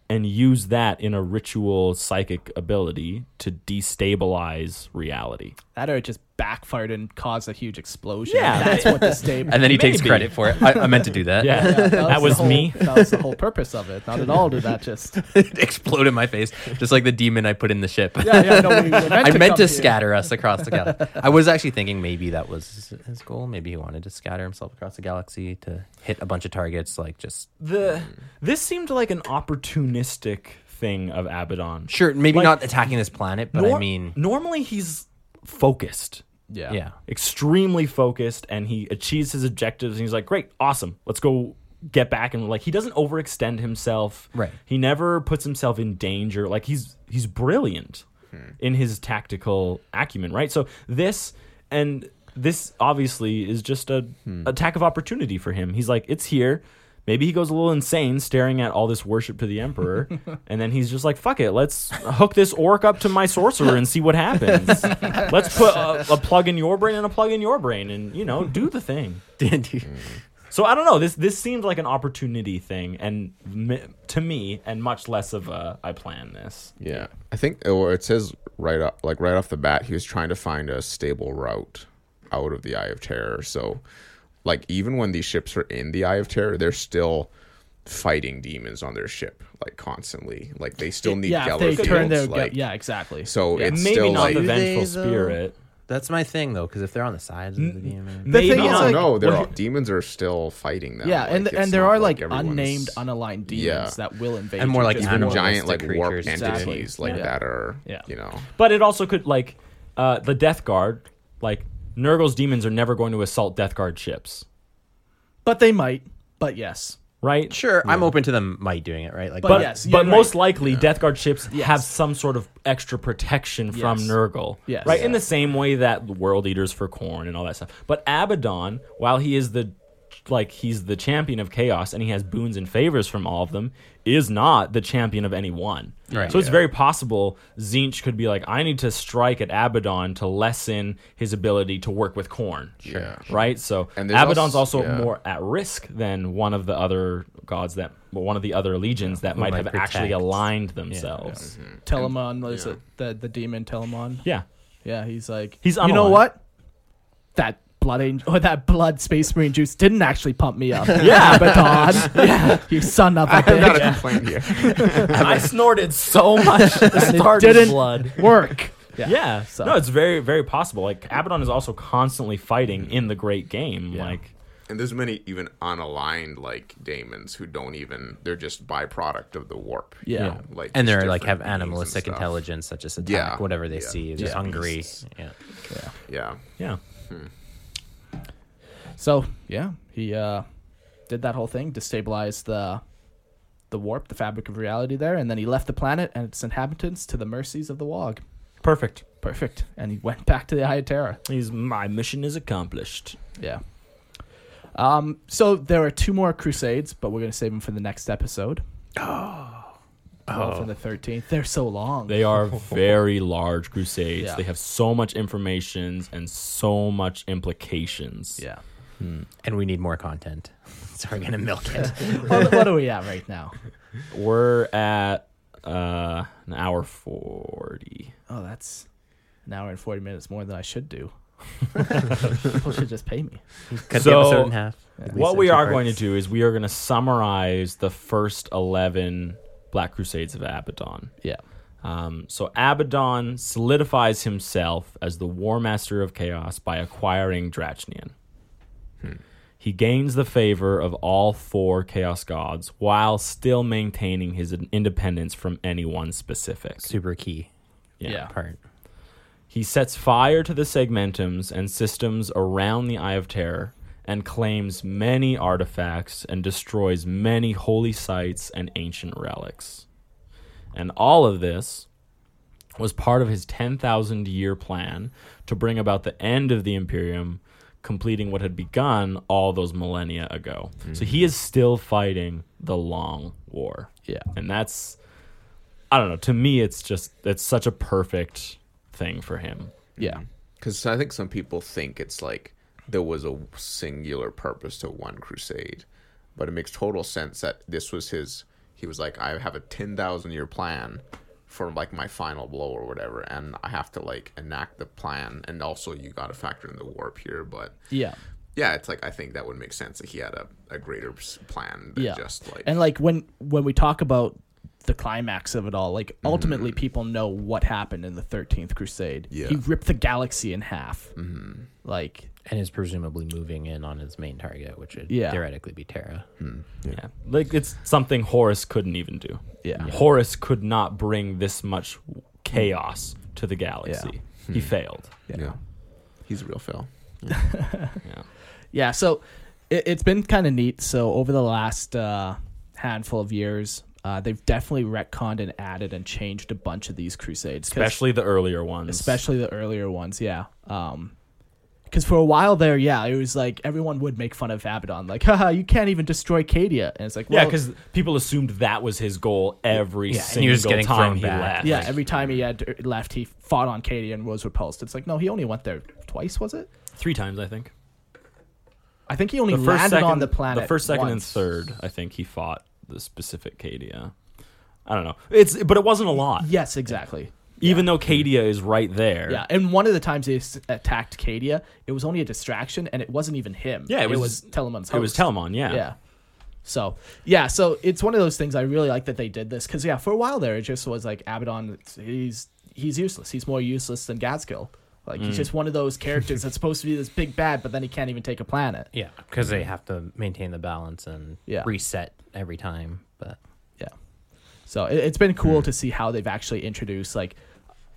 and use that in a ritual psychic ability to destabilize reality.
That or it just backfired and caused a huge explosion.
Yeah.
that's what the state.
And then he takes
Maybe.
credit for it. I, I meant to do that.
Yeah,
Yeah,
that
the
was
whole-
me.
That was the whole purpose of it. Not at all did that just.
it exploded in my face, just like the demon I put in the ship.
Yeah, yeah, no, we were meant
I
to
meant
come
to
here.
scatter us across the galaxy. I was actually thinking maybe that was his goal. Maybe he wanted to scatter himself across the galaxy to hit a bunch of targets, like just
The
Hmm.
this seemed like an opportunistic thing of Abaddon.
sure, maybe
Like-
not attacking this planet, but I
Nor-
mean,
normally he's focused,
Yeah.
yeah,
extremely focused, and he achieves his objectives. And he's like, "Great, awesome, let's go get back." And like, he doesn't overextend himself.
Right.
He never puts himself in danger. Like he's he's brilliant in his tactical acumen. Right. So this and this obviously is just a attack of opportunity for him. He's like, "It's here." Maybe he goes a little insane staring at all this worship to the emperor, and then he's just like, "Fuck it, let's hook this orc up to my sorcerer and see what happens. Let's put a, a plug in your brain and a plug in your brain, and you know, do the thing."
Did you-
So I don't know. This this seemed like an opportunity thing, and mi- to me, and much less of a I plan this.
Yeah, I think or it says right up, like right off the bat, he was trying to find a stable route out of the Eye of Terror. So, like even when these ships are in the Eye of Terror, they're still fighting demons on their ship, like constantly. Like they still need
yeah, if
Geller
they turn
fields,
their
like
yeah, exactly.
So
Yeah.
it's
Maybe
still
not
like
the
Do they,
vengeful
though?
spirit.
That's my thing though, because if they're on the sides of the demon,
Maybe
thing is,
not.
no,
like-
no, they're
what-
all, demons are still fighting them.
yeah, and
Like, it's
and there
not
are like,
everyone's-
unnamed, unaligned demons
Yeah.
that will invade,
And more
you
like
just
even
won't-
giant like
animalistic
warped
creatures.
Exactly.
entities like
Yeah.
that are
Yeah.
you know
But it also could like uh, the Death Guard, like Nurgle's demons are never going to assault Death Guard ships,
but they might. But yes,
right?
sure, I'm open to them might doing it, right? Like,
But
But,
yes,
but
you're
most
right.
likely, Death Guard ships
Yes.
have some sort of extra protection from
Yes.
Nurgle,
Yes.
right? In the same way that the World Eaters for Corn and all that stuff. But Abaddon, while he is the like he's the champion of chaos and he has boons and favors from all of them, is not the champion of any one.
Right.
So it's very possible Zinch could be like, I need to strike at Abaddon to lessen his ability to work with Corn. Sure. Right. So
And there's
Abaddon's
also-
also,
yeah.
more at risk than one of the other gods that, well, one of the other legions that might
might
have actually
protect.
aligned themselves.
Mm-hmm.
Yeah.
Telamon was it the the demon Telamon? Yeah, he's like
He's
You know
unaligned.
what? That blood angel or that blood space marine juice didn't actually pump me up.
Yeah.
Abaddon. yeah, you son of a
not
bitch.
a complaint here.
I snorted so much
And it
Stardust
didn't
blood.
work.
Yeah.
so-
No, it's very, very possible. Like Abaddon is also constantly fighting in the great game. Like
And there's many even unaligned like daemons who don't even they're just byproduct of the warp. you
Yeah.
know, like
and
just
they're like
different
have
beings and
animalistic
stuff.
intelligence, such as attack,
Yeah.
whatever they
Yeah.
see, just
Yeah.
hungry.
Beasts.
Yeah.
Yeah.
Yeah.
So yeah, he uh, did that whole thing, destabilized the the warp, the fabric of reality there, and then he left the planet and its inhabitants to the mercies of the Wog.
Perfect.
Perfect. And he went back to the Eye of Terra.
He's my mission is accomplished.
Yeah. Um, so there are two more crusades, but we're gonna save them for the next episode. Oh. for the thirteenth. They're so long.
They are very large crusades.
Yeah.
They have so much information and so much implications.
yeah.
And we need more content, so we're gonna milk it.
what, what are we at right now?
We're at uh, an hour 40.
Oh, that's an hour and forty minutes more than I should do. People should just pay me.
Cut
So,
the episode in half. At least
What
in
we
two
are going to
parts.
do is we are going to summarize the first 11 Black Crusades of Abaddon.
Yeah.
Um, so Abaddon solidifies himself as the War Master of Chaos by acquiring Drachnian.
Hmm.
He gains the favor of all four Chaos Gods while still maintaining his in- independence from any one specific.
super key
Yeah.
part.
He sets fire to the segmentums and systems around the Eye of Terror and claims many artifacts and destroys many holy sites and ancient relics. And all of this was part of his 10,000 year plan to bring about the end of the Imperium, completing what had begun all those millennia ago. So he is still fighting the long war.
Yeah.
And that's, I don't know, to me, it's just, it's such a perfect thing for him.
Yeah.
Because I think some people think it's like there was a singular purpose to one crusade, but it makes total sense that this was his. He was like, I have a ten thousand year plan for like my final blow or whatever, and I have to like enact the plan, and also you got to factor in the warp here. But
Yeah.
yeah, it's like I think that would make sense that he had a, a greater s- plan than just like
and like when when we talk about the climax of it all like
Mm-hmm.
ultimately people know what happened in the 13th crusade
Yeah.
he ripped the galaxy in half mm-hmm. like
And is presumably moving in on his main target, which would
Yeah.
theoretically be Terra.
Yeah. Like it's something Horus couldn't even do.
Yeah. Yeah.
Horus could not bring this much chaos to the galaxy. He
Hmm.
failed.
yeah. he's a real fail.
Yeah.
yeah so it, it's been kind of neat so over the last uh, handful of years uh, they've definitely retconned and added and changed a bunch of these crusades 'cause-
Especially the earlier ones.
especially the earlier ones yeah um because for a while there yeah it was like everyone would make fun of abaddon like haha you can't even destroy cadia and it's like
Yeah,
well,
because people assumed that was his goal every
Yeah, and
single
he was getting
time
thrown
he
back.
left.
Yeah, every time he had left, he fought on Katie and was repulsed. It's like, no, he only went there twice, was it?
Three times, I think.
I think he only
The first,
landed
second,
on the planet.
the first, second, and
once.
third. I think he fought the specific Cadia. I don't know. It's but it wasn't a lot.
Yes, exactly.
Even though Cadia is right there.
Yeah, and one of the times they s- attacked Cadia, it was only a distraction, and it wasn't even him.
Yeah, it was-
Telemunn's.
It was
host.
Telamon. Yeah.
Yeah. So yeah, so it's one of those things. I really like that they did this because yeah, for a while there, it just was like Abaddon. it's- He's he's useless. He's more useless than Gaskill. Like
Mm.
he's just one of those characters that's supposed to be this big bad, but then he can't even take a planet.
Yeah, because they have to maintain the balance and
Yeah.
reset every time. But
Yeah. So it, it's been cool to see how they've actually introduced like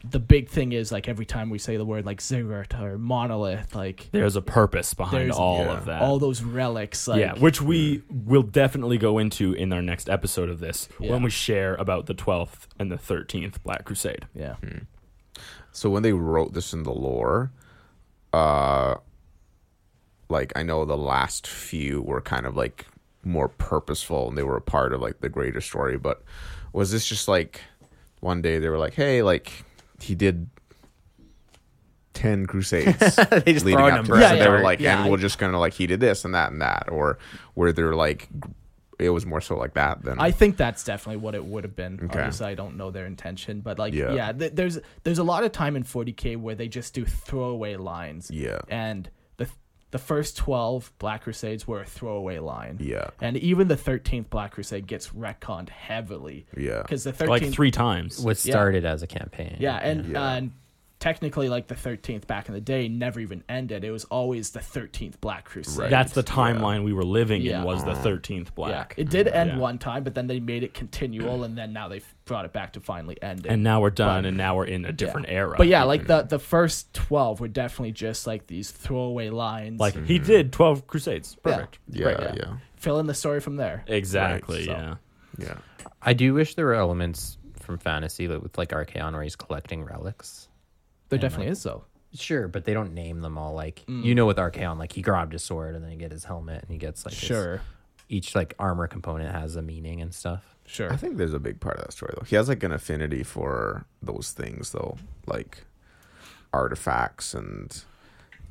the big thing is like every time we say the word like ziggurat or monolith, like
There's a purpose behind
There's-
all
yeah.
of that.
all those relics. Like,
yeah, which we will definitely go into in our next episode of this
Yeah.
when we share about the 12th and the 13th Black Crusade.
yeah.
So when they wrote this in the lore, uh, like I know the last few were kind of like more purposeful and they were a part of like the greater story, but was this just like one day they were like, hey, like he did ten crusades
they just
leading
throw
up
a
to
number.
this,
Yeah,
out
and they
yeah.
there.
were like,
Yeah,
and
I-
we're just gonna like he did this and that and that, or where they're like, it was more so like that than
I think that's definitely what it would have been.
Okay.
Obviously, I don't know their intention, but like, yeah,
Yeah.
th- there's there's a lot of time in 40k where they just do throwaway lines.
Yeah.
and the the first 12 Black Crusades were a throwaway line.
Yeah.
and even the 13th Black Crusade gets retconned heavily.
Yeah.
because the 13th
Like three times.
was
Yeah.
started as a campaign.
yeah, and
Yeah.
and technically, like the 13th back in the day never even ended. It was always the 13th Black Crusade.
That's the timeline we were living
Yeah.
in was the 13th Black.
Yeah, it did end
Yeah.
one time, but then they made it continual, and then now they've brought it back to finally end it.
And now we're done and now we're in a different era.
But yeah, like the the first twelve were definitely just like these throwaway lines,
like he did 12 Crusades.
Yeah.
Perfect.
yeah,
right, yeah.
yeah,
fill in the story from there.
Exactly,
Right, so-
yeah.
yeah.
I do wish there were elements from fantasy like, with like Archaon where he's collecting relics.
There definitely is though.
Sure, but they don't name them all. Like you know, with Archaon, like he grabbed his sword and then he gets his helmet and he gets like his-
Sure,
each like armor component has a meaning and stuff.
sure.
I think there's a big part of that story though. He has like an affinity for those things though, like artifacts and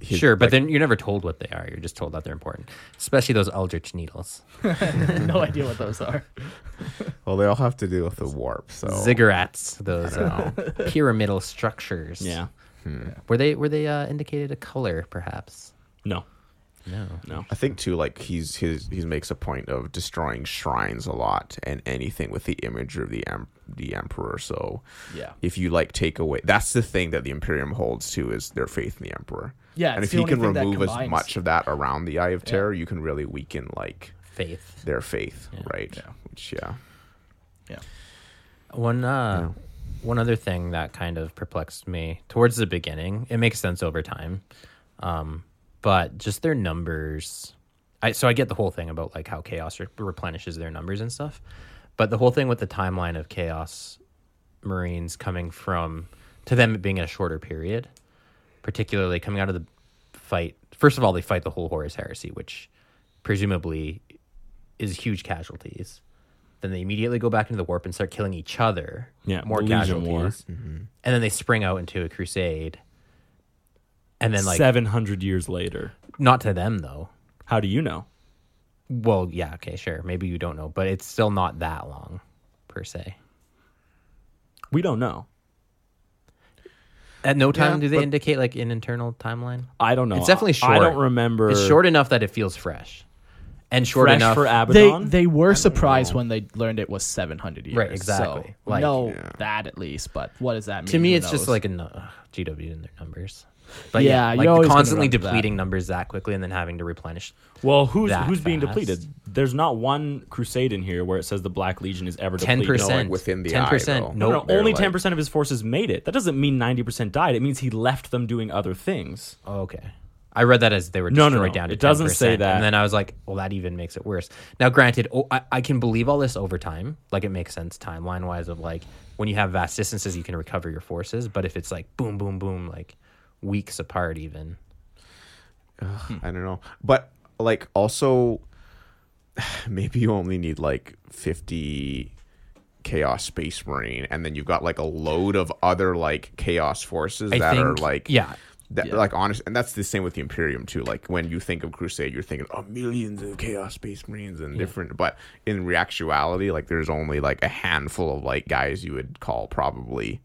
his-
sure, but then you're never told what they are. You're just told that they're important, especially those Eldritch needles,
no idea what those are.
well, they all have to do with the warp. So
Oh. ziggurats, those uh, pyramidal structures.
Yeah.
were they were they uh, indicated a color perhaps?
No.
No.
No.
I think too, like he's his he makes a point of destroying shrines a lot and anything with the image of the em- the emperor. So
Yeah.
if you like take away, that's the thing that the Imperium holds to is their faith in the emperor.
Yeah,
and
it's
if
the
he
only
can
thing that
remove as
combines.
much of that around the Eye of Terror, you can really weaken like
Faith.
their faith, right?
Yeah.
Which yeah,
Yeah,
One uh one other thing that kind of perplexed me towards the beginning. It makes sense over time. Um but just their numbers. I so I get the whole thing about like how chaos re- replenishes their numbers and stuff. But the whole thing with the timeline of chaos marines coming from to them it being a shorter period, particularly coming out of the fight. First of all, they fight the whole Horus heresy, which presumably is huge casualties. Then they immediately go back into the warp and start killing each other.
Yeah,
more
the Legion
casualties.
War. Mm-hmm.
And then they spring out into a crusade. And then like
700 years later.
not to them though.
How do you know?
Well, yeah, okay, sure. Maybe you don't know, but it's still not that long per se.
We don't know.
At no time
Yeah,
do they
but-
indicate like an internal timeline.
I don't know.
It's definitely
I- I
short.
don't remember.
It's short enough that it feels fresh. And short
fresh
enough
for
they
Abaddon.
they were surprised when they learned it was seven hundred years.
Right, exactly.
So
Like-
know that at least, but what does that mean?
to me
Who
it's just
knows?
like a nu- ugh, GW in their numbers. But
Yeah,
yeah,
you're always gonna
like constantly
run into that.
depleting numbers that quickly and then having to replenish.
Well, who's
that
who's being
fast.
depleted? There's not one crusade in here where it says the Black Legion is ever
Ten
depleted.
percent
within the eye,
ten
though.
percent.
No,
No,
no,
they're
only
like-
ten percent of his forces made it. That doesn't mean ninety percent died. It means he left them doing other things.
Oh, Okay. I read that as they were
No,
destroyed
no, no.
down to
It doesn't
10%,
say that.
And then I was like, well, that even makes it worse. Now, granted, oh, I, I can believe all this over time. Like, it makes sense timeline wise of like when you have vast distances, you can recover your forces. But if it's like boom, boom, boom, like weeks apart, even.
I don't know. But like also maybe you only need like 50 chaos space marine and then you've got like a load of other like chaos forces
I
that
think,
are like
yeah.
That, Like honest, and that's the same with the Imperium too. Like when you think of Crusade, you're thinking oh millions of Chaos Space Marines and different, but in actuality, like there's only like a handful of like guys you would call probably.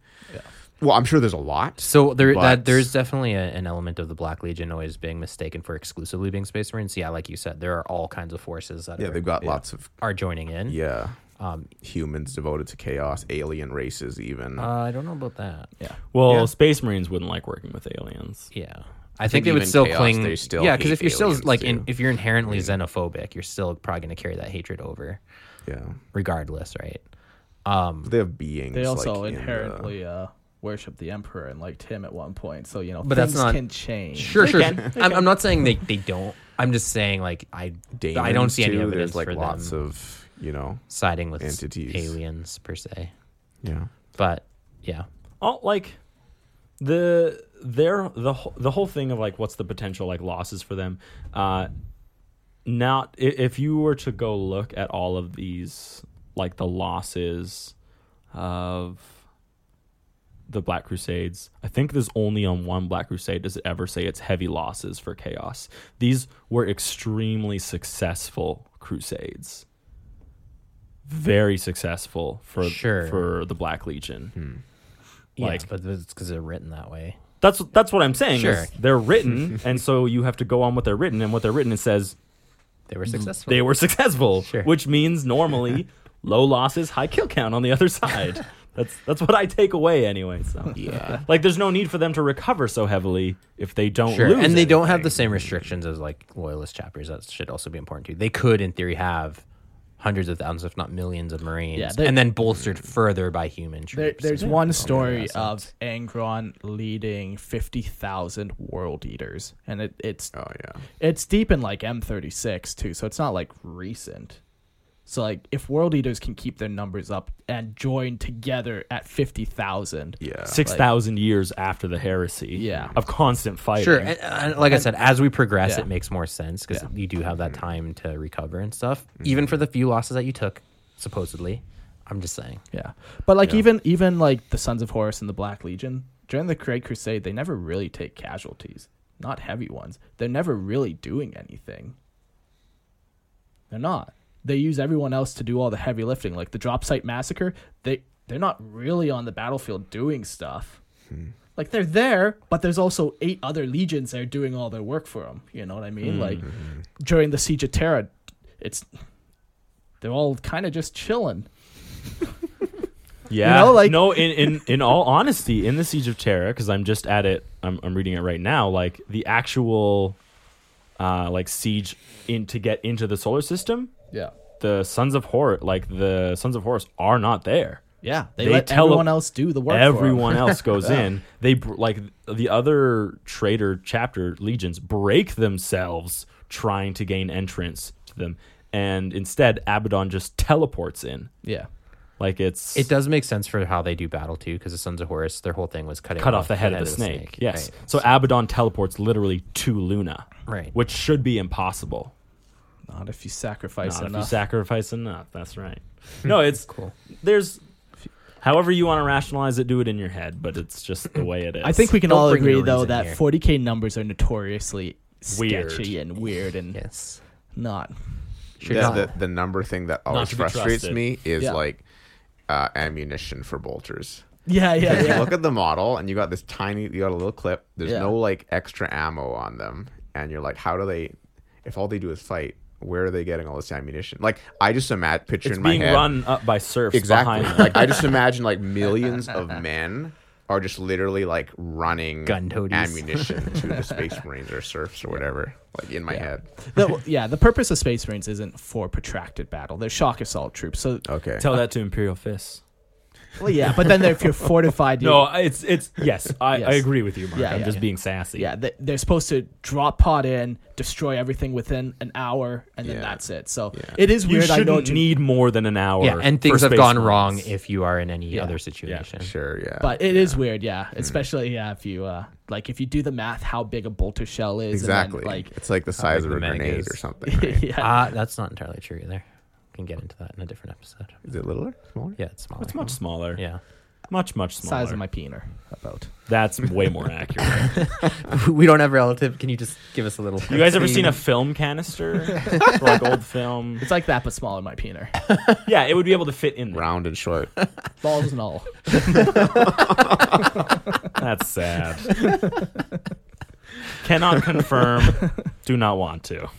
Well, I'm sure there's a lot.
So there,
But-
that, there's definitely a, an element of the Black Legion always being mistaken for exclusively being Space Marines. Yeah, like you said, there are all kinds of forces that
Yeah,
are,
they've got lots of
are joining in.
yeah
Um,
humans devoted to chaos, alien races even.
uh, I don't know about that. Yeah,
Well, Space Marines wouldn't like working with aliens.
yeah. I, think,
think
they would
even
still
Chaos,
cling.
they still
yeah, because
hate
if you're still
aliens,
like, in,
too.
if you're inherently xenophobic, you're still probably going to carry that hatred over,
yeah,
regardless, right? Um,
they have beings.
They also
like, in the-
inherently uh, worship the emperor and liked him at one point. So you know,
But that's
things
not-
can change.
Sure, sure. I'm, I'm not saying they, they don't. I'm just saying like I I don't
Daemons,
see any
too.
evidence
There's like
for
lots
them
of you know
siding with
entities.
aliens per se.
yeah.
But yeah,
all Oh, like the their the wh- the whole thing of like what's the potential like losses for them uh not i- if you were to go look at all of these like the losses of the black crusades i think there's only on one black crusade does it ever say it's heavy losses for chaos these were extremely successful crusades very successful for
Sure.
for the black legion
like
Like-
but it's because they're written that way.
That's that's what I'm saying.
Sure.
is they're written, and so you have to go on what they're written, and what they're written it says
They were successful.
they were successful,
Sure.
which means normally low losses, high kill count on the other side. that's that's what I take away anyway. So yeah, like there's no need for them to recover so heavily if they don't
sure,
lose.
and they don't have the
anything.
same restrictions as like loyalist chapters. That should also be important too. They could, in theory, have hundreds of thousands, if not millions, of Marines,
Yeah, they-
and then bolstered further by human
There,
troops.
there's one story of Angron leading fifty thousand World Eaters, and it, it's
Oh yeah.
it's deep in like M36 too, so it's not like recent. So like, if World Eaters can keep their numbers up and join together at fifty thousand,
Yeah.
Six thousand years after the heresy,
Yeah.
of constant fighting.
Sure, and, and
uh,
like I said, as we progress,
Yeah.
it makes more sense because you do have
Mm-hmm.
that time to recover and stuff. Even for the few losses that you took, supposedly, I'm just saying.
Yeah, but like even even like the Sons of Horus and the Black Legion during the Great Crusade, they never really take casualties, not heavy ones. They're never really doing anything. They're not. They use everyone else to do all the heavy lifting, like the Drop Site Massacre. They they're not really on the battlefield doing stuff. Like they're there, but there's also eight other legions there doing all their work for them. You know what I mean? Like during the Siege of Terra, it's they're all kind of just chilling.
Yeah.
You know, like-
no, in, in, in all honesty, in the Siege of Terra, because I'm just at it, I'm, I'm reading it right now, like the actual uh, like siege in to get into the solar system,
Yeah.
the Sons of Horus like the Sons of Horus are not there.
Yeah, they,
They
let
tell
everyone
them-
else do the work. for 'em.
Everyone else goes in. They br- like the other traitor chapter legions break themselves trying to gain entrance to them. And instead Abaddon just teleports in.
Yeah,
Like it's
It does make sense for how they do battle too, because the Sons of Horus, their whole thing was cutting
cut off the head, of the snake. Yes.
right.
So Abaddon teleports literally to Luna.
Right.
Which should be impossible.
not if you sacrifice
Not if you
enough.
sacrifice enough. That's right. No, it's cool. There's however you want to rationalize it, do it in your head, but it's just the way it is.
I think we can
Don't
all
bring
agree
your
though
reason
that
here.
40k numbers are notoriously
Weird.
sketchy and weird and
yes.
not.
Sure.
Yeah,
not.
the, the number thing that always
to be
frustrates
trusted.
me is
Yeah.
like uh, ammunition for bolters.
Yeah, yeah,
You
yeah.
look at the model and you got this tiny, you got a little clip. There's
Yeah.
no like extra ammo on them, and you're like, how do they? If all they do is fight, where are they getting all this ammunition? Like I just imagine picture
it's
in my
being
head
run up by serfs
exactly.
behind them.
Like I just imagine like millions of men are just literally like running
Gun toadies.
ammunition to the space marines or serfs or whatever. Like in my head.
the, yeah, the purpose of Space Marines isn't for protracted battle. They're shock assault troops. So,
Okay.
Tell that to Imperial Fists.
well, yeah, but then if you're fortified, you,
No, it's it's yes, I,
Yes.
I agree with you, Mark.
Yeah,
I'm
yeah,
just
yeah.
being sassy.
yeah, they, they're supposed to drop pod in, destroy everything within an hour, and then
Yeah.
that's it. So it is
You
weird. I
shouldn't
know what you
need more than an hour.
Yeah, and
for
things have
Space
gone
Marines.
wrong if you are in any other situation.
Sure, yeah.
Oh,
But it is weird, yeah.
Hmm.
Especially yeah, if you uh, like if you do the math, how big a bolter shell is.
exactly.
And then, like
it's like the size of
the
a
mag
grenade
is.
or something. Right?
yeah,
Uh, that's not entirely true either. We can get into that in a different episode.
Is it littler? Smaller?
Yeah, it's smaller.
It's much smaller.
Yeah.
Much, much smaller.
Size of my peener, about.
That's way more accurate.
we don't have relative. Can you just give us a little?
You guys ever seen a film canister? For, like old film?
It's like that, but smaller than my peener.
Yeah, it would be able to fit in there.
round and short.
Balls and all.
That's sad. Cannot confirm. Do not want to.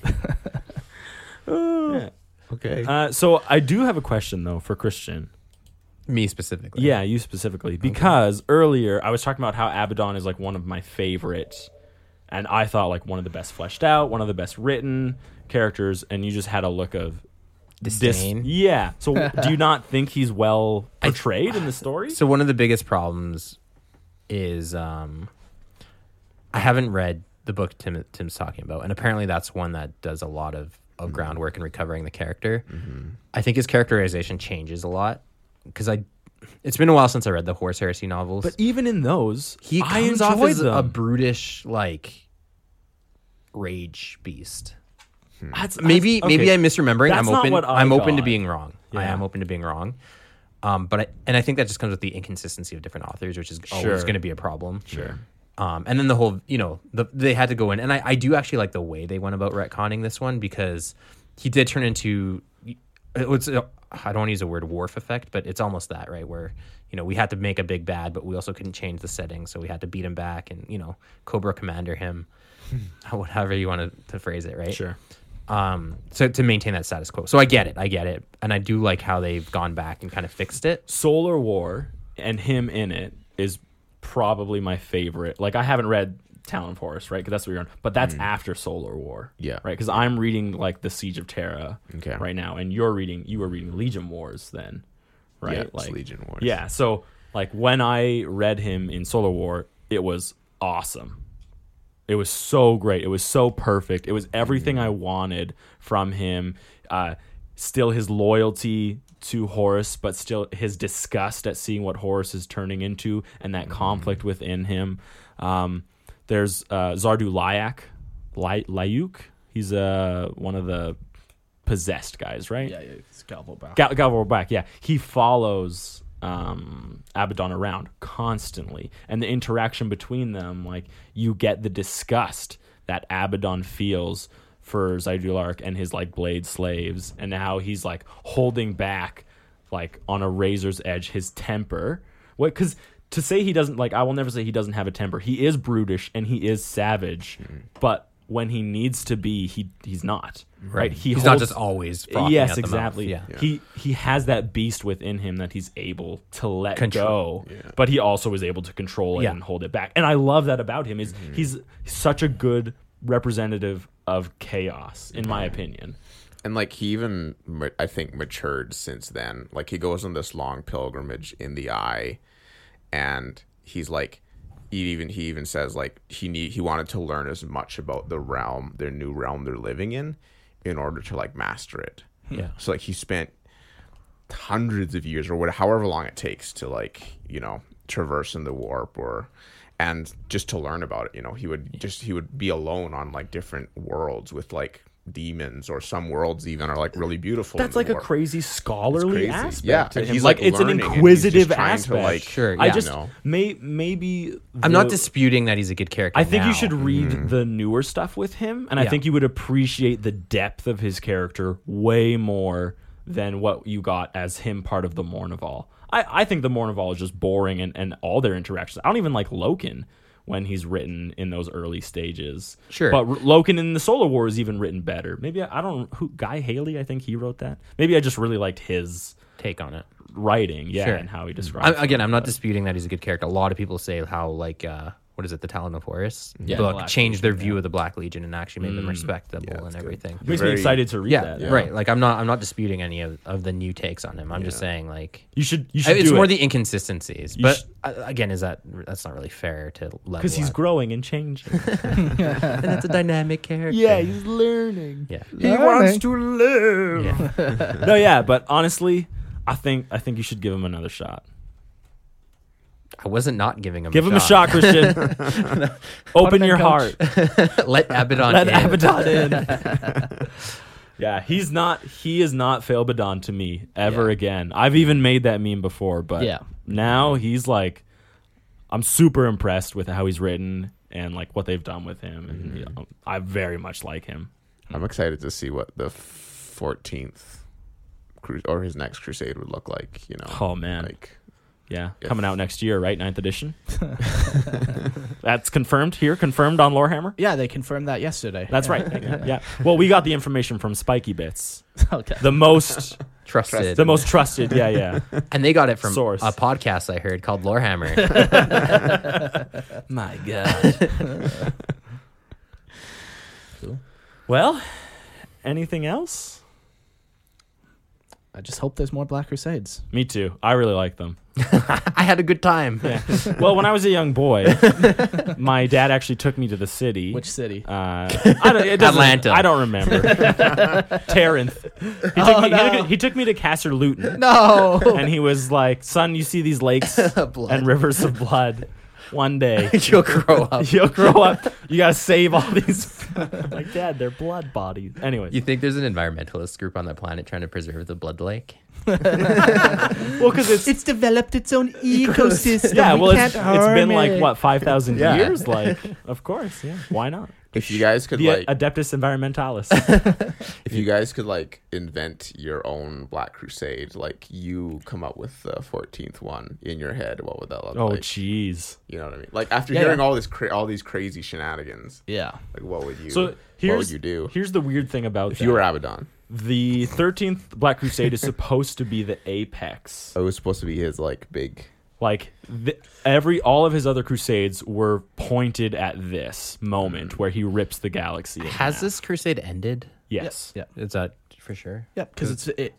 Yeah.
Okay.
Uh, so I do have a question though for Christian.
Me specifically.
Yeah, you specifically because earlier I was talking about how Abaddon is like one of my favorites, and I thought like one of the best fleshed out, one of the best written characters, and you just had a look of dis-
Disdain.
yeah. So do you not think he's well portrayed in the story?
So one of the biggest problems is um, I haven't read the book Tim Tim's talking about, and apparently that's one that does a lot of of
Mm-hmm.
groundwork in recovering the character. I think his characterization changes a lot because I. It's been a while since I read the Horse Heresy novels.
but even in those,
he
I
comes off
enjoyed
as a
them.
brutish like rage beast
Hmm. That's-
maybe
that's-
maybe
okay.
i'm misremembering
That's
i'm
not
open
what I
i'm open to
got.
being wrong i am open to being wrong um but I, and i think that just comes with the inconsistency of different authors which is
Sure.
always going to be a problem sure um and then the whole you know the, they had to go in and I, I do actually like the way they went about retconning this one because he did turn into it was uh, I don't want to use the word wharf effect, but it's almost that, right? Where you know we had to make a big bad, but we also couldn't change the setting, so we had to beat him back, and you know Cobra Commander him, whatever you want to, to phrase it, right?
Hmm. Sure.
Um, so to maintain that status quo. So I get it, I get it, and I do like how they've gone back and kind of fixed it.
Solar War and him in it is probably my favorite. Like I haven't read Talon Forest, right? Because that's what you're on. But that's after Solar War.
Mm-hmm. Yeah.
Right. Because I'm reading like the Siege of Terra
Okay.
right now, and you're reading you were reading Legion Wars then, right?
Yeah, it's Legion Wars.
Yeah. So like when I read him in Solar War, it was awesome. It was so great. It was so perfect. It was everything I wanted from him. Uh, still his loyalty to Horus, but still his disgust at seeing what Horus is turning into and that conflict within him. Um, there's uh, Zardu Lyak, Ly- Lyuk. He's uh, one of the possessed guys, right?
Yeah, yeah, it's Galvo back.
Gal- Galvor back, yeah. He follows um, Abaddon around constantly, and the interaction between them, like you get the disgust that Abaddon feels for Zydulark and his like blade slaves, and how he's like holding back, like on a razor's edge, his temper. What? Because to say he doesn't like, I will never say he doesn't have a temper. He is brutish and he is savage, but when he needs to be, he he's not. Right? He
He's not
holds-
just always frothing
yes
at the mouth.
exactly
Yeah.
he he has that beast within him that he's able to let
Control.
go but he also is able to control it
Yeah.
and hold it back and i love that about him is
Mm-hmm.
he's such a good representative of chaos in my opinion
And like he even, ma- I think, matured since then. Like he goes on this long pilgrimage in the eye, and he's like, he even he even says like he need he wanted to learn as much about the realm, their new realm they're living in, in order to like master it.
Yeah.
So like he spent hundreds of years or whatever, however long it takes to like you know traverse in the warp or and just to learn about it you know he would just he would be alone on like different worlds with like demons or some worlds even are like really beautiful in
that's
the
like a
warp.
crazy scholarly
crazy.
aspect
Yeah,
to
and
him.
he's,
like,
like,
it's an
learning, and he's
inquisitive
just trying to,
aspect
like,
Sure,
i
yeah.
just
you know.
may maybe
I'm not
the-
disputing that he's a good character.
I think
now. Mm-hmm.
you should read the newer stuff with him, and I
Yeah.
think you would appreciate the depth of his character way more than what you got as him part of the Mournival. I, I think the Mournival is just boring and, and all their interactions. I don't even like Loken when he's written in those early stages.
Sure.
But R- Loken in the Solar War is even written better. Maybe I, I don't who Guy Haley, I think he wrote that. Maybe I just really liked his
take on it.
writing, yeah,
Sure. Mm-hmm.
and how he
I,
describes. it.
again, I'm not disputing that he's a good character. A lot of people say how like uh, what is it, the Talon of Horus book
Black Mm.
changed their view of the Black Legion and actually made them respectable and everything.
Makes me
Very-
excited to read
Yeah,
that.
right. Like I'm not I'm not disputing any of, of the new takes on him. I'm just saying like
You should you should
it's
do
more
it.
the inconsistencies.
You
but
sh-
uh, again, is that that's not really fair to level
because he's
up.
growing and changing.
and that's a dynamic character.
he's learning.
yeah.
He wants to.
yeah.
no, yeah, but honestly, I think I think you should give him another shot.
I wasn't not giving him
Give
a
him
shot.
a shot, Christian. Open
Put it in,
your
coach.
heart.
Let Abaddon
Let
in.
Abaddon in. yeah, he's not. He is not Failbadon to me ever
Yeah.
again. I've even made that meme before, but
Yeah.
now he's like, I'm super impressed with how he's written and like what they've done with him, and you know, I very much like him.
I'm excited to see what the 14th cru- or his next crusade would look like, you know.
Oh man,
Like
yeah,
if-
coming out next year, right? Ninth edition. That's confirmed here, confirmed on Lorehammer.
Yeah, they confirmed that yesterday.
That's right. yeah. Well, we got the information from Spiky Bits,
okay.
the most,
Trusted.
the most trusted. Yeah, yeah.
and they got it from
source.
a podcast I heard called Lorehammer.
My God. Well, anything else?
I just hope there's more Black Crusades.
Me too. I really like them.
I had a good time.
Well, when I was a young boy, my dad actually took me to the city.
Which city?
Uh, I don't, it doesn't-
Atlanta.
I don't remember. Taranth. He took,
Oh,
me, he took- he took me to Kasser Luton.
No.
And he was like, son, you see these lakes and rivers of blood. One day,
You'll grow up.
you'll grow up. You got to save all these. I'm like, Dad, they're blood bodies. Anyway,
You think there's an environmentalist group on that planet trying to preserve the blood lake?
well, because it's,
It's developed its own ecosystem.
yeah, well, it's, it's
can't
been
harm
like,
it.
what, 5,000
Yeah.
years? Like, of course, yeah. Why not?
if you guys could
The uh,
like
Adeptus Environmentalis.
if you guys could like invent your own Black Crusade, like you come up with the 14th one in your head, what would that look
oh,
like?
jeez.
You know what I mean? Like after
Yeah,
hearing
yeah.
all this cra- all these crazy shenanigans,
Yeah.
like what would you
So
what
here's
would you do
here's the weird thing about
if you were
that.
Abaddon?
the thirteenth Black Crusade is supposed to be the apex.
It was supposed to be his like big
Like th- every all of his other crusades were pointed at this moment where he rips the galaxy. in
Has
half.
this crusade ended?
Yes.
Yeah.
Is that for sure?
Yeah, because it's it.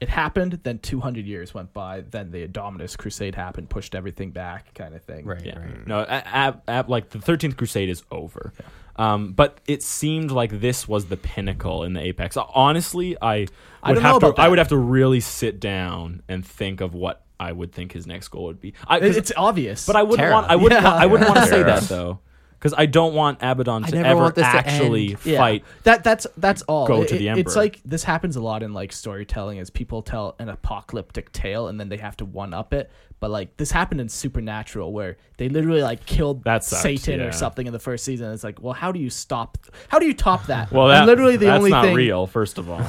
It happened. Then 200 years went by. Then the Indominus Crusade happened, pushed everything back, kind of thing.
Right,
Yeah.
right.
No. a a- a- like the thirteenth crusade is over. Um, but it seemed like this was the pinnacle in the apex. Honestly, I would
I don't know
have to.
about that.
I would have to really sit down and think of what I would think his next goal would be. I, 'cause
It- it's obvious.
But I wouldn't
Terra.
want. I wouldn't.
Yeah.
Want, I wouldn't want to say
Terra.
that though, because I don't want Abaddon to
never
ever
want this to
actually
end.
Yeah.
fight.
That that's that's all.
Go to the
It's
Emperor.
like this happens a lot in like storytelling, as people tell an apocalyptic tale and then they have to one up it. But like this happened in Supernatural, where they literally like killed
That sucked,
Satan
yeah.
or something in the first season. It's like, well, how do you stop? How do you top that?
Well, that,
And literally the
that's
only
not
thing.
real. First of all,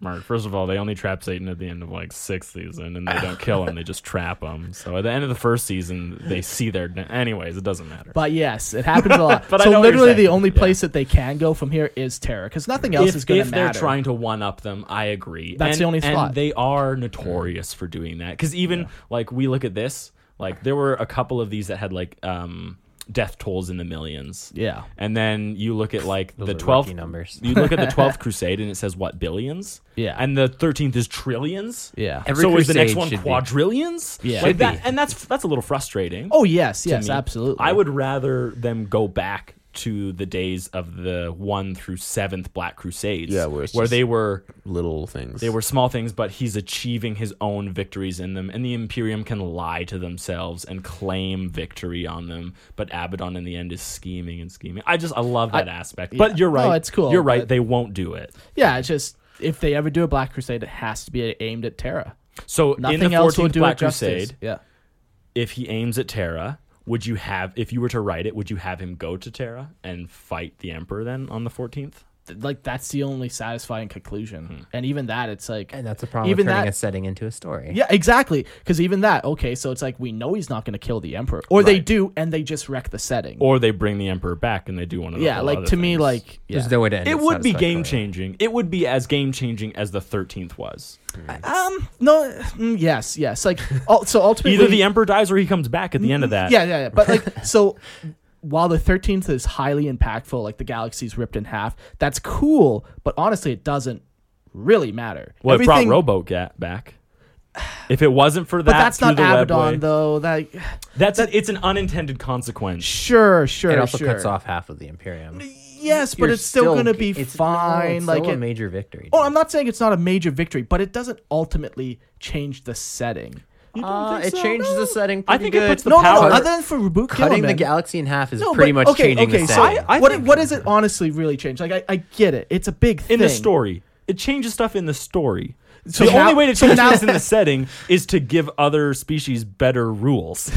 Mark. First of all, they only trap Satan at the end of like sixth season, and they don't kill him. They just trap him. So at the end of the first season, they see their. Anyways, it doesn't matter.
But yes, it happens a lot.
But I
so
know what you're
literally, the
saying.
only
Yeah.
place that they can go from here is Terra, because nothing else
if,
is going
if
to
they're
matter.
trying to one up them, I agree.
That's
and,
the only
and
spot.
they are notorious for doing that. Because even like we look at this, like there were a couple of these that had like um death tolls in the millions.
yeah,
And then you look at like
Those
the
are rookie
12th
numbers.
You look at the 12th crusade and it says what billions?
Yeah.
And the 13th is trillions?
yeah.
Every
so is the next
crusade
one
should be-
quadrillions?
Yeah.
Like
Should
that, and that's that's a little frustrating.
oh yes,
to
yes,
me.
absolutely.
I would rather them go back to the days of the 1 through 7th Black Crusades
Yeah, where it's just-
they were
little things.
they were small things, but he's achieving his own victories in them, and the Imperium can lie to themselves and claim victory on them. But Abaddon, in the end, is scheming and scheming. I just I love that aspect. But you're
No,
right.
it's cool,
You're right.
but-
They won't do it.
Yeah, it's just if they ever do a Black Crusade, it has to be aimed at Terra.
So
Nothing
in the
else will
14th
do
Black
it justice.
Crusade,
Yeah.
if he aims at Terra, would you have if you were to write it? Would you have him go to Terra and fight the Emperor then on the 14th?
Th- Like that's the only satisfying conclusion,
Hmm.
and even that, it's like,
And that's a problem
Even
with turning
that-
a setting into a story.
yeah, exactly. Because even that, okay, so it's like we know he's not going to kill the emperor, or they
Right.
do, and they just wreck the setting.
Or they bring the Emperor back and they do one of the
yeah,
all
like
other
to me,
things.
like yeah.
There's no way to end
It would be
satisfactorily.
game changing. It would be as game changing as the 13th was.
um, no, mm, yes, yes, like all, so ultimately,
Either the emperor dies or he comes back at the end of that.
Mm, Yeah, yeah, yeah. But like, so while the 13th is highly impactful, like the galaxy's ripped in half, that's cool. But honestly, it doesn't really matter.
Well, it
Everything-
brought Robo Gat back. If it wasn't for that,
But that's
through
not
the
Abaddon,
webway-
though. That
That's an, it's an unintended consequence.
sure, sure,
It also
sure.
cuts off half of the Imperium.
Yes, but
You're
it's still, going to be
it's- no,
fine.
it's
like,
still a
it-
major victory.
oh, I'm not saying it's not a major victory, but it doesn't ultimately change the setting.
Uh, it changes the setting.
I
pretty
think it
good.
puts the
No, no,
power-
no, other than for Reboot
cutting the
Gilliman.
galaxy in half is
No,
pretty
but-
much
okay,
changing
okay,
the
so
setting.
I
what,
think-
what does it honestly really change? Like, I, I get it. It's a big thing
in the story. It changes stuff in the story.
So
the
now-
only way to
so
change
now-
things in the setting is to give other species better rules.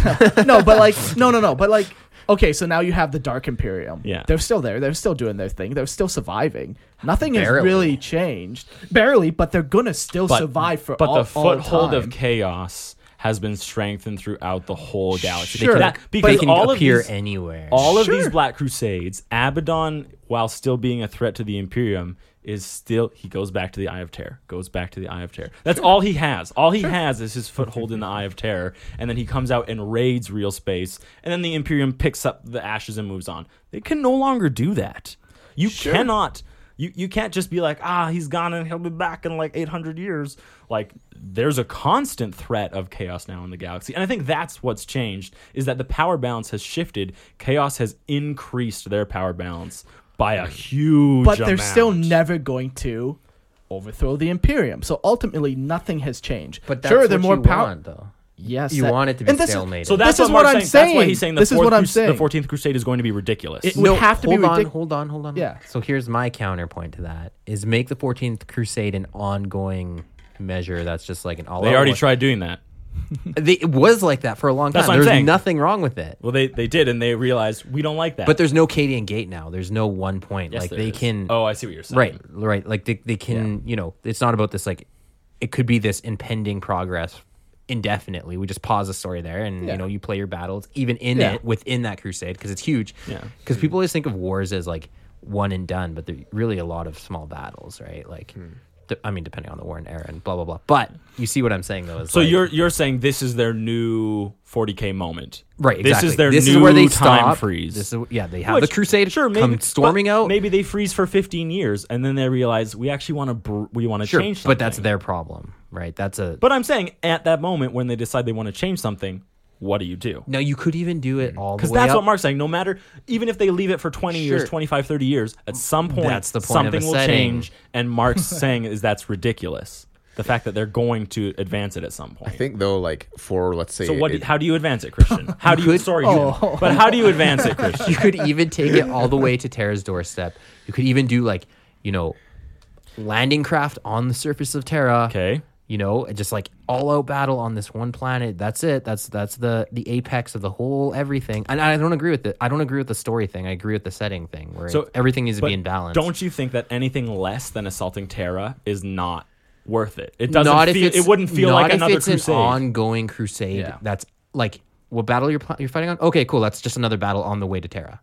no, but like, no, no, no, but like, okay, so now you have the Dark Imperium.
Yeah.
they're still there. They're still doing their thing. They're still surviving. Nothing has
Barely.
really changed, barely, but they're gonna still
But-
survive for
But
all,
the foothold
all
of
time.
chaos has been strengthened throughout the whole galaxy.
Sure.
That-
But
because
it can
all of
appear
these,
anywhere.
all of these
Sure.
Black Crusades, Abaddon, while still being a threat to the Imperium, is still he goes back to the Eye of Terror. Goes back to the Eye of Terror. That's all he has. All he has is his foothold in the Eye of Terror, and then he comes out and raids real space, and then the Imperium picks up the ashes and moves on. They can no longer do that. You cannot. You, you can't just be like ah he's gone and he'll be back in like 800 years like there's a constant threat of chaos now in the galaxy and i think that's what's changed is that the power balance has shifted chaos has increased their power balance by a huge
but they're
amount.
still never going to overthrow the Imperium. So ultimately, nothing has changed.
but that's
sure,
what
they're more
you
pow-
want, though.
Yes,
You
that-
want it to be
and this is-
stalemated.
so that's
this is
what,
what
Mark's
I'm
saying. That's why
saying.
he's saying the,
This is
4th
what I'm
Crus- the
saying.
14th crusade is going to be ridiculous
It- would have to be
hold on,
ridic-
hold on, hold on.
Yeah.
So here's my counterpoint to that: is make the 14th Crusade an ongoing measure. That's just like an all.
they already tried doing that
They, it was like that for a long
That's
time.
what I'm
There's
saying.
nothing wrong with it.
well they, they did and they realized we don't like that
But there's no Cadian Gate now. There's no one point. like
there
they
is.
can.
oh i see what you're saying
right, right. Like they they can. You know, it's not about this. Like it could be this impending progress indefinitely. We just pause the story there, and you know, you play your battles even in
Yeah.
it within that crusade because it's huge.
Yeah.
Because people always think of wars as like one and done, but they're really a lot of small battles, right? Like. de- I mean, depending on the war and era and blah blah blah, but you see what I'm saying though. Is
So
like-
you're you're saying this is their new 40k moment,
right.
This
exactly.
is their
this
new
is where they
time
stop.
freeze.
This is yeah. They have
Which,
the crusade
sure, maybe,
come storming
but
out.
Maybe they freeze for 15 years and then they realize we actually want to br- we want to
sure,
change. Something.
but that's their problem, right? That's a
But I'm saying at that moment when they decide they want to change something, what do you do?
Now you could even do it all the
Because
way
that's
up.
what Mark's saying. No matter, even if they leave it for 20 years,
Sure.
25, 30 years, at some point,
That's the point of
something
a
will
setting.
change. And Mark's saying is that's ridiculous. The fact that they're going to advance it at some point.
I think though, like for let's say,
so what? do-
it-
how do you advance it, Christian? How do you? Sorry, you, but how do you advance it, Christian?
you could even take it all the way to Terra's doorstep. You could even do like, you know, landing craft on the surface of Terra.
Okay.
You know, and just like all out battle on this one planet. That's it. That's that's the the apex of the whole everything. And I don't agree with it. I don't agree with the story thing. I agree with the setting thing where
So
it- everything needs to
but
be in balance.
Don't you think that anything less than assaulting Terra is not worth it? It doesn't.
not if
feel,
it's,
it wouldn't feel
not
like
if
another
it's
crusade.
an ongoing crusade.
Yeah.
That's like what battle you're pl- you're fighting on. Okay, cool. That's just another battle on the way to Terra,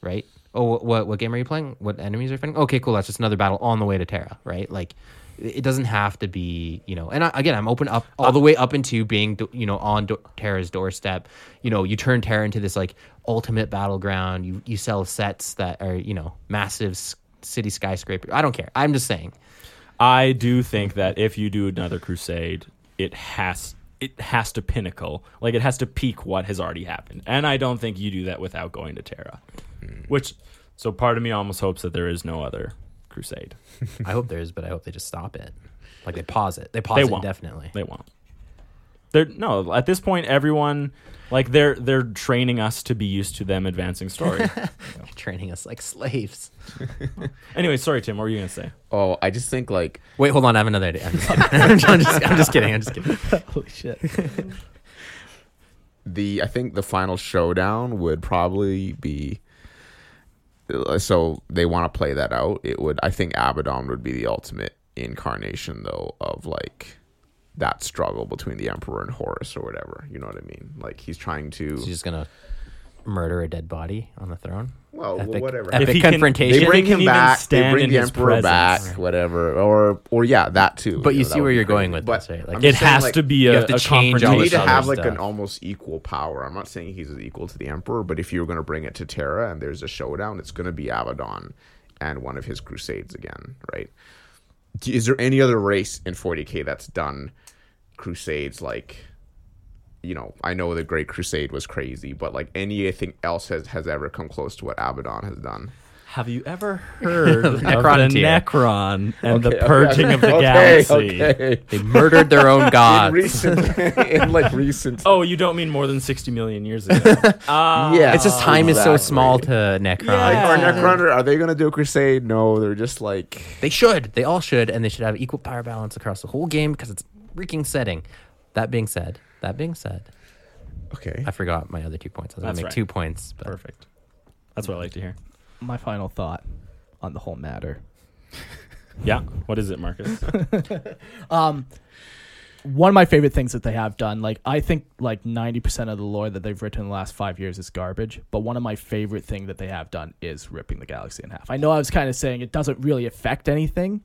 right? Oh, what, what what game are you playing? What enemies are you fighting? Okay, cool. That's just another battle on the way to Terra, right? Like it it doesn't have to be you know and I, again i'm open up all the way up into being do- you know on do- terra's doorstep you know you turn terra into this like ultimate battleground you you sell sets that are you know massive s- city skyscraper i don't care i'm just saying
I do think that if you do another crusade, it has it has to pinnacle, like it has to peak what has already happened. And I don't think you do that without going to Terra. Which, so part of me almost hopes that there is no other crusade.
I hope there is, but I hope they just stop it. Like they pause it. They pause
They
it
won't.
indefinitely.
They won't. They're no at this point. Everyone, like they're they're training us to be used to them advancing story.
They're training us like slaves.
anyway, sorry Tim, what were you gonna say?
oh, I just think like
Wait, hold on. I have another idea. I'm just kidding. I'm, just, I'm just kidding. I'm just kidding.
Holy shit!
the I think the final showdown would probably be uh, so they want to play that out. It would I think Abaddon would be the ultimate incarnation though of like that struggle between the Emperor and Horus or whatever. You know what I mean? Like he's trying to
She's just gonna murder a dead body on the throne.
well, well,
Epic-
whatever.
epic
If he can-
confrontation.
They
if
bring
he can
him
even
back. They
stand
bring
in
the
his
Emperor
presence.
back. Whatever. Or or yeah, that too.
But you
know,
see
that
where
would be
you're
crazy.
going with
But
this, right? Like,
I'm
It
just saying,
has
like,
to be
you
a,
have to
a
change all
confrontation.
this
you need to
other
have like an
stuff.
almost equal power. I'm not saying he's equal to the emperor, but if you're going to bring it to Terra and there's a showdown, it's going to be Abaddon and one of his crusades again, right? D- Is there any other race in 40k that's done crusades like? You know, I know the Great Crusade was crazy, but like anything else has, has ever come close to what Abaddon has done.
Have you ever heard of the
Necron tier.
Necron and the purging of the galaxy?
Okay.
They murdered their own
In
gods.
recent, in like recent.
Oh, you don't mean more than 60 million years ago. Ah,
yeah,
it's just time
exactly.
is so small to Necron.
Yeah.
Or Necron, are they gonna do a crusade? No, they're just like
They should. They all should, and they should have equal power balance across the whole game because it's a freaking setting. That being said, that being said,
okay.
I forgot my other two points. I was gonna
That's
make
right.
two points, but
Perfect. That's what I like to hear.
My final thought on the whole matter.
Yeah. What is it, Marcus?
one of my favorite things that they have done like i think like 90% of the lore that they've written in the last five years is garbage but one of my favorite thing that they have done is ripping the galaxy in half i know i was kind of saying it doesn't really affect anything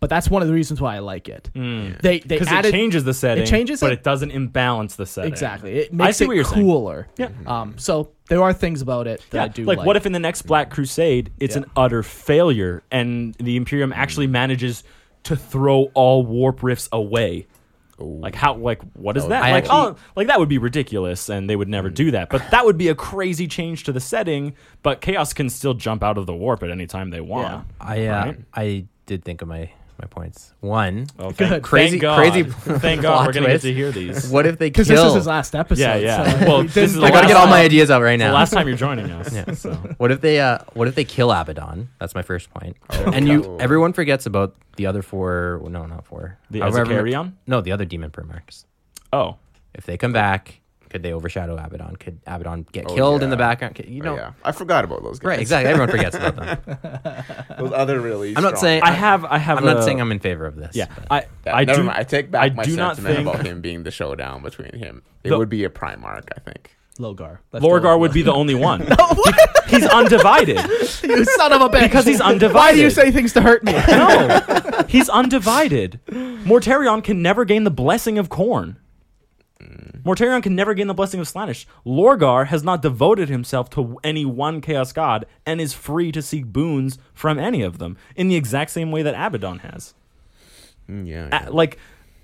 but that's one of the reasons why i like it they they
Because
added
Mm. it changes the setting.
changes
but
it.
it doesn't imbalance the setting.
exactly it
I
makes
see
it
what you're saying.
cooler
Yeah.
um so there are things about it that i do like,
what if in the next Black Crusade it's
Yeah.
an utter failure and the Imperium actually manages to throw all warp rifts away? Like how? Like what is that?
I
Like
actually-
oh, like that would be ridiculous, and they would never do that. But that would be a crazy change to the setting. But Chaos can still jump out of the warp at any time they want.
I uh,
Right.
I did think of my my points. One,
Oh, thank, thank
Crazy-
God.
crazy
Thank God we're
plot
gonna get
twist.
to hear these.
what if they kill?
because this is his last episode
Yeah, yeah. Well, this is the
I gotta get
last
all my
time-
ideas out right
The
now.
last time you're joining us. So.
What if they uh what if they kill Abaddon? That's my first point.
Oh,
and you everyone forgets about the other four well, no not four.
The
However-
Azakarion?
No, the other demon primarchs.
Oh,
If they come back, could they overshadow Abaddon? Could Abaddon get
Oh,
killed in the
yeah.
background? Could- You
Oh,
know
yeah, I forgot about those guys.
Right, exactly. Everyone forgets about them.
Those other really.
I'm not
strong-
saying
I have. I have.
I'm not
a-
saying I'm in favor of this.
Yeah,
but-
I.
Yeah,
I
never
do.
mind. I take back
I
my
do not
sentiment
think
about him being the showdown between him. It
The-
would be a Primarch, I think.
Logar.
Lorgar would be the only one. He- he's undivided
you son of a bitch
because he's undivided.
why do you say things to hurt me
no? He's undivided. Mortarion can never gain the blessing of Corn. Mortarion can never gain the blessing of Slanish. Lorgar has not devoted himself to any one Chaos God and is free to seek boons from any of them in the exact same way that Abaddon has.
Mm, yeah.
a- like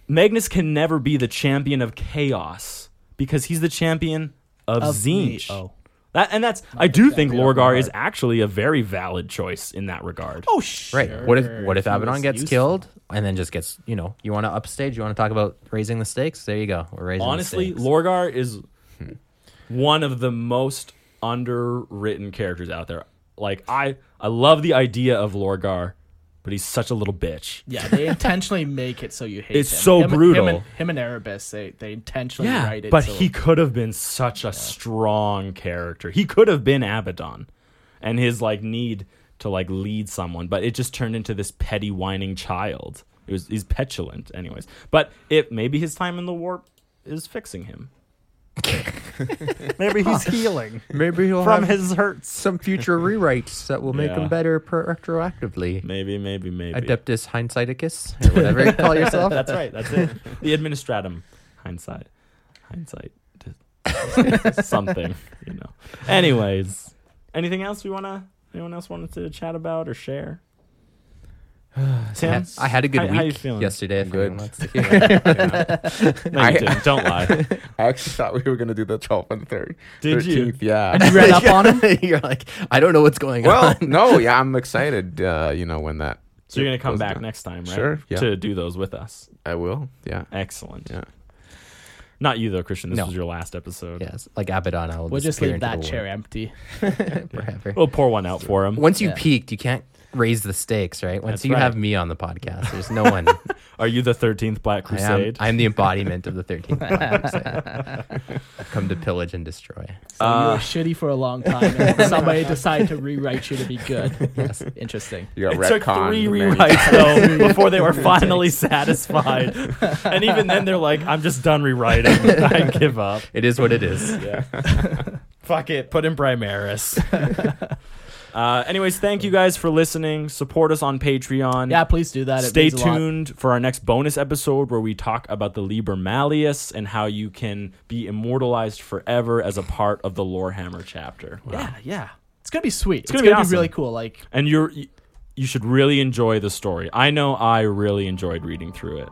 Magnus can never be the champion of chaos because he's the champion of,
Of me.
Zinch.
Oh.
That, and that's I do think
champion of
Lorgar
the
is
heart.
actually a very valid choice in that regard.
oh shit
Right. What if what if
He
Abaddon
was
gets
useful.
killed and then just gets you know, you wanna upstage, you wanna talk about raising the stakes? There you go. We're raising the
Honestly,
stakes.
Lorgar is one of the most underwritten characters out there. Like I I love the idea of Lorgar, but he's such a little bitch.
Yeah, they intentionally make it so you hate
It's
him.
so
Him- him
brutal.
and- Him and, Erebus, they, they intentionally write it.
but
so-
he could have been such a strong character. He could have been Abaddon, and his like need to like lead someone, but it just turned into this petty whining child. It was he's petulant, anyways. But it maybe his time in the warp is fixing him. maybe he's healing
Maybe he'll
from his hurts.
some future rewrites that will make
Yeah.
them better per- retroactively.
Maybe, maybe, maybe.
Adeptus hindsighticus, or whatever you call yourself.
That's right. That's it. The administratum. Hindsight. Hindsight. Something. You know. Anyways, anything else we wanna? Anyone else wanted to chat about or share? Tim,
Yeah, I had a good
How-
week
how you feeling?
yesterday. if anyone
Good.
wants to hear.
No, you didn't. Don't lie.
I actually thought we were going to do the 12th and 30.
Did
13th,
you?
Yeah.
you read up on him.
You're like, I don't know what's going
well,
on.
no, yeah, I'm excited, uh, you know, when that.
So you're gonna come
goes
back
down.
next time, right?
Sure, yeah.
To do those with us.
I will, yeah.
Excellent.
Yeah.
Not you though, Christian. This
No.
was your last episode.
Yes, like Abaddon, I'll
We'll just
disappear
leave
into
that
the
chair
void
empty.
forever.
We'll pour one out for him.
Once you
Yeah.
peaked, you can't raise the stakes, right? Once
That's
you
right.
have me on the podcast, there's no one.
Are you the thirteenth Black
I am,
Crusade?
I'm the embodiment of the 13th Black Crusade. I've come to pillage and destroy.
So you
Uh,
were shitty for a long time, and then somebody decided to rewrite you to be good. Yes, interesting.
You got
It took
retconned
three
many-
rewrites though before they were finally satisfied, and even then they're like, "I'm just done rewriting. I give up.
It is what it is.
Fuck it. Put in Primaris." uh, anyways, thank you guys for listening. Support us on Patreon.
Yeah, please do that. It
Stay
means a lot.
tuned for our next bonus episode where we talk about the Liber Malleus and how you can be immortalized forever as a part of the Lorehammer chapter.
Yeah, yeah. It's gonna be sweet. It's
gonna be
gonna, be,
awesome.
really cool. Like
and you're y- you should really enjoy the story. I know I really enjoyed reading through it.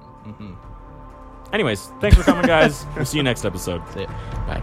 Anyways, thanks for coming, guys. we'll see you next episode.
Bye.